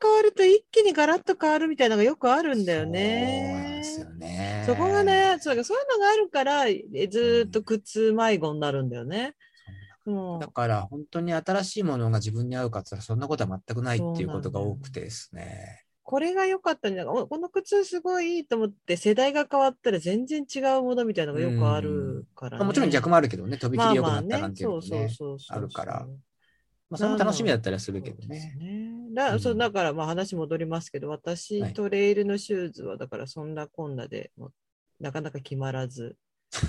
Speaker 2: 変わると一気にガラッと変わるみたいなのがよくあ
Speaker 1: う
Speaker 2: る
Speaker 1: ん。
Speaker 2: んだ
Speaker 1: そ
Speaker 2: よ
Speaker 1: うなん
Speaker 2: ね。
Speaker 1: ですよね。
Speaker 2: そこがね、そうだそういうのがあるから、えずーっと靴迷子になるんだよね。も
Speaker 1: だから本当に新しいものが自分に合うかって言ったらそんなことは全くないっていうことが多くてですね。
Speaker 2: これが良かったんじゃないかおこの靴すごいいいと思って世代が変わったら全然違うものみたいなのがよくあるから、
Speaker 1: まあもちろん逆
Speaker 2: も
Speaker 1: もあるけどね、飛び切り良くなった
Speaker 2: ま
Speaker 1: な
Speaker 2: あまあ
Speaker 1: ん
Speaker 2: ね
Speaker 1: ていうの
Speaker 2: そ
Speaker 1: も
Speaker 2: うそう
Speaker 1: ね。
Speaker 2: そうそう
Speaker 1: あるからまあ、それも楽しみだったりはするけど
Speaker 2: そうです
Speaker 1: ね。
Speaker 2: ねだ
Speaker 1: うん
Speaker 2: そうだからまあ話戻りますけど、私、
Speaker 1: はい
Speaker 2: トレイルのシューズはだからそんなこんなでもうなかなか決ま らず、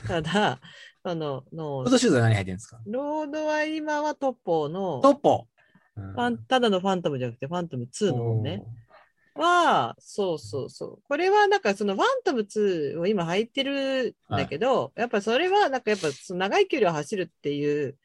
Speaker 2: ただ、あのノ
Speaker 1: ロー
Speaker 2: ー
Speaker 1: ドシューズは何履いてるんですか
Speaker 2: ロードは今はトッポーの
Speaker 1: トッポ
Speaker 2: ファンただのファントムじゃなくてファントム2の方ね。。は、そうそうそう。これはなんかそのファントム2を今履いてるんだけど、やっぱそれはなんかやっぱその長い距離を走るっていう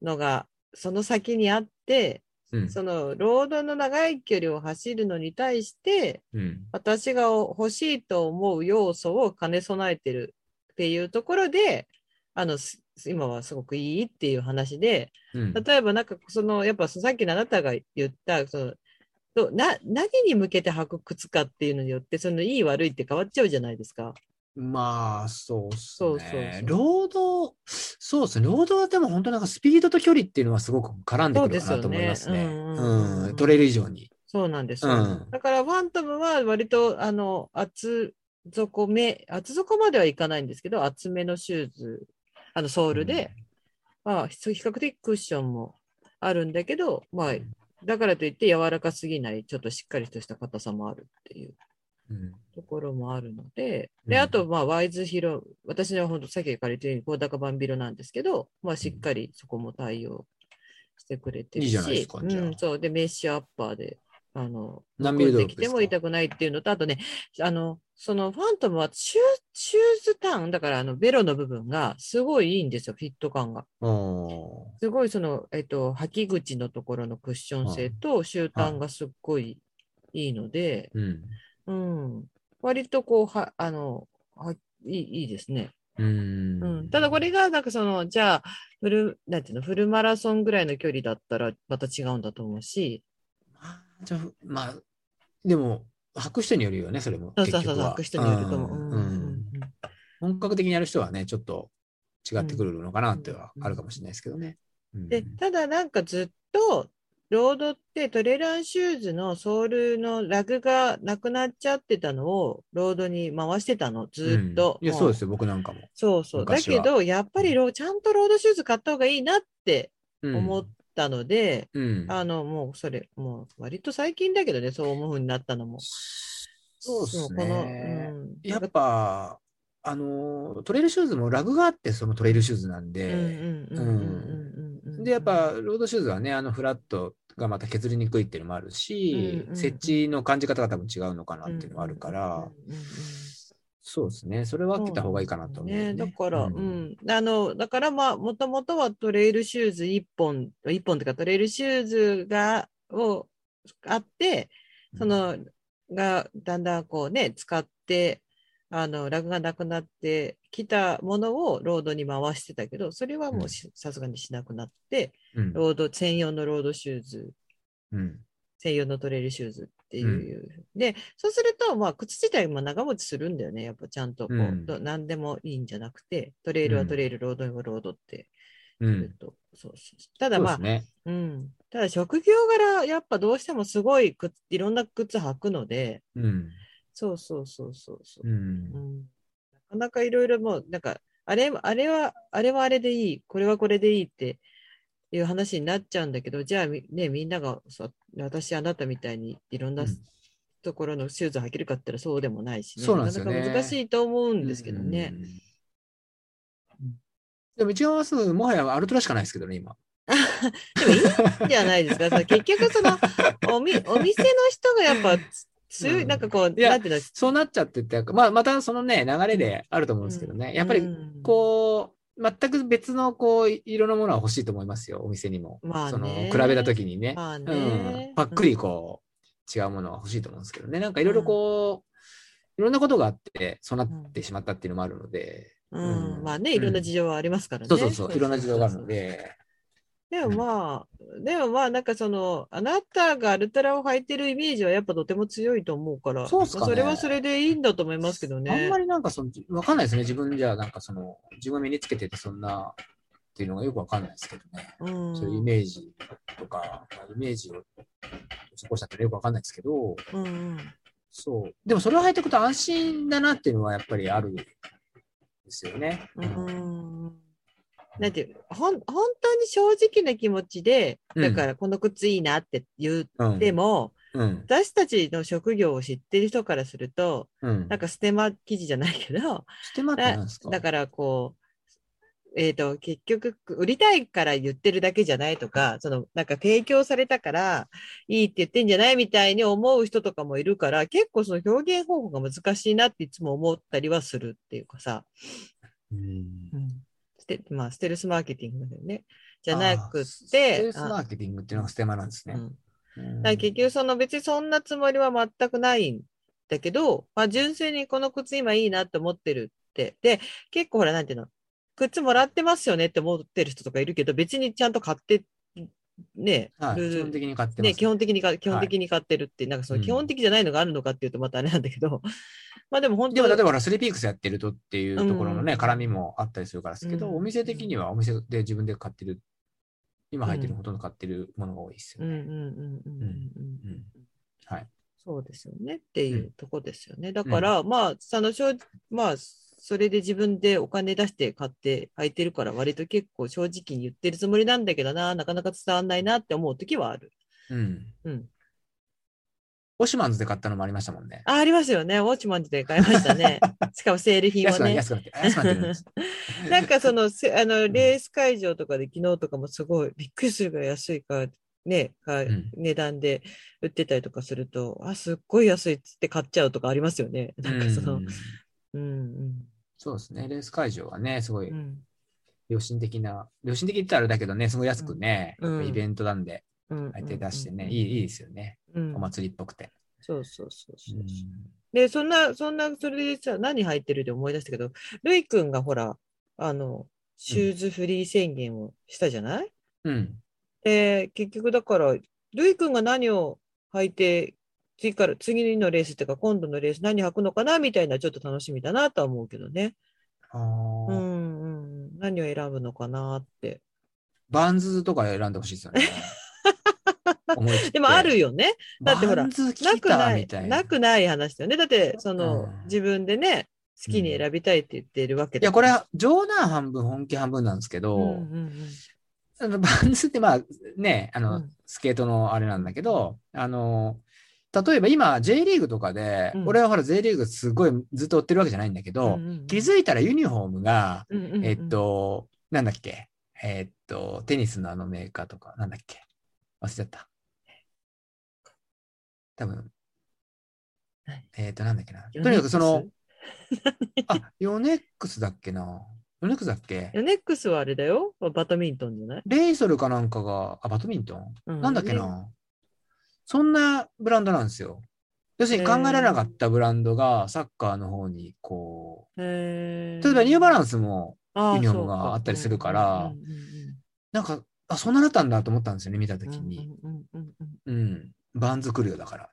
Speaker 2: のがその先にあって、
Speaker 1: うんうん
Speaker 2: そのロードの長い距離を走るのに対して、
Speaker 1: うん。
Speaker 2: 私が欲しいと思う要素を兼ね備えてるっていうところで、あの、す今はすごくいいっていう話で、
Speaker 1: うん
Speaker 2: 例えばなんかその、やっぱそのさっきのあなたが言った、その、どな何に向けて履く靴かっていうのによって、そのいい悪いって変わっちゃうじゃないですか。
Speaker 1: まあ、そうっす
Speaker 2: そうそう
Speaker 1: ね。
Speaker 2: そう
Speaker 1: 労働、そうですね。労働はでも本当なんかスピードと距離っていうのはすごく絡んでくるかなと思いますね。
Speaker 2: そうですよねうんうんうん
Speaker 1: うんトレイル以上に。
Speaker 2: そうなんです
Speaker 1: う
Speaker 2: よ。
Speaker 1: ん。
Speaker 2: だからファントムは割とあの厚底め、厚底まではいかないんですけど、厚めのシューズ、あのソールで、まあ、比較的クッションもあるんだけど、まあ、だからといって柔らかすぎない、ちょっとしっかりとした硬さもあるっていう
Speaker 1: うん。
Speaker 2: ところもあるので、
Speaker 1: う
Speaker 2: で、
Speaker 1: ん
Speaker 2: あと、まあ、ワイズヒロ、私は本当、さっきから言ったように、高高バンビロなんですけど、まあ、しっかりそこも対応してくれてるし、
Speaker 1: いいじゃないですか
Speaker 2: う
Speaker 1: じゃあ
Speaker 2: ん、そう、で、メッシュアッパーで、あの、
Speaker 1: 何ミ
Speaker 2: 組
Speaker 1: リ
Speaker 2: ん
Speaker 1: ド
Speaker 2: で
Speaker 1: ロッ
Speaker 2: き
Speaker 1: プで
Speaker 2: て
Speaker 1: す
Speaker 2: も
Speaker 1: か
Speaker 2: 痛くないっていうのと、あとね、あの、そのファントムはシューシューズターン、だからあのベロの部分がすごいいいんですよ、フィット感が。
Speaker 1: おー
Speaker 2: すごいその、えっと、履き口のところのクッション性とシューターンがすっごいいいので、
Speaker 1: うん。
Speaker 2: うん、割とこう、は、あの、はいいいいですね。
Speaker 1: うん。
Speaker 2: うん、ただこれが、なんかその、じゃあ、フル、なんていうの、フルマラソンぐらいの距離だったらまた違うんだと思うし、
Speaker 1: まあじゃあまあ、でも、履く人によるよね、それも。
Speaker 2: そうそ
Speaker 1: 結
Speaker 2: うそう、
Speaker 1: 局は
Speaker 2: 履く人によると思う。
Speaker 1: うん
Speaker 2: うんうんうん
Speaker 1: 本格的にやる人はね、ちょっと違ってくるのかなっては
Speaker 2: うん
Speaker 1: あるかもしれないですけどね。うん
Speaker 2: で、ただなんかずっと、ロードってトレランシューズのソールのラグがなくなっちゃってたのをロードに回してたの、ずっと。
Speaker 1: うんいや、そうです
Speaker 2: よ。
Speaker 1: よ、僕なんかも。
Speaker 2: そうそう。だ
Speaker 1: 昔
Speaker 2: け
Speaker 1: は
Speaker 2: ど、やっぱりローちゃんとロードシューズ買った方がいいなって
Speaker 1: うん
Speaker 2: 思ったので、
Speaker 1: うん。
Speaker 2: あの、もうそれ、もう割と最近だけどね、そう思う風になったのも。
Speaker 1: そうです
Speaker 2: もこの、う
Speaker 1: ね。
Speaker 2: ん、
Speaker 1: やっぱ、あのー、トレイルシューズもラグがあって、そのトレイルシューズなん
Speaker 2: うん
Speaker 1: で、
Speaker 2: うんうんうんうんうんうん
Speaker 1: で、やっぱ、ロードシューズはね、あのフラットがまた削りにくいっていうのもあるし
Speaker 2: うんう、ん
Speaker 1: 設置の感じ方が多分違うのかなっていうのもあるから、
Speaker 2: うんうんうんうん
Speaker 1: そうですね、それは分けた方がいいかなと思うね。
Speaker 2: ねだから、う、
Speaker 1: うんん
Speaker 2: あの、だからまあ、もともとはトレイルシューズ1本、1本というかトレイルシューズが、を、あって、その、が、だんだんこうね、使って、あの、ラグがなくなってきたものをロードに回してたけど、それはもうしさすがにしなくなって、
Speaker 1: うん
Speaker 2: ロード、専用のロードシューズ
Speaker 1: うん
Speaker 2: 専用のトレイルシューズっていう。で、そうすると、まあ、靴自体も長持ちするんだよね。やっぱちゃんとこう、
Speaker 1: うん
Speaker 2: ど何でもいいんじゃなくて、トレイルはトレイル、ロードはロードって
Speaker 1: う。
Speaker 2: 言うんと、そうそう。ただ
Speaker 1: そうで
Speaker 2: まあ
Speaker 1: す、ね。
Speaker 2: うん。ただ職業柄、やっぱどうしてもすごい靴、いろんな靴履くので、
Speaker 1: うん。
Speaker 2: そうそうそうそうそうう、
Speaker 1: ん
Speaker 2: うん。なかなかいろいろもう、なんか、あれ、あれは、あれはあれでいい、これはこれでいいっていう話になっちゃうんだけど、じゃあみね、みんながそう、私、あなたみたいにいろんな
Speaker 1: うん
Speaker 2: ところのシューズ履けるかって言ったらそうでもないしね。
Speaker 1: そうなんですよね
Speaker 2: かなか難しいと思うんですけどね。
Speaker 1: うん。でも一番はすぐもはやアルトラしかないですけどね、今。
Speaker 2: でもいいんじゃないですか。その結局そのおみ、お店の人がやっぱつ強
Speaker 1: う
Speaker 2: い、
Speaker 1: ん
Speaker 2: なんかこう、
Speaker 1: いや
Speaker 2: なんていうの、
Speaker 1: そうなっちゃってて、まあ、またそのね、流れであると思うんですけどね。やっぱり、
Speaker 2: うん
Speaker 1: こう、全く別の、こう、色のものは欲しいと思いますよ、お店にも。
Speaker 2: まあね
Speaker 1: その、比べた時にね。
Speaker 2: まあね
Speaker 1: うん。ぱっくり、こう、違うものは欲しいと思うんですけどね。なんかいろいろこう、いろんなことがあって、そうなってしまったっていうのもあるので。
Speaker 2: うん
Speaker 1: うん
Speaker 2: まあね、いろんな事情はありますからね。
Speaker 1: そうそうそう、いろんな事情があるので。
Speaker 2: でもまあ、でもまあ、なんかその、あなたがアルトラを履いてるイメージはやっぱとても強いと思うから、
Speaker 1: そうっすかね
Speaker 2: まあそれはそれでいいんだと思いますけどね。
Speaker 1: あんまりなんかその、わかんないですね。自分じゃ、なんかその、自分が身につけててそんなっていうのがよくわかんないですけどね。
Speaker 2: うん、
Speaker 1: そういうイメージとか、まあイメージを過ごしたってよくわかんないですけど、
Speaker 2: うんうん
Speaker 1: そう。でもそれを履いていくと安心だなっていうのはやっぱりあるんですよね。
Speaker 2: うんなんていう、ほん、本当に正直な気持ちで、だからこの靴いいなって言っても、
Speaker 1: うん。
Speaker 2: 私たちの職業を知ってる人からすると、
Speaker 1: うん。
Speaker 2: なんかステマ記事じゃないけど、
Speaker 1: ステマって何ですか
Speaker 2: だからこう、えっ、と、結局、売りたいから言ってるだけじゃないとか、その、なんか提供されたから、いいって言ってんじゃないみたいに思う人とかもいるから、結構その表現方法が難しいなっていつも思ったりはするっていうかさ、
Speaker 1: うん
Speaker 2: ステまあ、ステルスマーケティングだよね。じゃ
Speaker 1: あー
Speaker 2: なく
Speaker 1: スステ
Speaker 2: て
Speaker 1: ル、スマーケティングっていうのがステマなんです
Speaker 2: あ
Speaker 1: ね
Speaker 2: う。ん
Speaker 1: うん
Speaker 2: だから結局その別にそんなつもりは全くないんだけど、まあ、純粋にこの靴今いいなって思ってるって。で、結構ほら、なんていうの、靴もらってますよねって思ってる人とかいるけど、別にちゃんと買って、ね、
Speaker 1: はい、
Speaker 2: ルール
Speaker 1: 基本的に買ってます。
Speaker 2: ね、基本的にか、基本的に買ってるって、なんかその
Speaker 1: うん
Speaker 2: 基本的じゃないのがあるのかっていうとまたあれなんだけど、まあでも本
Speaker 1: で
Speaker 2: 当
Speaker 1: も
Speaker 2: に
Speaker 1: 例えばほら、スリーピークスやってるとっていうところのね、
Speaker 2: うん
Speaker 1: 絡みもあったりするからですけど、
Speaker 2: うん
Speaker 1: お店的にはお店で自分で買ってる、今履いてるほとんど買ってるものが多いですよ
Speaker 2: うんうん
Speaker 1: ね。
Speaker 2: うんうんうんうん。
Speaker 1: うんはい。
Speaker 2: そうですよねっていううとこですよね。だから、まあ、その正直まあ、それで自分でお金出して買って履いてるから、割と結構正直に言ってるつもりなんだけどな、なかなか伝わんないなって思う時はある。
Speaker 1: うん。
Speaker 2: うん。
Speaker 1: オシュマンズで買ったのもありましたもんね。
Speaker 2: あ、ありますよね。ウォッチマンズで買いました ね。しかもセール品
Speaker 1: 安
Speaker 2: は
Speaker 1: くなって、安くな
Speaker 2: ね。
Speaker 1: って、安くなってるん です。
Speaker 2: なんかその、 せあの、レース会場とかで昨日とかもすごいびっくりするぐらい安いか、ね、か
Speaker 1: ん
Speaker 2: 値段で売ってたりとかすると、あ、すっごい安いっつって買っちゃうとかありますよね。なんかその、
Speaker 1: うん
Speaker 2: うん、
Speaker 1: そうですね。レース会場はね、すご
Speaker 2: うん、、
Speaker 1: いう
Speaker 2: ん。
Speaker 1: 良心的な、良心的って言ったらあれだけどね、すごい安くね、
Speaker 2: うん
Speaker 1: やっぱイベントなんで、
Speaker 2: 相
Speaker 1: 相手出してね、
Speaker 2: うん
Speaker 1: いい、いいですよね。
Speaker 2: うん
Speaker 1: お祭りっぽくて。
Speaker 2: そうそうそうそうう。
Speaker 1: ん
Speaker 2: で、そんな、そんな、それでさ、何入ってるで思い出したけど、るいくんがほら、あの、シューズフリー宣言をしたじゃない、
Speaker 1: うん。
Speaker 2: で、結局だから、るいくんが何を履いて、次から、次のレースっていうか、今度のレース何履くのかなみたいな、ちょっと楽しみだなとは思うけどね。
Speaker 1: あ
Speaker 2: う
Speaker 1: ー
Speaker 2: んうん。何を選ぶのかなって。
Speaker 1: バンズとか選んでほしいですよ ね。思い切って
Speaker 2: でもあるよね。だってほら
Speaker 1: バンズ聞
Speaker 2: ないく
Speaker 1: たわ
Speaker 2: ない
Speaker 1: みたい、な。
Speaker 2: なくない話だよね。だって、その
Speaker 1: うん、
Speaker 2: 自分でね、好きに選びたいって言ってるわけ
Speaker 1: いや、これは冗談半分、本気半分なんですけ
Speaker 2: うん
Speaker 1: ど、
Speaker 2: うん
Speaker 1: あのバンズってまあね、あ
Speaker 2: うん
Speaker 1: の、
Speaker 2: うん
Speaker 1: スケートのあれなんだけど、あの、例えば今 J リーグとかで、
Speaker 2: うん
Speaker 1: 俺はほら J リーグすごいずっと追ってるわけじゃないんだけど、気づいたらユニフォームが、
Speaker 2: うんうんうん
Speaker 1: えっと、なんだっけ、えっと、テニスのあのメーカーとか、なんだっけ、忘れちゃった。多分
Speaker 2: はい。
Speaker 1: えっと、なんだっけな。
Speaker 2: ヨ
Speaker 1: と
Speaker 2: ネ
Speaker 1: に
Speaker 2: ッ
Speaker 1: かく
Speaker 2: クス
Speaker 1: その、あ、ヨネックスだっけな。ヨネックスだっけ
Speaker 2: ヨネックスはあれだよ。バドミントンじゃない、
Speaker 1: レイソルかなんかが、あ、バドミントン
Speaker 2: う
Speaker 1: なんだっけ。な。そんなブランドなんですよ。要するに考えられなかったブランドがサッカーの方にこ
Speaker 2: へ
Speaker 1: う、例えばニューバラ
Speaker 2: ン
Speaker 1: ンスも
Speaker 2: ス
Speaker 1: ユニフォームがあったりするからなんか、あ、そんななったんだと思ったんですよね、見たときに。うん。バンズ来るよ、だから。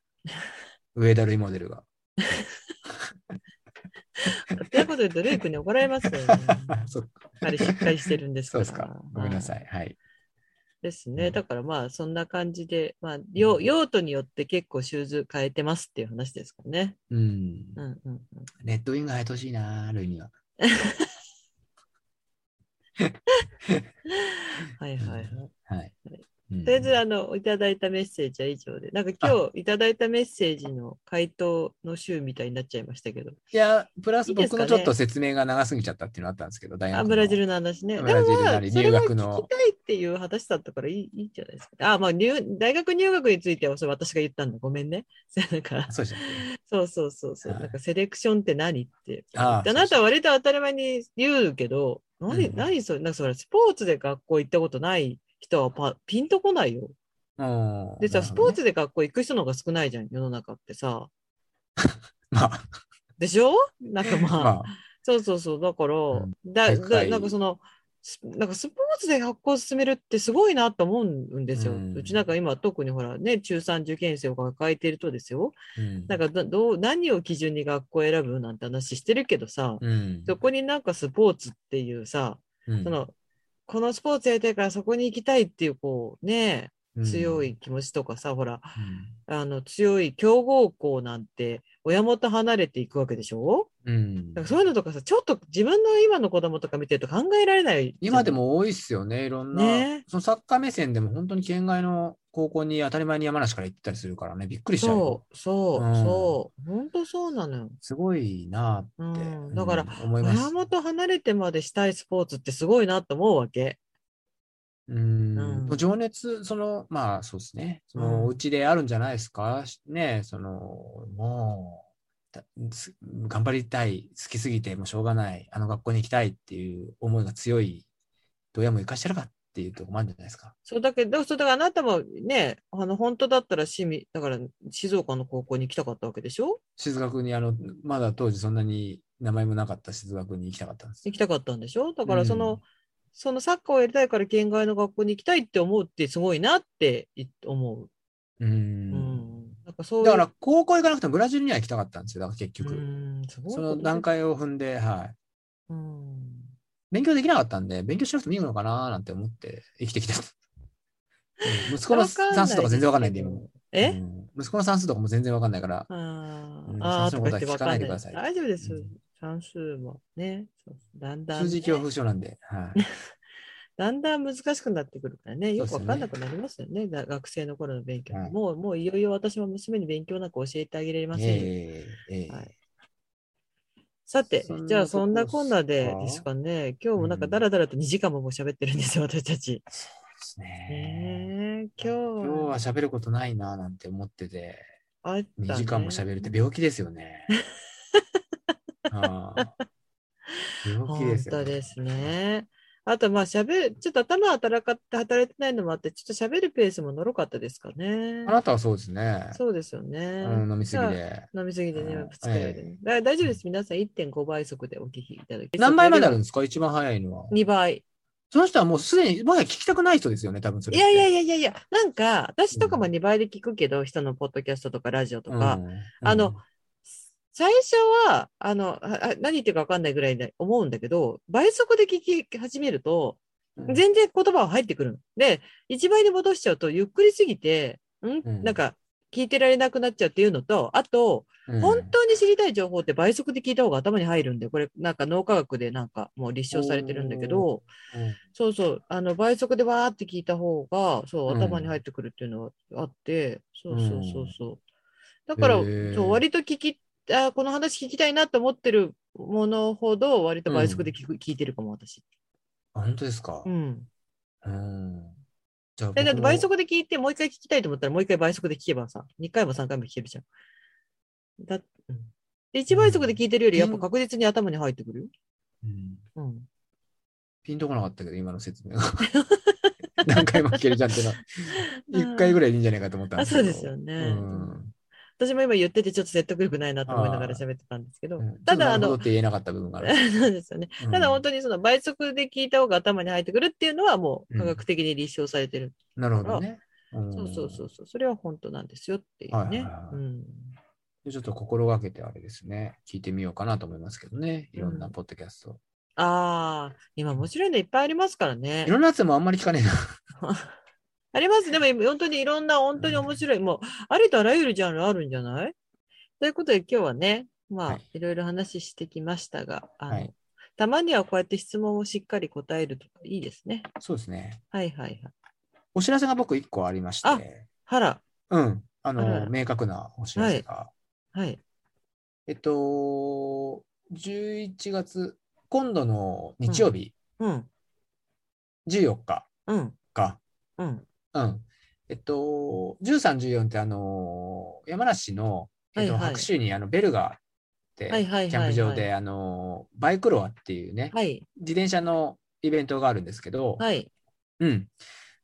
Speaker 1: 上田類モデルが。
Speaker 2: ということで、ドレイクに怒られますよ ね。
Speaker 1: そっか。
Speaker 2: 彼しっかりしてるんです
Speaker 1: そう
Speaker 2: から。
Speaker 1: ですか。ごめんなさ
Speaker 2: はい。
Speaker 1: い。はい。
Speaker 2: ですね。だからまあ、そんな感じで、まあ、用用途によって結構シューズ変えてますっていう話ですかね。
Speaker 1: うん。
Speaker 2: うんうんうん。
Speaker 1: レッドウィング入ってほしいな、ルイには。
Speaker 2: はいはいはい。
Speaker 1: はい。うん
Speaker 2: とりあえず、あの、いただいたメッセージは以上で、なんか今日いただいたメッセージの回答の週みたいになっちゃいましたけど、
Speaker 1: いや、プラ
Speaker 2: い
Speaker 1: ス
Speaker 2: いです
Speaker 1: 僕
Speaker 2: か
Speaker 1: の
Speaker 2: ね
Speaker 1: ちょっと説明が長すぎちゃったっていうのあったんですけど、大学
Speaker 2: あ、
Speaker 1: の
Speaker 2: ブラジルの話ね。で
Speaker 1: ブラジル
Speaker 2: も
Speaker 1: な
Speaker 2: まあ、
Speaker 1: り
Speaker 2: それは
Speaker 1: 留学の
Speaker 2: 聞きたいっていう話だったからいいいいんじゃないですか。あ、まあ入、大学入学についてはそれ私が言ったんだ。ごめんね。 なんか、
Speaker 1: そうでしたっ
Speaker 2: そうそうそうそう、
Speaker 1: はい
Speaker 2: なんかセレクションって何って。
Speaker 1: ああ
Speaker 2: であなたは割と当たり前に言うけど、何、
Speaker 1: うん
Speaker 2: 何それ、なんかそれ、スポーツで学校行ったことない人はパピンとこないよ。
Speaker 1: けうん
Speaker 2: で
Speaker 1: な
Speaker 2: さ、
Speaker 1: る
Speaker 2: ス
Speaker 1: ほ
Speaker 2: ポ
Speaker 1: ど
Speaker 2: ー
Speaker 1: ね
Speaker 2: ツで学校行く人の方が少ないじゃん、世の中ってさ。
Speaker 1: まあ、
Speaker 2: でしょなんかまあ、
Speaker 1: まあ、
Speaker 2: そうそうそう、だから、
Speaker 1: ん
Speaker 2: だ
Speaker 1: 体育
Speaker 2: だ
Speaker 1: 会
Speaker 2: なんかその、スなんかスポーツで学校を進めるってすごいなと思うんですよ。
Speaker 1: う
Speaker 2: うんちなんか今、特にほらね、中3受験生を抱えているとですよ、
Speaker 1: うん
Speaker 2: なんかどどう何を基準に学校を選ぶなんて話してるけどさ、
Speaker 1: うん
Speaker 2: そこになんかスポーツっていうさ、
Speaker 1: うん
Speaker 2: そのこのスポーツやりたいからそこに行きたいっていう、こうね、
Speaker 1: うん
Speaker 2: 強い気持ちとかさ、ほら、
Speaker 1: うん
Speaker 2: あの強い強豪校なんて親元離れていくわけでしょ
Speaker 1: うん
Speaker 2: だからそういうのとかさ、ちょっと自分の今の子供とか見てると考えられない。
Speaker 1: 今で。も多いっすよね、いろんな。
Speaker 2: ね
Speaker 1: そのサッカー目線でも本当に県外の高校に当たり前に山梨から行ってたりするからね、びっくりしちゃうよ
Speaker 2: そ。う、そう、
Speaker 1: うん
Speaker 2: そう。本当そうなのよ。
Speaker 1: すごいな
Speaker 2: う
Speaker 1: って、
Speaker 2: ん。だから、
Speaker 1: うん思います
Speaker 2: 親。元離れてまでしたいスポーツってすごいなと思うわけ。
Speaker 1: うん
Speaker 2: うん
Speaker 1: 情熱、その、まあそうですね、そ
Speaker 2: うん
Speaker 1: のうちであるんじゃないですか、ね、その、もうたす頑張りたい、好きすぎてもうしょうがない、あの学校に行きたいっていう思いが強い、親も生かしてるかっていうところもあるんじゃないですか。
Speaker 2: そうだけど、そうだからあなたもね、あの、本当だったら市民、だから静岡の高校に行きたかったわけでしょ
Speaker 1: 静学に、あの、まだ当時そんなに名前もなかった静学に行きたかったんですよ
Speaker 2: 行きたかったんでしょだからその、
Speaker 1: うん
Speaker 2: そのサッカーをやりたいから県外の学校に行きたいって思うってすごいなってい思う。
Speaker 1: う。
Speaker 2: うんん。なんかそういう。
Speaker 1: だから、高校行かなくてもブラジルには行きたかったんですよ、だから結
Speaker 2: う
Speaker 1: 局。
Speaker 2: ん、すごい
Speaker 1: そ
Speaker 2: こと
Speaker 1: の段階を踏んで、はい。
Speaker 2: うん。
Speaker 1: 勉強できなかったんで、勉強しなくてもいいのかなーなんて思って生きてきた。うん息子の
Speaker 2: わかんない
Speaker 1: 算数とか全然わかんないんで、今。
Speaker 2: え、
Speaker 1: うん息子の算数とかも全然わかんないから、
Speaker 2: あー
Speaker 1: うん
Speaker 2: あー、
Speaker 1: 算数
Speaker 2: と
Speaker 1: の
Speaker 2: か
Speaker 1: ことは
Speaker 2: 言ってわ
Speaker 1: 聞
Speaker 2: か
Speaker 1: か
Speaker 2: んな
Speaker 1: ない
Speaker 2: い。
Speaker 1: でください
Speaker 2: 大丈夫です
Speaker 1: うん。
Speaker 2: 算数もね、そうだんだ
Speaker 1: 数
Speaker 2: ん、ね、
Speaker 1: 字恐怖症なんで、はい。
Speaker 2: だんだん難しくなってくるからね、よく
Speaker 1: そう
Speaker 2: わ
Speaker 1: ですよね
Speaker 2: かんなくなりますよね、だ学生の頃の勉強、
Speaker 1: はい
Speaker 2: もう、もういよいよ私も娘に勉強なんか教えてあげら れませんよ。
Speaker 1: ええええ
Speaker 2: はいさて
Speaker 1: そん、な
Speaker 2: じゃあ
Speaker 1: とこ
Speaker 2: そんなこんな
Speaker 1: っ
Speaker 2: で
Speaker 1: すか
Speaker 2: ですかね、今日もなんか
Speaker 1: うん
Speaker 2: だらだらと2時間ももう喋ってるんですよ、私たち。
Speaker 1: ですね。
Speaker 2: ねえ、今日
Speaker 1: 今日は喋ることないなーなんて思ってて、
Speaker 2: あったね
Speaker 1: 2時間も喋るって病気ですよ ね。ああ病気ですよ、
Speaker 2: 本当ですね。あと、まあ、しゃべちょっと頭働かって働いてないのもあって、ちょっと喋るペースものろかったですかね
Speaker 1: あ。なたはそうですね。
Speaker 2: そうですよね。
Speaker 1: うん飲みすぎ
Speaker 2: じゃ
Speaker 1: で。
Speaker 2: あ。飲みすぎでね
Speaker 1: うん、
Speaker 2: 二日酔いでね。だ大丈夫です。皆さん1.5倍速でお聞きいただき
Speaker 1: 何倍まであるんですか一番早いのは。
Speaker 2: ?2 倍。
Speaker 1: その人はもうすでに、まだ聞きたくない人ですよね、多分それ
Speaker 2: い
Speaker 1: って。
Speaker 2: やいやいやいやいや、なんか、私とかも2倍で聞くけど、人のポッドキャストとかラジオとか、
Speaker 1: うん
Speaker 2: あの、最初は、あの、ああ何言ってるか分かんないぐらいで思うんだけど、倍速で聞き始めると、
Speaker 1: うん
Speaker 2: 全然言葉は入ってくるの。で、1倍に戻しちゃうと、ゆっくりすぎて、ん、
Speaker 1: うん
Speaker 2: なんか、聞いてられなくなっちゃうっていうのと、あと、
Speaker 1: うん
Speaker 2: 本当に知りたい情報って倍速で聞いた方が頭に入るんで、これ、なんか脳科学でなんかもう立証されてるんだけど、
Speaker 1: うん
Speaker 2: そうそう、あの倍速でわーって聞いた方が、そう
Speaker 1: ん
Speaker 2: う、頭に入ってくるっていうのはあって、そうそうそうそう。だ
Speaker 1: ん
Speaker 2: から、
Speaker 1: へー
Speaker 2: そう割と聞きあ、この話聞きたいなと思ってるものほど、割と倍速で聞く、聞いてるかも、私。
Speaker 1: あ本当ですか
Speaker 2: う。ん。
Speaker 1: うん。じゃあ
Speaker 2: え、だ
Speaker 1: 僕
Speaker 2: って
Speaker 1: も
Speaker 2: 倍速で聞いて、もう一回聞きたいと思ったら、もう一回倍速で聞けばさ、2回も3回も聞けるじゃん。だ、うん。で、1倍速で聞いてるより、やっぱ確実に頭に入ってくるよ。
Speaker 1: うん
Speaker 2: うん。
Speaker 1: ピンとこなかったけど、今の説明が。 何回も聞けるじゃんっていうのは。1回ぐらいでいいんじゃないかと思ったん
Speaker 2: あ、
Speaker 1: です
Speaker 2: そ
Speaker 1: け
Speaker 2: う
Speaker 1: ど。
Speaker 2: ですよね。
Speaker 1: うん
Speaker 2: 私も今言ってて、ちょっと説得力ないなと思いながら喋ってたんですけど
Speaker 1: う、ん。
Speaker 2: ただあ
Speaker 1: ちょっとなるほ
Speaker 2: の
Speaker 1: どって言えなかった部分がある。
Speaker 2: そうですよね。
Speaker 1: うん
Speaker 2: ただ本当にその倍速で聞いた方が頭に入ってくるっていうのはもう科学的に立証されてる。
Speaker 1: なるほどね。
Speaker 2: そうそうそううそう。それは本当なんですよっていうね。
Speaker 1: はいはいはい
Speaker 2: うん。
Speaker 1: ん。ちょっと心がけてあれですね。聞いてみようかなと思いますけどね。いろんなポッドキャスト。
Speaker 2: ああ、今面白いのいっぱいありますからね
Speaker 1: い。ろんなやつもあんまり聞かねえな。
Speaker 2: あります。でも今本当にいろんな本当に面白い、もうありとあらゆるジャンルあるんじゃないということで今日はね、まあ、
Speaker 1: はい
Speaker 2: い、ろいろ話してきましたが、あの
Speaker 1: はい
Speaker 2: たまにはこうやって質問をしっかり答えるとかいいですね。
Speaker 1: そうですね。
Speaker 2: はいはいはい。
Speaker 1: お知らせが僕1個ありまし
Speaker 2: あ
Speaker 1: て。
Speaker 2: はら、
Speaker 1: うん。あ
Speaker 2: あらら
Speaker 1: の、明確なお知らせが。
Speaker 2: はい。
Speaker 1: えっと、11月、今度の日曜日、
Speaker 2: うん、
Speaker 1: 14日
Speaker 2: うん、
Speaker 1: か。
Speaker 2: うん。
Speaker 1: うん。えっと、13、14って、あのー、山梨の、えっと、
Speaker 2: はいはい
Speaker 1: 白州にあのベルガーって、
Speaker 2: はいはいはいはい
Speaker 1: キャンプ場で、あのー、バイクロアっていうね、
Speaker 2: はい、
Speaker 1: 自転車のイベントがあるんですけど、
Speaker 2: はい、
Speaker 1: うん。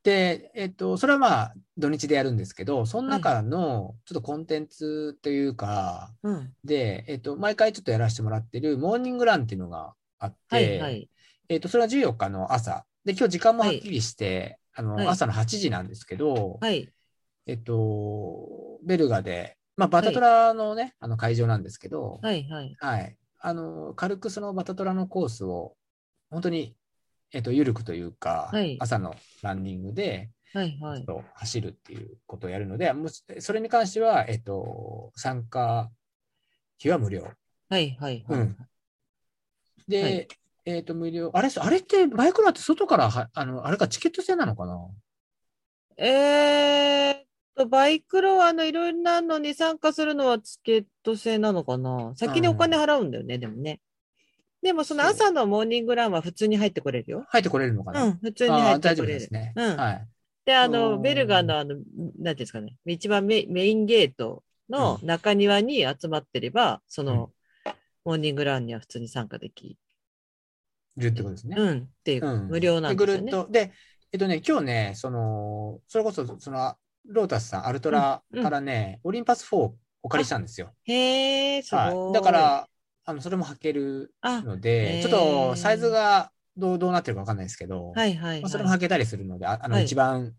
Speaker 1: で、えっと、それはまあ、土日でやるんですけど、その中の、ちょっとコンテンツというか、
Speaker 2: うん、
Speaker 1: で、えっと、毎回ちょっとやらせてもらってるモーニングランっていうのがあって、
Speaker 2: はい、はい、
Speaker 1: えっと、それは14日の朝。で、今日時間もはっきりして、あの、
Speaker 2: はい
Speaker 1: 朝の8時なんですけど、
Speaker 2: はい、
Speaker 1: えっと、ベルガで、まあ、バタトラのね、あの会場なんですけど、
Speaker 2: はい、はい、
Speaker 1: はい。あの、軽くそのバタトラのコースを、本当に、えっと、緩くというか、
Speaker 2: はい
Speaker 1: 朝のランニングで、
Speaker 2: はい、
Speaker 1: ちょ
Speaker 2: は
Speaker 1: っ
Speaker 2: い。
Speaker 1: と走るっていうことをやるので、もしそれに関しては、えっと、参加日は無料。
Speaker 2: はいはいは
Speaker 1: う
Speaker 2: い。
Speaker 1: んで、
Speaker 2: はい
Speaker 1: えっ、と、無料。あれ、あれって、バイクロアって外からは、あの、あれか、チケット制なのかな
Speaker 2: えーっと、バイクロアのいろいろなのに参加するのはチケット制なのかな先にお金払うんだよね、でもね。でもその
Speaker 1: そう
Speaker 2: 朝のモーニングランは普通に入ってこれるよ。
Speaker 1: 入ってこれるのかな、
Speaker 2: うん、普通に
Speaker 1: あ
Speaker 2: 入
Speaker 1: あ、
Speaker 2: って
Speaker 1: 大丈
Speaker 2: こ
Speaker 1: 夫
Speaker 2: れ
Speaker 1: で
Speaker 2: る
Speaker 1: す。ね。
Speaker 2: うん
Speaker 1: はい。
Speaker 2: で、あ
Speaker 1: う
Speaker 2: の、
Speaker 1: ん
Speaker 2: ベルガーのあの、なんていうんですかね、一番メメインゲートの中庭に集まってれば、その、モーニングランには普通に参加でき、
Speaker 1: いるってことですね。
Speaker 2: うん、っていう、
Speaker 1: うん
Speaker 2: 無料なんです
Speaker 1: ぐ
Speaker 2: よ
Speaker 1: るっ
Speaker 2: ね。
Speaker 1: と。で、えっとね、今日ね、その、それこそ、その、ロータスさん、アルトラからね、オリンパス4をお借りしたんですよ。
Speaker 2: へえ、す
Speaker 1: は
Speaker 2: ご
Speaker 1: い。
Speaker 2: い。
Speaker 1: だか、ら、あの、それも履ける
Speaker 2: あ、
Speaker 1: ので、
Speaker 2: へー
Speaker 1: ちょっとサイズがどうどうなってるかわかんないですけど、
Speaker 2: はいはい、
Speaker 1: まあ、
Speaker 2: はい。
Speaker 1: それも履けたりするので、ああの、
Speaker 2: はい
Speaker 1: 一番、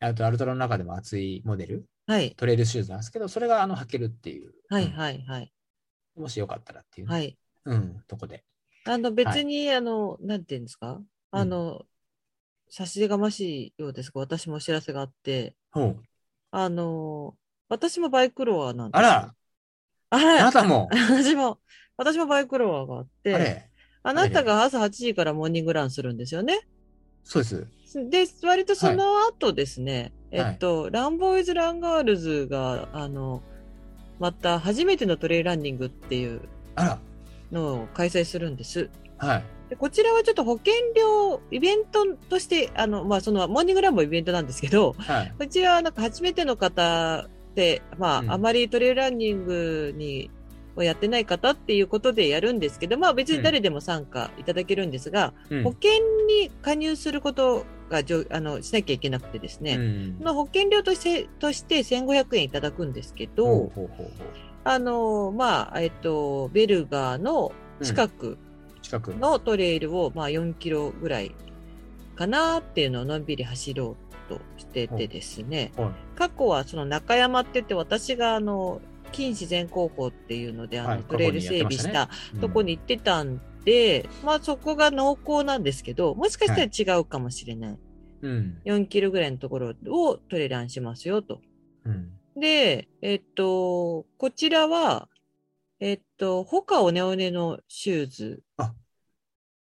Speaker 1: あとアルトラの中でも熱いモデル、
Speaker 2: はい、
Speaker 1: トレイルシューズなんですけど、それがあの履けるっていう、
Speaker 2: はい、はい、はい。
Speaker 1: もしよかったらっていう、
Speaker 2: はい。
Speaker 1: うん、とこで。
Speaker 2: あの、別に、あの、なんていうんですかあの、差し出がましいようですが、私もお知らせがあって、
Speaker 1: ほう
Speaker 2: あの、私もバイクロアなんです
Speaker 1: あ
Speaker 2: よ
Speaker 1: ら、
Speaker 2: あ
Speaker 1: あ
Speaker 2: ら
Speaker 1: なた も、
Speaker 2: 私も、私もバイクロアがあっ
Speaker 1: あ
Speaker 2: て、
Speaker 1: れ、
Speaker 2: あなたが朝8時からモーニングランするんですよね。
Speaker 1: そうです。
Speaker 2: で、割とその後ですね、
Speaker 1: はい
Speaker 2: えっと、ランボーイズ・ランガールズが、あの、また初めてのトレイルランニングっていう
Speaker 1: あ
Speaker 2: のを開催するんです。
Speaker 1: ら、はい。
Speaker 2: でこちらはちょっと保険料、イベントとして、あの、まあ、その、モーニングランもイベントなんですけど、
Speaker 1: はい。
Speaker 2: こちらはなんか初めての方で、まあ、
Speaker 1: うん
Speaker 2: あまりトレイルランニングに、をやってない方っていうことでやるんですけど、まあ別に誰でも参加いただけるんですが、
Speaker 1: うん
Speaker 2: 保険に加入することがじょあのしなきゃいけなくてですね、
Speaker 1: うん
Speaker 2: その保険料としてとして1500円いただくんですけど、
Speaker 1: ほうほうほうほう
Speaker 2: あの、まあ、えっと、ベルガーの近く
Speaker 1: 近く
Speaker 2: のトレイルを、まあ4キロぐらいかなっていうのをのんびり走ろうとしててですね、
Speaker 1: は
Speaker 2: 過去はその中山って言って私があの近自然高校っていうのであの、
Speaker 1: はい
Speaker 2: トレイル整備
Speaker 1: 過去
Speaker 2: し
Speaker 1: にや
Speaker 2: たとこに行ってたんで、まあそこが濃厚なんですけどもしかしたら違うかもしれない、
Speaker 1: うん
Speaker 2: 4キロぐらいのところをトレランしますよと。
Speaker 1: うん
Speaker 2: でえっとこちらはえっと他オネオネのシューズ
Speaker 1: あ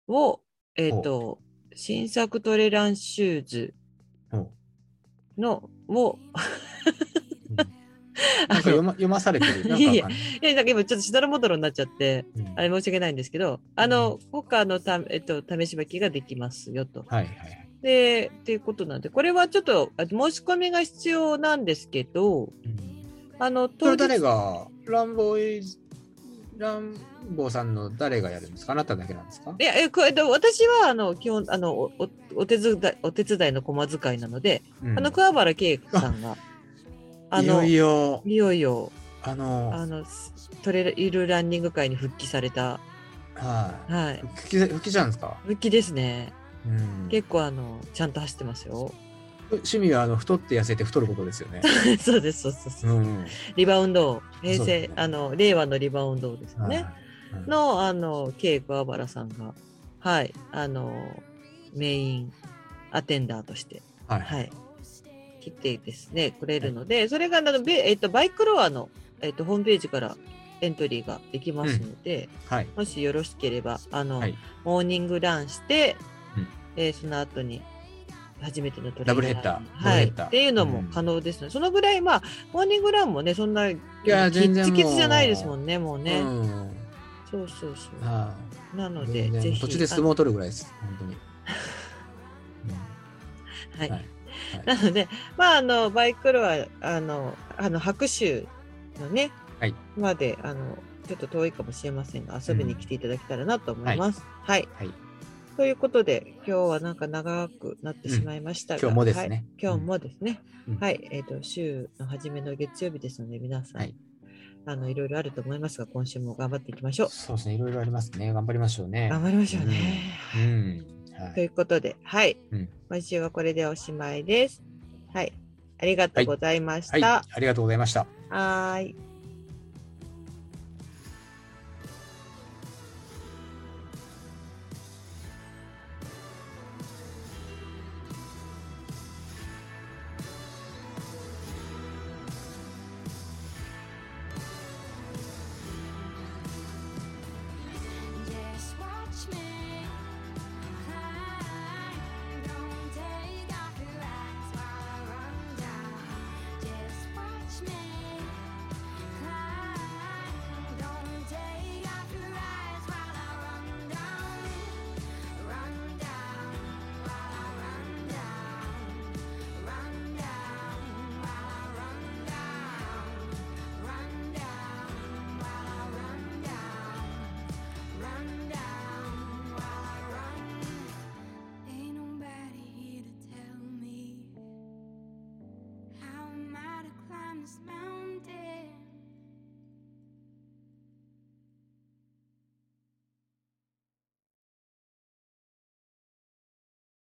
Speaker 2: をえっと新作トレランシューズ
Speaker 1: ほう
Speaker 2: のを
Speaker 1: なんか読ま読まされてるなんか
Speaker 2: いえいえ
Speaker 1: わかんない
Speaker 2: え、なんか今ちょっとしどろもどろになっちゃって、
Speaker 1: うん
Speaker 2: あれ申し訳ないんですけど、あの、他のた、えっと、試し履きができますよと。
Speaker 1: はいはいはい
Speaker 2: で、っていうことなんで、これはちょっとあ申し込みが必要なんですけど、
Speaker 1: うん
Speaker 2: あの、
Speaker 1: そ
Speaker 2: 当
Speaker 1: れ誰
Speaker 2: 日、
Speaker 1: がランボーイズランボーさんの誰がやるんですかあなただけなんですか
Speaker 2: いや、え、これ、えっと私は、あの、基本、あの、お、おお手伝い、お手伝いの駒使いなので、
Speaker 1: うん
Speaker 2: あの、桑原圭吾さんが、あ
Speaker 1: いよ
Speaker 2: の、
Speaker 1: いよ
Speaker 2: いよいよ
Speaker 1: あの
Speaker 2: あの、トレイルランニング界に復帰された、
Speaker 1: はい
Speaker 2: はい、
Speaker 1: 復帰復帰じゃんですか
Speaker 2: 復帰ですね。
Speaker 1: うん
Speaker 2: 結構、あの、ちゃんと走ってますよ。
Speaker 1: 趣味はあの太って痩せて太ることですよね
Speaker 2: そうです、そうそうそうう。
Speaker 1: ん
Speaker 2: リバウンド王、平
Speaker 1: そう
Speaker 2: 成、
Speaker 1: ですね
Speaker 2: あの、令和のリバウンド王ですよね。
Speaker 1: はいうん
Speaker 2: の、あの、K 桑原さんが、はい、あの、メインアテンダーとして、
Speaker 1: はい
Speaker 2: はい、来てですね、くれるので、それが、あの、べえっと、バイクロアの、えっと、ホームページからエントリーができますので、
Speaker 1: はい
Speaker 2: もしよろしければ、あの、
Speaker 1: はい
Speaker 2: モーニングランして、
Speaker 1: うん
Speaker 2: えーその後に、初めてのトレ
Speaker 1: ダブルヘッダーダブル
Speaker 2: は
Speaker 1: ヘ
Speaker 2: い。
Speaker 1: ッダー
Speaker 2: っていうのも可能ですね。そのぐらい、まあ、モーニングランもね、そんな、い
Speaker 1: や
Speaker 2: キ
Speaker 1: 全
Speaker 2: ッ
Speaker 1: 然
Speaker 2: チ
Speaker 1: もう
Speaker 2: キチじゃないですもんね、もうね。
Speaker 1: うん
Speaker 2: そうそうそう。
Speaker 1: はい
Speaker 2: なので、
Speaker 1: 全然
Speaker 2: ぜひ。
Speaker 1: 途中で相撲を取るぐらいです、本当に。
Speaker 2: あはい
Speaker 1: はい
Speaker 2: なので、まあ、あの、バイクロは、あの、あの、白州のね、
Speaker 1: はい
Speaker 2: まで、あの、ちょっと遠いかもしれませんが、遊びに来ていただけたらなと思います。はい。
Speaker 1: はい
Speaker 2: ということで、今日はなんか長くなってしまいましたが、
Speaker 1: 今日もです
Speaker 2: はい
Speaker 1: ね。
Speaker 2: 今日もですね、
Speaker 1: うん
Speaker 2: はい、えっ、と、週の初めの月曜日ですので、皆さん、
Speaker 1: はい
Speaker 2: あの、いろいろあると思いますが、今週も頑張っていきまし
Speaker 1: う
Speaker 2: ょ
Speaker 1: ん
Speaker 2: う。
Speaker 1: そうですね、いろいろありますね。頑張りましょうね。
Speaker 2: 頑張りましょうね。
Speaker 1: うん。は
Speaker 2: とい
Speaker 1: い。
Speaker 2: うことで、はい、
Speaker 1: うん
Speaker 2: 今週はこれでおしまいです。はい、ありがとうございました。
Speaker 1: はい、ありがとうございました。
Speaker 2: はーい